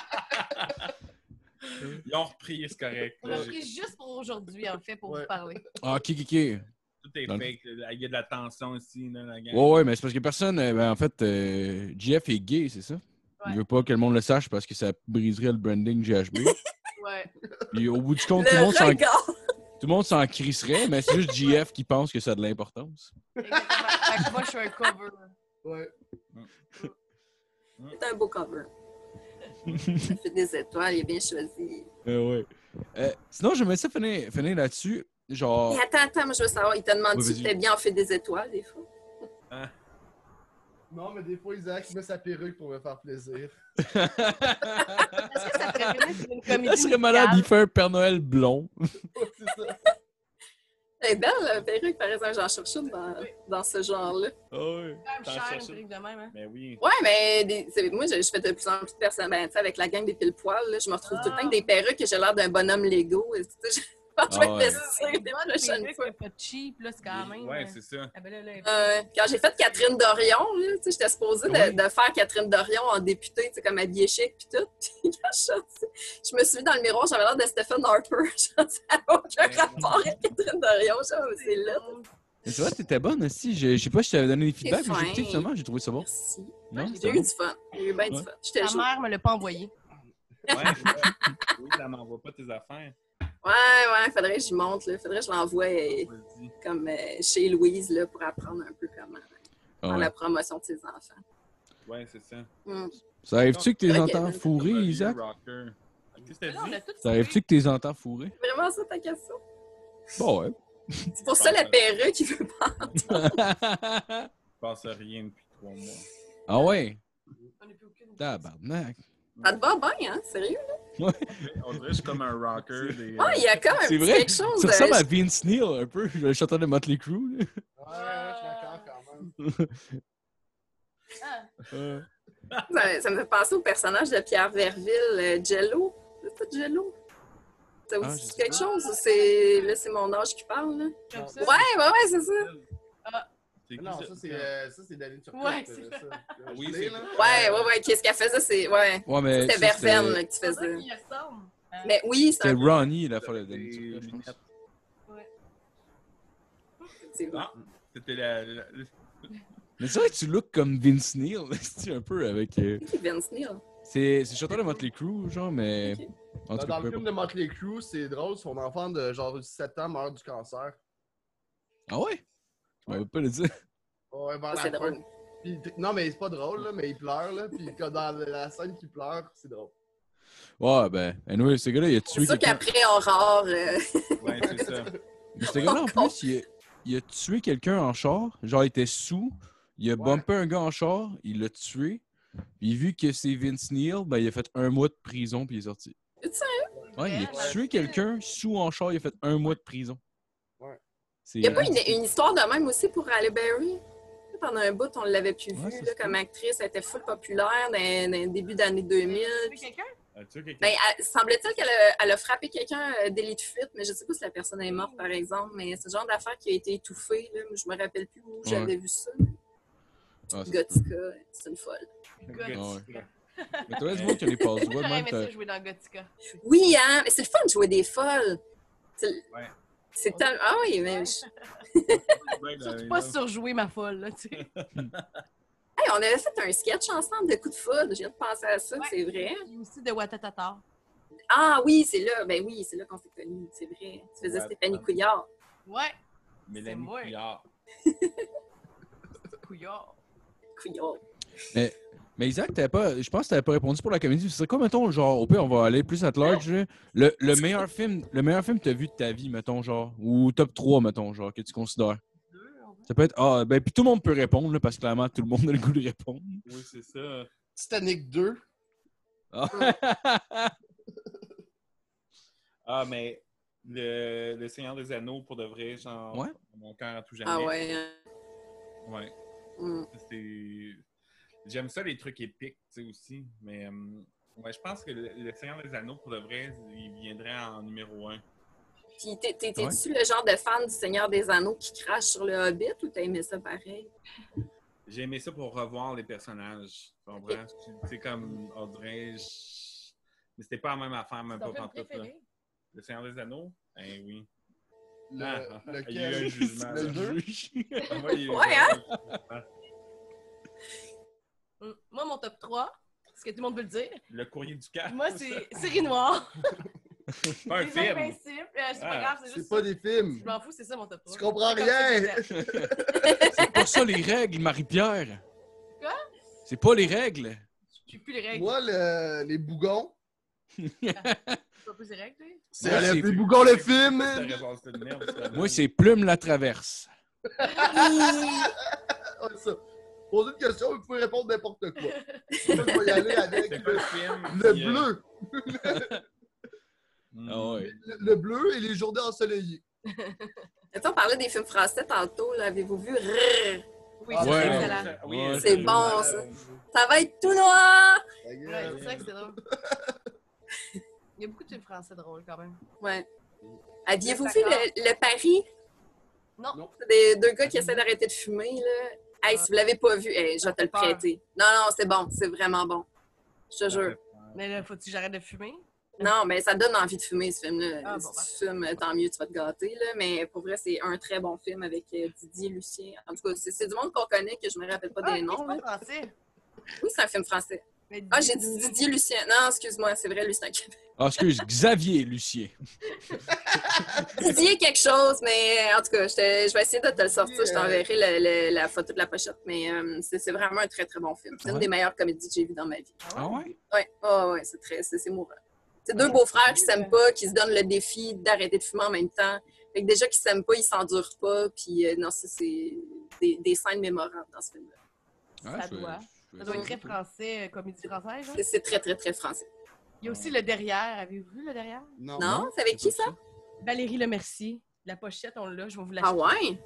Ils ont repris, c'est correct. On a là, pris j'ai- juste pour aujourd'hui, en fait, pour Ouais. vous parler. Ah, ok, ok, ok. Tout est Dans le- Oh. fake. là. Il y a de la tension ici, là, la gang. Ouais, ouais, mais c'est parce que personne. euh, ben, en fait, euh, GF est gay, c'est ça? Il Ouais. veut pas que le monde le sache parce que ça briserait le branding [LAUGHS] GHB. Ouais. Puis au bout du compte, tout le Le monde s'en- regard! tout le monde s'en crisserait, mais c'est juste GF qui pense que ça a de l'importance. Exactement. Fait que moi, je suis un cover. Ouais. C'est un beau [LAUGHS] cover. Ça fait des étoiles, il est bien choisi. Euh, ouais. Euh, sinon, j'aimerais ça finir, finir là-dessus. Genre. Et attends, attends, moi je veux savoir, il te demande Ouais, si vas-y. t'es bien en fait des étoiles des fois. Non, mais des fois, Isaac il met sa perruque pour me faire [LAUGHS] plaisir. Est-ce que ça ferait mieux qu'il y ait une Ça comédie serait malade, il musicale? fait un Père Noël blond. Ouais, c'est ça. Elle est belle, la perruque, par exemple, j'en cherche une dans, dans ce genre-là. Quand même T'en cher, cherches- une perruque de même, hein? Mais Ben oui. Ouais, mais des- c'est- moi, je, je fais de plus en plus de personnes. Ben, tu sais, avec la gang des pile-poils, là, je me retrouve tout le temps avec des perruques et j'ai l'air d'un bonhomme Lego. [LAUGHS] Et, tu sais, je pense que je vais Ah être ouais. vestée des prochaines fois. C'est pas cheap, là, c'est quand même. Ouais, euh, c'est ça. ah ben là, là, elle- Euh, quand j'ai fait Catherine Dorion, là, tu sais, j'étais supposée de, Oui. de faire Catherine Dorion en députée, tu sais, comme habillée chic puis tout. [LAUGHS] Puis quand je suis sortie, je me suis vue dans le miroir, j'avais l'air de Stephen Harper. [LAUGHS] J'en sais aucun Ben, rapport avec Catherine Dorion. Je sais, mais c'est là. Mais c'est vrai, t'étais bonne aussi. Je, je sais pas si je t'avais donné des feedbacks, mais j'ai fin. écouté finalement, j'ai trouvé ça bon. Merci. Non, J'ai c'était eu bon. du fun. J'ai eu bien du Ouais. fun. J'étais Ta jouée. mère me l'a pas envoyé. Ouais, ouais. oui, ça m'envoie pas tes affaires. Ouais, ouais, faudrait que j'y monte. Là. Faudrait que je l'envoie euh, On le dit. comme euh, chez Louise là, pour apprendre un peu comment Ah faire ouais. la promotion de ses enfants. Ouais, c'est ça. Mm. Ça arrive-tu que t'es Ok. entends fourré, Comme un vieux Isaac? rocker. Qu'est-ce que Mais là, t'as on dit? a tout Ça arrive-tu que t'es entends fourré? C'est Vraiment ça ta question? Bon, ouais. [LAUGHS] C'est pour ça la perruque, il veut pas. ah Il se passe rien depuis trois mois. ouais? On n'a plus aucune. Ah, ben. Tabarnak. Ça te va bien, hein? Sérieux? On dirait que je suis comme un rocker. Des... euh, Ouais, il y a quand même C'est petit vrai. quelque chose Ça euh, de. ressemble à Vince Neil un peu, le chanteur de Motley Crue. là. Ouais, ouais, je suis d'accord quand même. Ah, Euh, Ça, ça me fait penser au personnage de Pierre Verville, euh, Jello. C'est ça, Jello? Ça vous Ah, dit je sais quelque chose? ou c'est... Là, c'est mon âge qui parle, là. comme ça. Ouais, ouais, ouais, c'est ça. C'est qui Non, ça, ça? c'est euh, ça, c'est Danny Turcotte. euh, Ouais, c'est ça. Oui, Je l'ai, c'est- là. Ouais, ouais, ouais. Qu'est-ce qu'elle faisait? C'est... Ouais. Ouais, mais. C'était ça, Verveine, là, que tu C'est ça faisais. qu'il ressemble. Hein? Mais oui, c'est C'était un... Ronnie, la fois de Danny Des Turcotte, je pense. lunettes. c'est vrai. Ah, C'était la, la- la- Mais c'est vrai que tu looks comme Vince Neil, [LAUGHS] c'est un peu avec. euh, C'est qui Vince Neil? hein. C'est c'est le chanteur de Motley Crue, genre, mais. Ok. En tout dans cas, le peu film importe. de Motley Crue, c'est drôle, son enfant de genre 7 ans meurt du cancer. Ah ouais? Je m'avais pas le dire. Ouais, Ah, vers Ça, c'est la fin. drôle. Puis, non, mais c'est pas drôle, là, mais il pleure, là. Puis quand dans la scène qu'il pleure, c'est drôle. Ouais, ben, anyway, ce gars-là, il a C'est tué sûr quelqu'un. qu'après Aurore, [LAUGHS] euh, Ouais, c'est ça. Euh, Mais ce gars-là, en plus, il a, il a tué quelqu'un en char. Genre, il était sous. Il a Ouais. bumpé un gars en char. Il l'a tué. Puis vu que c'est Vince Neil, ben, il a fait un mois de prison, puis il est sorti. Es-tu sérieux? Ouais, il a Ouais. tué quelqu'un sous en char. Il a fait un mois de prison. Ouais. C'est... euh, ah, il n'y a pas une, une histoire de même aussi pour Halle Berry? Pendant un bout, on l'avait plus Ouais, vue ça là, se comme actrice. Elle était full populaire dans, dans le début d'année 2000. Tu veux quelqu'un? As-tu quelqu'un? Ben, elle- semble-t-il qu'elle a, elle a frappé quelqu'un euh, délit de fuite, mais je ne sais pas si la personne est morte, par exemple. Mais c'est le genre d'affaire qui a été étouffée. Là. Je me rappelle plus où j'avais vu ça. Ah, ça se peut. Gothica, c'est une folle. ouais. Mais t'as l'air de voir qu'il y a des passes [LAUGHS] J'aurais même. aimé t'as- ça jouer dans Gothica. Oui, hein? Mais c'est le fun de jouer des folles. C'est Ouais. c'est tellement... Ah oui, mais... je- Ouais, là, Surtout là. pas surjouer ma folle, là, tu sais. Hey, on avait fait un sketch ensemble de coups de foudre. J'ai viens de penser à ça, Ouais. c'est vrai. Puis aussi de Watatata. Ah oui, c'est là. Ben oui, c'est là qu'on s'est connus, c'est vrai. Tu faisais Ouais. Stéphanie Couillard. Ouais, Mélanie moi. Couillard. couillard. Couillard. Mais Isaac, t'avais pas, je pense que t'avais pas répondu pour la comédie. C'est quoi, mettons, genre, au pire, on va aller plus à large. là. Le, le meilleur film, le meilleur film que t'as vu de ta vie, mettons, genre, ou top 3, mettons, genre, que tu considères. Ça peut être, ah, ben, puis tout le monde peut répondre, là, parce que clairement, tout le monde a le goût de [LAUGHS] répondre. Oui, c'est ça. Titanic 2. Ah. Ah, mais le, le Seigneur des Anneaux, pour de vrai, genre, Ouais. mon cœur à tout jamais. Ah ouais. hein. Ouais. Mm. C'est- J'aime ça les trucs épiques, tu sais, aussi. Mais euh, ouais, je pense que le, le Seigneur des Anneaux, pour de vrai, il viendrait en numéro un. Puis t'es- t'es- t'es-tu le genre de fan du Seigneur des Anneaux qui crache sur le Hobbit ou t'as aimé ça pareil? J'ai aimé ça pour revoir les personnages. Tu comprends? Tu- C'est comme, on dirait, je- mais c'était pas la même affaire, C'est même ton pas film pantoute. là. préféré? Le Seigneur des Anneaux? Eh [LAUGHS] oui. Le, Ah, il y a eu un lequel? jugement. le là. deux? Ah, moi, il y a eu Ouais, un hein? jugement. Hum. Moi, mon top 3, parce que tout le monde peut le dire, Le courrier du cœur. [LAUGHS] moi, [LAUGHS] c'est Série Noire. C'est pas un Les film. Invincibles. Euh, c'est Ah, pas grave, c'est C'est juste. pas des films. Je m'en fous, c'est ça mon top 3. Tu comprends rien! C'est pas ça les règles, Marie-Pierre. Quoi? C'est pas les règles. Je suis plus les règles. Moi, le- les bougons. Je suis pas plus les règles, tu sais. C'est Moi, les c'est- bougons le film! T'as man. raison, c'est une merde, ça. Moi, c'est Plume la traverse. Ah Ouais, Ah, ça. Posez une question, vous pouvez répondre n'importe quoi. Moi, je vais y aller avec [LAUGHS] C'est pas le, le film. le puis, euh, bleu. hmm. Ah ouais. Le, le bleu et les journées ensoleillées. Attends, on parlait des films français tantôt, là. Avez-vous vu? Rrrr! Oui, Ah, c'est ouais. ça, c'est la- Oui, Ouais. euh, C'est le- bon, Ah, ça. Ça va être tout noir! Ta gueule. Ouais, c'est ça que c'est drôle. [LAUGHS] Il y a beaucoup de films français drôles quand même. Ouais. Aviez-vous vu D'accord. le, le pari? Non. Non. Des deux gars qui essaient d'arrêter de fumer, là. Hey, si vous l'avez pas vu, hey, je vais te le Peur. prêter. Non, non, c'est bon, c'est vraiment bon. Je te jure. Mais là, faut-tu que j'arrête de fumer? Non, mais ça donne envie de fumer, ce film-là. Ah, bon, si tu fumes, tant mieux, tu vas te gâter, là. Mais pour vrai, c'est un très bon film avec euh, Didier Lucien. En tout cas, c'est c'est du monde qu'on connaît que je me rappelle pas Ah, des noms, C'est là. pas français. Oui, c'est un film français. Mais Ah, j'ai dit Didier Lucien. Non, excuse-moi, c'est vrai, [LAUGHS] Lucien. Ah, excuse, Xavier Lucien. Didier quelque chose, mais euh, en tout cas, je, te- je vais essayer de te le sortir. Je t'enverrai le- le- la photo de la pochette, mais euh, c'est c'est vraiment un très, très bon film. C'est Ouais. une des meilleures comédies que j'ai vues dans ma vie. Ah ouais? Ouais, Ah ouais, c'est très, c'est c'est mourant. C'est deux beaux-frères qui s'aiment pas, qui se donnent le défi d'arrêter de fumer en même temps. Fait que déjà qu'ils s'aiment pas, ils s'endurent pas, puis euh, non, ça, c'est des, des scènes mémorables dans ce film-là. Ah, Ça je vais- doit. je vais- Ça doit être très français, euh, comédie française. genre. C'est- C'est très, très, très français. Il y a aussi le derrière. Avez-vous vu le derrière? Non. Non? C'est avec qui, ça? Valérie Lemercier. La pochette, on l'a, je vais vous l'acheter. Ah ouais?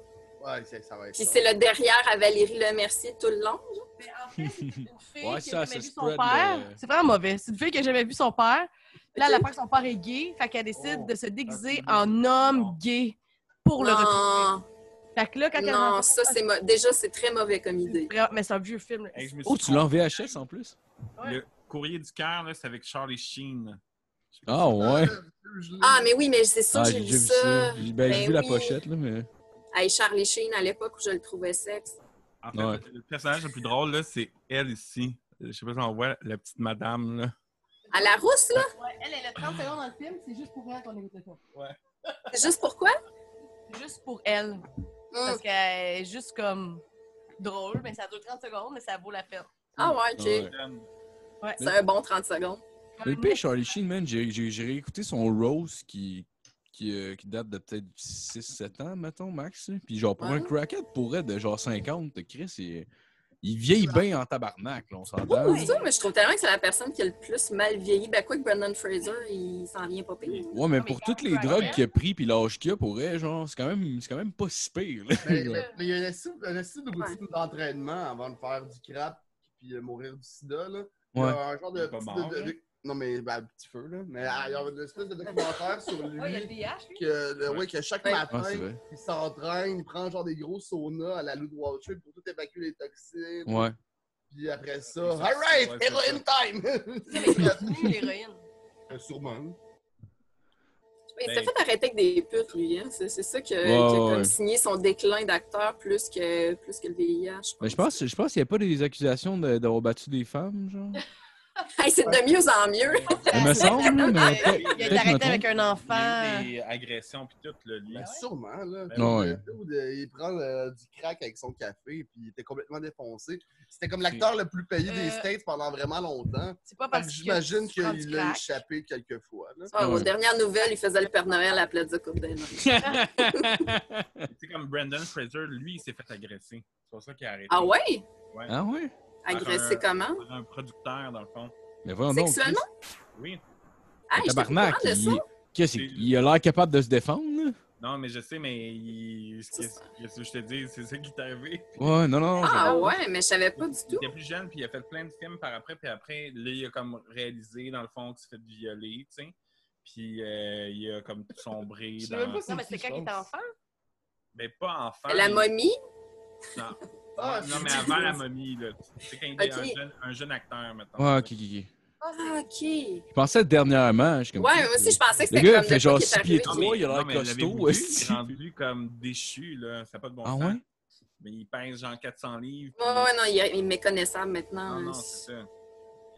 Ouais, c'est- ça va être Puis ça. c'est le derrière à Valérie Lemercier tout le long. Mais en fait, c'est [LAUGHS] une fille Ouais, qui ça, a ça jamais vu son spread père. le- C'est vraiment mauvais. C'est une fille qui a jamais vu son père. Puis Là, Ok. elle apprend que son père est gay. Fait qu'elle décide Oh, de se déguiser ah, en homme gay pour le retrouver. non, Fait que là, quand elle non, rencontre- ça, c'est mo- déjà, c'est très mauvais comme idée. Vraiment- Mais c'est un vieux film. là. Hey, je me suis Oh, tu l'as en VHS en plus? Ouais. Le courrier du cœur, là, c'est avec Charlie Sheen. Ah ouais. Ah, mais oui, mais c'est sûr Ah, que j'ai vu ça. J'ai ben, j'ai Ben vu la oui. pochette, là, mais. Hey, Charlie Sheen, à l'époque où je le trouvais sexe. En fait, Ouais. le personnage le plus drôle, là, c'est elle ici. Je sais pas si on voit la petite madame, là. À la rousse, là? Ouais, elle, elle a [SIGHS] 30 secondes dans le film. C'est juste pour elle qu'on écoute le film. C'est juste pourquoi? C'est juste pour elle. Hmm. Parce qu'elle est juste comme drôle, mais ça dure 30 secondes, mais ça vaut la peine. Ah ouais, ok. Ouais. C'est un bon 30 secondes. Mais le pire, Charlie Sheen, man, j'ai j'ai- j'ai réécouté son Rose qui, qui, euh, qui date de peut-être 6-7 ans, mettons, max. là. Puis genre, pour Ouais. un crackhead, pour être de genre 50, Chris, il, il vieillit bien en tabarnak, là, on s'entend. C'est ça, mais je trouve tellement que c'est la personne qui a le plus mal vieilli. Ben, quoi que Brendan Fraser, il s'en vient pas pire. Ouais, mais Ah, mais pour toutes quand les même, drogues ouais. qu'il a pris puis l'âge qu'il a pour elle, genre, c'est quand même, c'est quand même pas si pire, là. Mais, mais- mais Ben, il y a une astuce une astuce de routine d'entraînement avant de faire du crap puis euh, mourir du sida. Là. Il y a Ouais. un genre de, Il est pas petit- mort, de- de- là. Non, mais ben, petit feu, là. Mais ah, il y a une espèce de documentaire sur lui. Oh, il y a le VIH, lui. que, le- ouais, que chaque Ouais. matin, Ah, c'est vrai. il s'entraîne, il prend genre des gros saunas à la Lou de Wall Street pour tout évacuer les toxines. Ouais. Puis après ça, Ouais, all right, ouais, c'est heroin [LAUGHS] C'est mais time! continue l'héroïne. Euh, Sûrement. Mais il Ben- s'est fait arrêter avec des putes, lui. Hein? C'est c'est ça qui a, Ouais, qui a comme ouais. signé son déclin d'acteur plus que, plus que le VIH. je Mais Ben, je pense, je pense qu'il n'y a pas des accusations de- d'avoir battu des femmes, genre. Hey, c'est de mieux en mieux. Il me semble, là, Ah, mais Il a peut-être- été [LAUGHS] peut-être que je me arrêté trompe. avec un enfant. Il y a eu des agressions puis tout, là, lui. Ben, Sûrement, là. Ben Non, Le ouais. dude, euh, il prend euh, du crack avec son café, puis il était complètement défoncé. C'était comme l'acteur le plus payé des Euh, States pendant vraiment longtemps. C'est pas Fait que parce que. J'imagine tu prends du qu'il l'a crack. échappé quelques fois. là. Ah, Aux Ouais. dernières nouvelles, il faisait le Père Noël à la Plaza Coupe des Neiges. Tu sais, comme Brandon Fraser, lui, il s'est fait agresser. C'est pour ça qu'il a arrêté. Ah ouais? Ah ouais? Ah, Agressé Par comment? euh, Par un producteur, dans le fond. Mais voyons donc. Sexuellement? Oui. Hey, j'étais pas au Tabarnak, courant de ça. il... qu'est-ce qu'il- il a l'air capable de se défendre, là. Non, mais je sais, mais il... ce C'est que ce que je te dis, c'est ça qui est arrivé. Ouais, non, non, non. je- Ah ouais, mais je savais pas du Il tout. était plus jeune, puis il a fait plein de films par après, puis après, là, il a comme réalisé, dans le fond, qu'il s'est fait violer, tu sais. Puis euh, il a comme sombré Je sais dans... même pas si- Non, mais c'était quand il était enfant. Mais pas Ah, enfant. La mais- momie? Non, Ah, non, mais avant la momie, là. Tu sais, quand il est Ok. un, jeune, un jeune acteur, maintenant. Ouais, ok, ok, ok. Ah, ok. Ouais, Je pensais dernièrement, je suis comme. euh, moi aussi, je pensais que Le c'était gars, comme il fait de genre quoi qui est 6 pieds arrivé. 3, Ah, il a l'air costaud. Il est aussi. rendu comme déchu, là. Ça n'a pas de bon Ah sens. ouais? Mais il pèse genre 400 livres. Ouais, puis- ouais, non, il est, il est méconnaissable maintenant. Ah, Non, non, hein. c'est ça.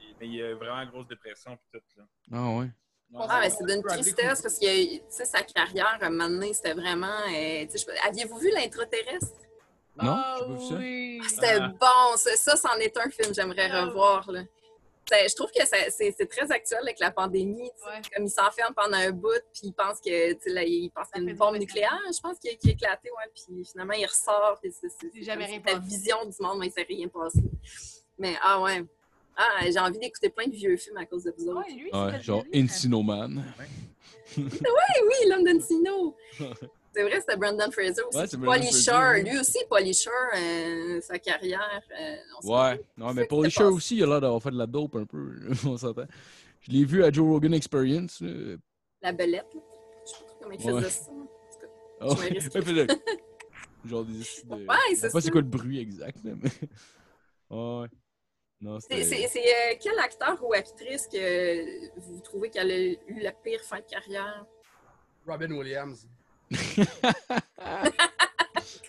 Il- Mais il a vraiment grosse dépression, puis tout, là. Ah ouais. Non, Ah, ouais, mais c'est d'une Bradley tristesse parce que tu sais, sa carrière, à un moment donné, c'était vraiment. euh, tu sais, je- Aviez-vous vu l'intraterrestre? Non? Ah J'ai pas vu ça. oui. C'était Ah. bon, ça, ça, c'en est un film, j'aimerais Ah. revoir. Là. C'est- Je trouve que ça- c'est c'est très actuel avec la pandémie. tu sais. Ouais. Comme il s'enferme pendant un bout, puis il pense que tu sais, là, il pense Ça qu'il y a fait une bombe tomber. nucléaire, je pense, qui a, qui a éclaté, ouais, puis finalement il ressort. puis c'est- c'est- Il s'est jamais c'est rien La passé. vision du monde, mais il s'est rien passé. Mais ah ouais. Ah, j'ai envie d'écouter plein de vieux films à cause de vous Ah, autres. Ouais, lui, Ouais, c'était genre lui. Encino Man. Eh oui, l'homme [LAUGHS] d'Encino! C'est vrai, c'était Brandon Fraser aussi. Ouais, c'est Puis Brandon Polisher, Fraser, oui. lui aussi, Polisher, euh, sa carrière. euh, on s'en Ouais. Non, mais c'est pour que les c'est shows passé. aussi, il a l'air d'avoir fait de la dope un peu. là, [LAUGHS] On s'entend. Je l'ai vu à Joe Rogan Experience. là. la belette. là. Je sais pas trop comment il Ouais. faisait ça. Ah Tu m'as ouais. risqué. Il fait le- Genre [LAUGHS] des. de- Je Ouais, sais c'est pas c'est ça. quoi le bruit exact, là, mais. Ouais. Non, C'est- C'est c'était. c'est, euh, quel acteur ou actrice que vous trouvez qu'elle a eu la pire fin de carrière? Robin Williams.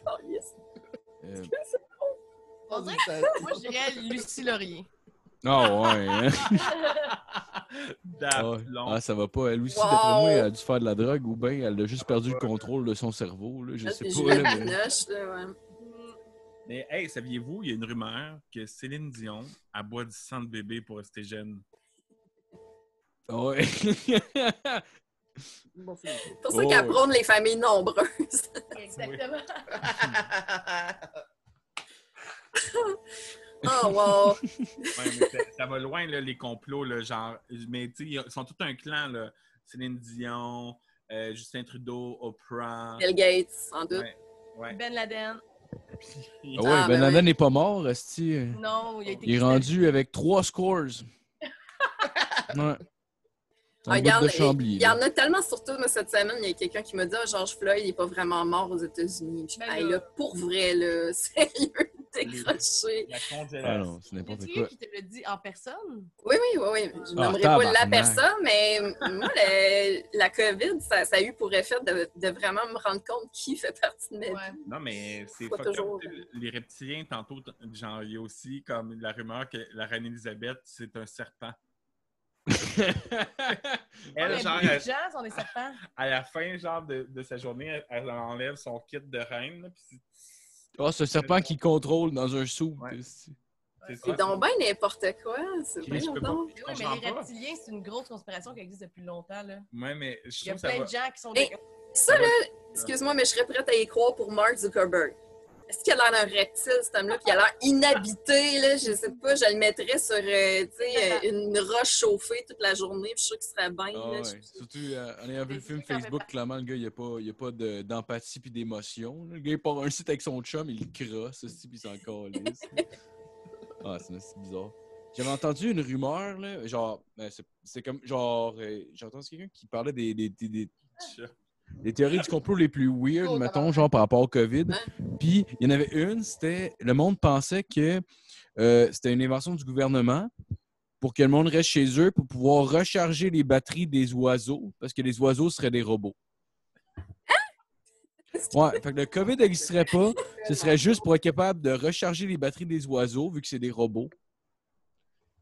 Oh, yes. euh, On dirait Ça- [LAUGHS] que moi, je dirais Lucie Laurier. Ah ouais. [LAUGHS] hein. Dave Ah ouais. Long. Ah, ça va pas. Elle aussi, Wow. d'après moi, elle a dû faire de la drogue ou bien elle a juste perdu le contrôle de son cerveau. Là. Je Là, sais c'est pas. Juliette Là, mais... Binoche, là, ouais. Mais hey, saviez-vous, il y a une rumeur que Céline Dion a boit du sang de bébé pour rester jeune. Ah [LAUGHS] ouais. Ah, Bon, c'est C'est pour ça Oh, qu'elle ouais. prône les familles nombreuses. [LAUGHS] Exactement. Oh, wow! [LAUGHS] Ouais, mais [LAUGHS] ça, ça va loin, là, les complots, là, genre. Mais tu sais, ils sont tout un clan, là. Céline Dion, euh, Justin Trudeau, Oprah. Bill Gates, sans doute. Ouais. Ben Laden. Ah ouais, Ah, ben Ben Laden ouais. n'est pas mort, esti. Non, il a été. Il est rendu avec trois [LAUGHS] scores. Ouais. C'est Ah, un bout regarde, de Chambly. Il y là. en a tellement, surtout moi, cette semaine, il y a quelqu'un qui m'a dit Ah, George Floyd n'est pas vraiment mort aux États-Unis. Puis, Ben hey, là. là, pour vrai, là, [LAUGHS] sérieux, décroché. La Ah congélation. non, c'est n'importe C'est quoi. lui qui te l'a dit en personne. Oui, oui, oui, oui. Je Ah, nommerai pas la tabarnak. personne, mais moi, le- la COVID, ça, ça a eu pour effet de, de vraiment me rendre compte qui fait partie de ma vie. Ouais. Non, mais c'est Pas fucked up, toujours. tu euh, sais, Les reptiliens, tantôt, t- genre, il y a aussi comme la rumeur que la reine Elisabeth, c'est un serpent. Elle, [LAUGHS] Ouais, genre, les elle- gens, on est certains. à la fin, genre, de, de sa journée, elle, elle enlève son kit de reine, là, puis c'est- Ah, ce serpent qui contrôle dans un sou. Ouais. esti. c'est C'est donc bien n'importe quoi. C'est Puis bien je peux donc. J'en Mais oui, mais parle les pas. reptiliens, c'est une grosse conspiration qui existe depuis longtemps. Là. Ouais, mais Il je y trouve a que ça plein va. de gens qui sont. Hey, des- Ça, là, excuse-moi, mais je serais prête à y croire pour Mark Zuckerberg. Est-ce qu'il a l'air d'un reptile, cet homme-là, puis il a l'air inhabité, là, je sais pas, je le mettrais sur, euh, tu sais, euh, une roche chauffée toute la journée, puis je suis sûre qu'il serait bien, Ah là, ouais. je- Surtout euh, en ayant vu le C'est film sûr qu'il en fait Facebook, partie. clairement, le gars, il n'y a pas, il y a pas de- d'empathie puis d'émotion. là. Le gars, il part un site avec son chum, il le crosse, esti, puis il s'en calisse. Ah, c'est c'est bizarre. J'avais entendu une rumeur, là, genre, ben, c'est- c'est comme, genre, euh, j'ai entendu quelqu'un qui parlait des, des, des- des- des théories du complot les plus weird, mettons, genre, par rapport au COVID. Puis, il y en avait une, c'était, le monde pensait que euh, c'était une invention du gouvernement pour que le monde reste chez eux pour pouvoir recharger les batteries des oiseaux, parce que les oiseaux seraient des robots. Ouais, fait que le COVID n'existerait pas. Ce serait juste pour être capable de recharger les batteries des oiseaux, vu que c'est des robots.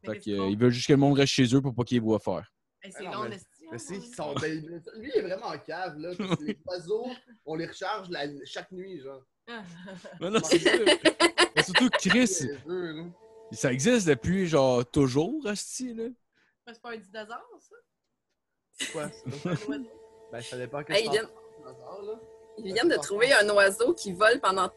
Mais Fait c'est qu'ils bon. veulent juste que euh, le monde reste chez eux pour pas qu'ils voient faire. Hey, c'est Ah non, long, mais- le hein, Mais c'est qu'ils sont débiles. Lui, il est vraiment en cave, là. [LAUGHS] parce que les oiseaux, on les recharge la- chaque nuit, genre. Non, non, c'est ça. Mais surtout Chris, Les œufs, là. ça existe depuis genre toujours, Asti, là. C'est pas un dinosaure, ça? [LAUGHS] Quoi, [LAUGHS] ça? Ben, ça dépend que Hey, ils, je viennent, pense, là. ils viennent de trouver un oiseau qui vole pendant,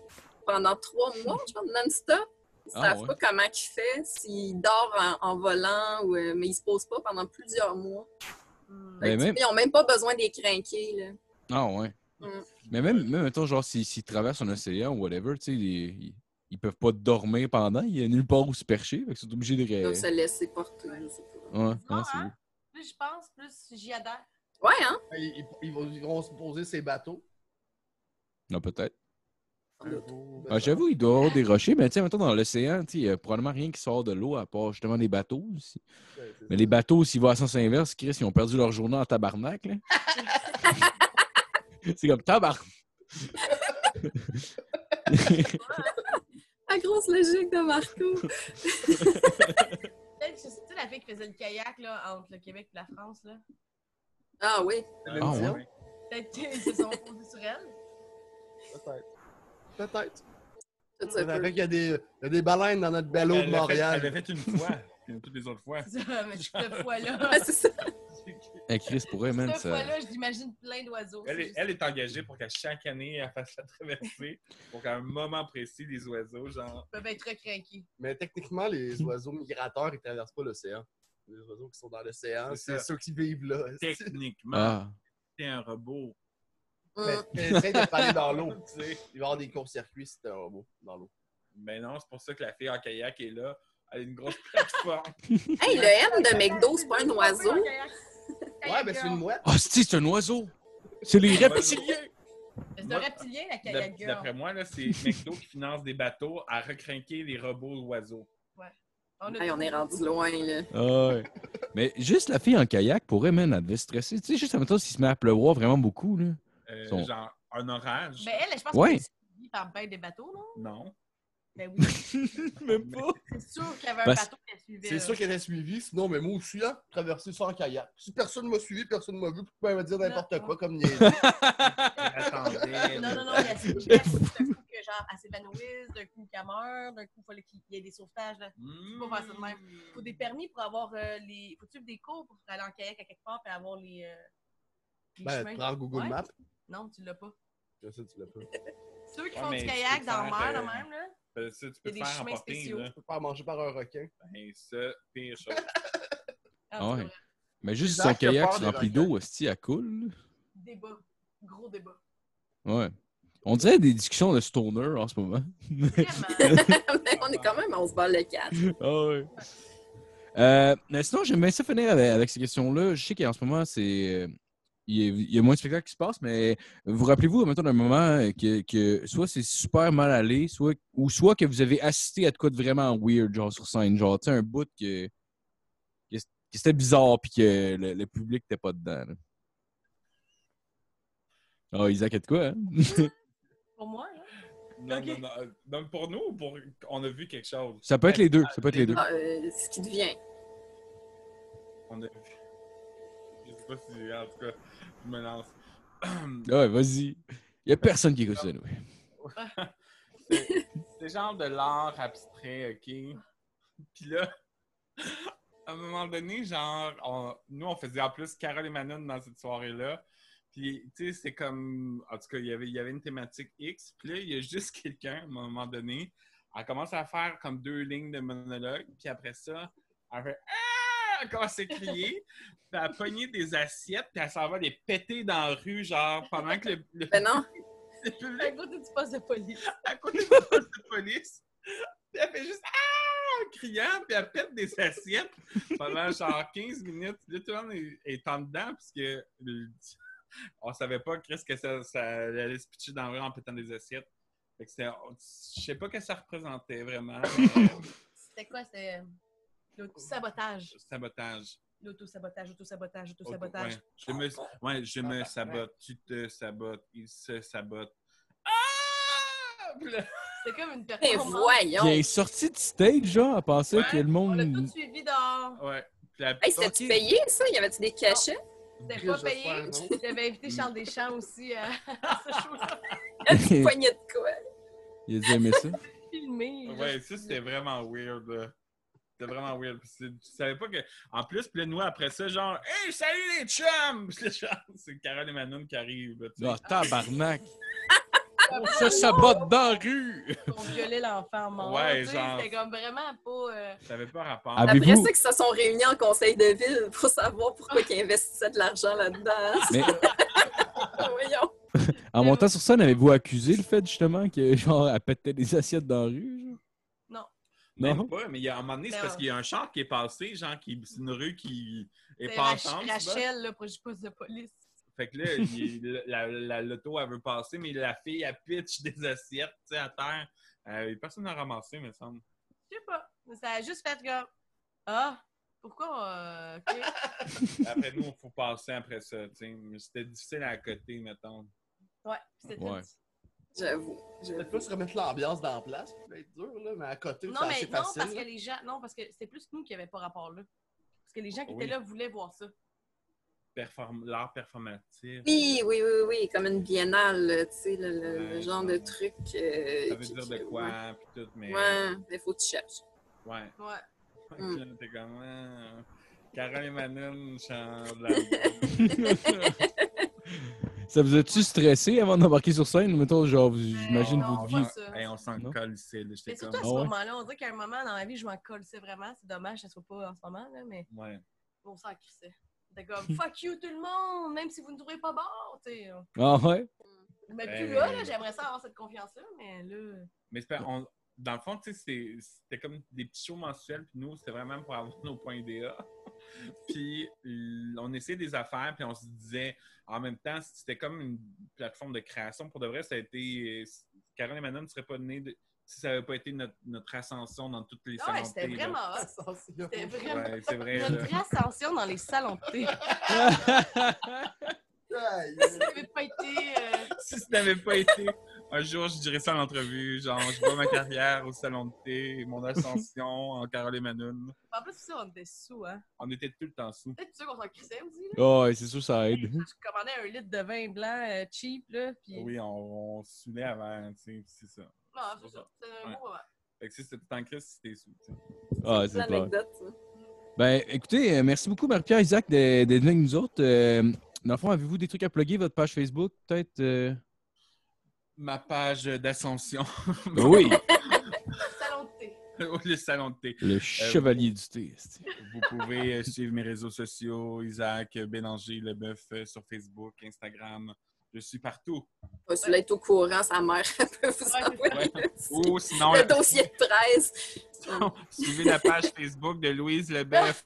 pendant trois mois, je pense, non-stop. Ils Ah, savent ouais. pas comment il fait, s'il dort en, en volant, ou, euh, mais il se pose pas pendant plusieurs mois. Hmm. Mais même. Ils ont même pas besoin des crinquer, là. Ah ouais. Mm. Mais même, même mettons, genre, s'ils s'ils traversent un océan ou whatever, tu sais, ils, ils- ils peuvent pas dormir pendant. Il y a nulle part où se percher. Fait qu'ils sont obligés de. Ils ré- doivent se laisser porter, je sais pas. Ouais, ouais, Bon, c'est- hein? Plus je pense, plus j'y adhère. Ouais, hein? Ils, ils- ils vont, ils vont se poser ces bateaux. Non, Ah, peut-être. Un jour, Ah, J'avoue, il doit y avoir des rochers, mais tu sais, mettons, dans l'océan, tu sais, il y a probablement rien qui sort de l'eau à part justement des bateaux. aussi. Ouais, ben, c'est Mais ça. les bateaux, s'ils vont à sens inverse, Chris, ils ont perdu leur journée en tabarnak. là. c'est comme tabarnak. La grosse logique de Marco. Peut-être que c'est tu sais, la fille qui faisait le kayak là, entre le Québec et la France. là. Ah oui. Ah, Même ouais. dire, Peut-être qu'ils se [LAUGHS] sont posés sur elle. Peut-être. Peut-être. tout ça Ça fait peut. qu'il y, a des- il y a des baleines dans notre ballot de Elle l'a fait- Elle l'a Montréal. fait une fois, [LAUGHS] puis toutes les autres fois. C'est ça, mais je [LAUGHS] cette fois-là. Ouais, c'est ça. Hey, Chris, pour elle, man, Cette ça. fois-là, je l'imagine plein d'oiseaux. Elle C'est est, juste- elle est engagée pour qu'à chaque année, elle fasse la traversée pour qu'à un moment précis, les oiseaux, genre. Ils peuvent être recrinqués. Mais techniquement, [LAUGHS] les oiseaux migrateurs, ils traversent pas l'océan. Les oiseaux qui sont dans l'océan, C'est c'est ça. ceux qui vivent là. Techniquement, Ah. c'est un robot. Mais Hum. essaye de pas aller dans l'eau. tu sais. Il va y avoir des courts-circuits si t'es un robot dans l'eau. Mais non, c'est pour ça que la fille en kayak est là. Elle a une grosse [LAUGHS] plateforme. Mm. Hey, le M de McDo, c'est pas un oiseau. Ouais, ben c'est une mouette. Ah, c'est c'est un oiseau! C'est les Un oiseau. reptiliens! C'est un Moi- reptilien, la kayak D'ap- girl. D'après moi, là, c'est McDo qui finance des bateaux à recrinquer les robots oiseaux. On a Hey, on est rendu loin, là. [LAUGHS] Ah ouais. Mais juste la fille en kayak, pour elle, man, elle devait stresser. Tu sais, juste, admettons, s'il se met à pleuvoir vraiment beaucoup, là. Euh, Son- Genre, un orage. Mais Ben, elle, je pense Ouais. qu'elle est suivie par bien des bateaux, non? Non. Ben oui. Même pas! C'est sûr qu'il y avait un Ben, bateau qui la suivait. C'est là. sûr qu'elle a suivi, sinon, mais moi aussi, hein, là, traverser ça en kayak. Si personne m'a suivi, personne m'a vu, puis tu peux me dire n'importe quoi comme [LAUGHS] niaise. Attendez. [LAUGHS] [LAUGHS] Non, non, non, il y a des d'un coup que genre, elle s'évanouisse, d'un coup qu'elle meurt, d'un coup il fallait qu'il y ait des sauvetages. Là. Hmm. Tu peux pas faire ça de même. Faut des permis pour avoir euh, les. Faut-tu des cours pour aller en kayak à quelque part et avoir les. euh, les Ben, chemins? prends Google Ouais. Maps. Non, tu l'as pas. Je sais, tu l'as pas. Ceux qui Ouais, font mais du tu kayak peux dans la faire, mer, euh, là, même, là. Ben, ça, tu peux te Il y a des faire chemins emporter, spéciaux. là. Tu peux faire manger par un requin. Ben, ça, pire [LAUGHS] chose. Ah, Ah tu ouais. vois, Mais juste Isaac, son il a kayak peur se des remplit requins. d'eau, aussi, elle coule. Débat. Gros débat. [LAUGHS] là. Ouais. On dirait des discussions de stoner en ce moment. Vraiment. Mais on est quand même, on se bat le cadre. Ah ouais. Euh, mais sinon, j'aime bien ça finir avec, avec ces questions-là. Je sais qu'en ce moment, c'est. euh, Il y, a, il y a moins de spectacles qui se passent, mais vous rappelez-vous, mettons, d'un moment euh, que, que soit c'est super mal allé, soit, ou soit que vous avez assisté à de quoi de vraiment weird, genre sur scène, genre, tu sais, un bout que, que c- que c'était bizarre, puis que le, le public n'était pas dedans. là. Ah, Isaac, et de quoi, hein? Pour moi, hein. Non, là. Ok. non, non. Donc, pour nous, ou pour... on a vu quelque chose. Ça peut être les deux, ça peut être les deux. Ah, euh, ce qui devient. On a vu. Je sais pas si, en tout cas, je me lance. Ah Ouais, vas-y. Il n'y a personne qui écoute ça, nous. C'est genre de l'art abstrait, OK? Puis là, à un moment donné, genre, on- nous, on faisait en plus Carole et Manon dans cette soirée-là. Puis, tu sais, c'est comme... En tout cas, il y avait- il y avait une thématique X. Puis là, il y a juste [LAUGHS] quelqu'un, à un moment donné, elle commence à faire comme deux lignes de monologue. Puis après ça, elle fait... Ah! Elle commence à crier. puis elle a pogné des assiettes. Puis elle s'en va les péter dans la rue, genre, pendant que le, le- Ben non, [LAUGHS] le public [LAUGHS] À côté du poste de police. à côté de la police. Puis elle fait juste Ah! criant, puis elle pète des assiettes pendant genre 15 minutes. Là, tout le monde est, est en dedans, puisque le- on savait pas qu'est-ce que ça, ça allait se pitcher dans le rang en pétant des assiettes. Fait que c'était- je sais pas ce que ça représentait vraiment. [COUGHS] mais, euh, C'était quoi? C'était euh, l'auto-sabotage. sabotage. L'auto-sabotage, auto-sabotage, Auto- auto-sabotage. ouais. Je me, ouais, je me sabote, tu te sabotes, il se sabote. Ah! Puis là- C'était comme une Mais performance. Il est voyons! sorti de stage, genre, à penser Ouais, que le On monde. [LAUGHS] l'a tout suivi dehors. Ouais. Puis la- Hey, c'était-tu payé, ça? Y avait-tu des cachets? C'était pas payé. J'espère, non? [LAUGHS] J'avais invité Charles Deschamps aussi à, [LAUGHS] à ce show-là. Une poignée de quoi? Il a dû aimer ça. Filmé. Ouais, ça, c'était vraiment weird. là. C'était vraiment weird. Puis c'est- tu savais pas que. En plus, puis là, nous, après ça, genre, Hey, salut les chums! Puis là, genre, [LAUGHS] c'est Carole et Manon qui arrivent. là, tu sais. Ah, tabarnak! [LAUGHS] On se sabote dans la rue! Ah, On violait l'enfant mort. Ouais, tu sais, genre- C'était comme vraiment pas. euh, Ça avait pas rapport. Ah, Après Avez-vous- ça, qu'ils se sont réunis en conseil de ville pour savoir pourquoi ils investissaient de l'argent là-dedans. [LAUGHS] Ah, Mais Voyons. en montant sur scène, avez-vous accusé le fait, justement, que, genre, elle pétait des assiettes dans la rue? genre? Non. Même Non? pas, mais il y a, à un moment donné, c'est Non. parce qu'il y a un char qui est passé, genre, qui, c'est une rue qui est c'était passante. Rach- tu vois. Rachel, là, pour du poste de police. Fait que là, il- la, la- l'auto, elle veut passer, mais la fille, elle pitch [LAUGHS] des assiettes, tu sais, à terre. Euh, personne n'a ramassé, me semble. Je sais pas. Ça a juste fait comme. Ah, pourquoi. euh, ok. Après nous, il faut passer après ça, tu sais. Mais C'était difficile à côté, mettons. Ouais, c'était Ouais. J'avoue. j'avoue. Peut-être plus remettre l'ambiance dans la place, ça peut être dur, là, mais à côté, c'est Non, mais assez non, facile. parce que là. les gens. Non, parce que c'était plus nous qui n'avions pas rapport là. Parce que les gens qui Oui. étaient là voulaient voir ça. Perform- l'art performatif. Oui, oui, oui, oui, comme une biennale, là, tu sais, le, le- le Ouais, genre ça. de truc. euh, Ça veut qui- dire qui- de quoi, puis tout, mais... euh, Ouais, ouais, mais faut que tu cherches. Ouais. Ouais. Fait Mm. que là, T'es comme... euh, Carole et Manon, chantent [LAUGHS] de la- Ça vous a-tu stressé avant d'embarquer sur scène? Mettons, genre, vous- j'imagine Euh, Non, votre pas vie. ça. Hey, on s'en Non? colle ici, là. J'étais Mais comme... surtout à ce Ah ouais? moment-là, on dirait qu'à un moment dans la vie, je m'en colissais vraiment. C'est dommage que ce soit pas en ce moment, là, mais Ouais. on s'en crissait. C'était comme fuck you tout le monde, même si vous ne trouvez pas bon, tu sais. Ah ouais? Mais Ben- plus là, là, j'aimerais ça avoir cette confiance-là, mais là. Mais c'est pas- on- dans le fond, tu sais, c'est- c'était comme des petits shows mensuels, puis nous, c'était vraiment pour avoir nos points DA. [LAUGHS] puis l- on essayait des affaires, puis on se disait, en même temps, c'était comme une plateforme de création. Pour de vrai, ça a été. Karen et Manon ne seraient pas nés de- si ça n'avait pas été notre, notre ascension dans toutes les Ah ouais, salons de c'était thé, là. vraiment hot. Sensation. C'était vraiment. Ouais, c'est [LAUGHS] vrai. là. Notre ascension dans les salons de [LAUGHS] thé. [LAUGHS] [LAUGHS] Aïe, Ça n'avait pas été. euh, si ça n'avait pas été un jour, je dirais ça en entrevue, genre, je vois ma carrière au salon de thé, mon ascension en Carole et Manon. En plus, ça, on était sous, hein. On était tout le temps sous. Peut-être sûr qu'on s'en crissait aussi, là. Oh, c'est sûr, ça aide. Je commandais un litre de vin blanc euh, cheap, là, puis... Ah Oui, on, on se saoulait avant, tu sais, puis c'est ça. Non, c'est ça. C'est un Ouais. beau moment. Fait que si c'est tout en crise, si t'es sous. tu sais. Ah, C'est une c'est pas. anecdote, ça. Ben, écoutez, euh, merci beaucoup, Marie-Pierre Isaac, d'être de, venir avec nous autres. Euh, dans le fond, avez-vous des trucs à plugger, votre page Facebook, peut-être? euh? Ma page d'ascension, [LAUGHS] oui! Salon de thé. le salon de thé. Le chevalier du thé. c'est-tu. Vous pouvez euh, suivre mes réseaux sociaux, Isaac Bélanger, le bœuf, euh, sur Facebook, Instagram. Je suis partout. Bon, celui-là est au courant, sa mère [LAUGHS] elle peut vous Ouais, envoyer le, petit- Ou sinon, le euh, dossier de presse. [LAUGHS] suivez la page Facebook de Louise le bœuf.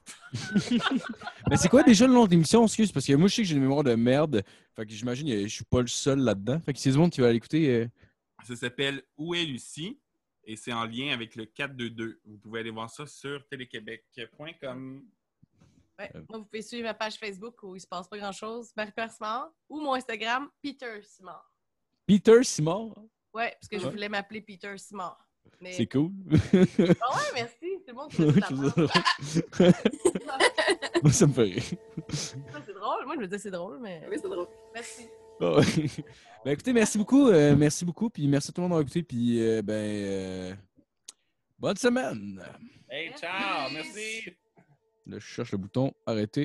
Ben, c'est quoi déjà le nom de l'émission? Excuse, parce que moi, je sais que j'ai une mémoire de merde. Fait que j'imagine que je suis pas le seul là-dedans. Fait que c'est du monde qui va l'écouter. euh, Ça s'appelle Où est Lucie? Et c'est en lien avec le 422. Vous pouvez aller voir ça sur téléquebec.com. Ouais. Euh. Moi, vous pouvez suivre ma page Facebook où il se passe pas grand-chose, Marie-Pierre Simard, ou mon Instagram, Peter Simard. Peter Simon. Ouais, parce que je Ouais. voulais m'appeler Peter Simard. Mais... C'est cool. Ah ouais, merci. Tout [LAUGHS] le monde Ouais, je fait ça. trouve ça drôle. [LAUGHS] Moi, ça me fait rire. Ça, C'est drôle. Moi, je me dis c'est drôle, mais Oui, c'est drôle. merci. Bon. ben, écoutez, merci beaucoup. euh, merci beaucoup. Puis merci à tout le monde d'avoir écouté. Puis, euh, ben, euh, bonne semaine. Hey, Merci. ciao! Merci! Là, je cherche le bouton. Arrêtez.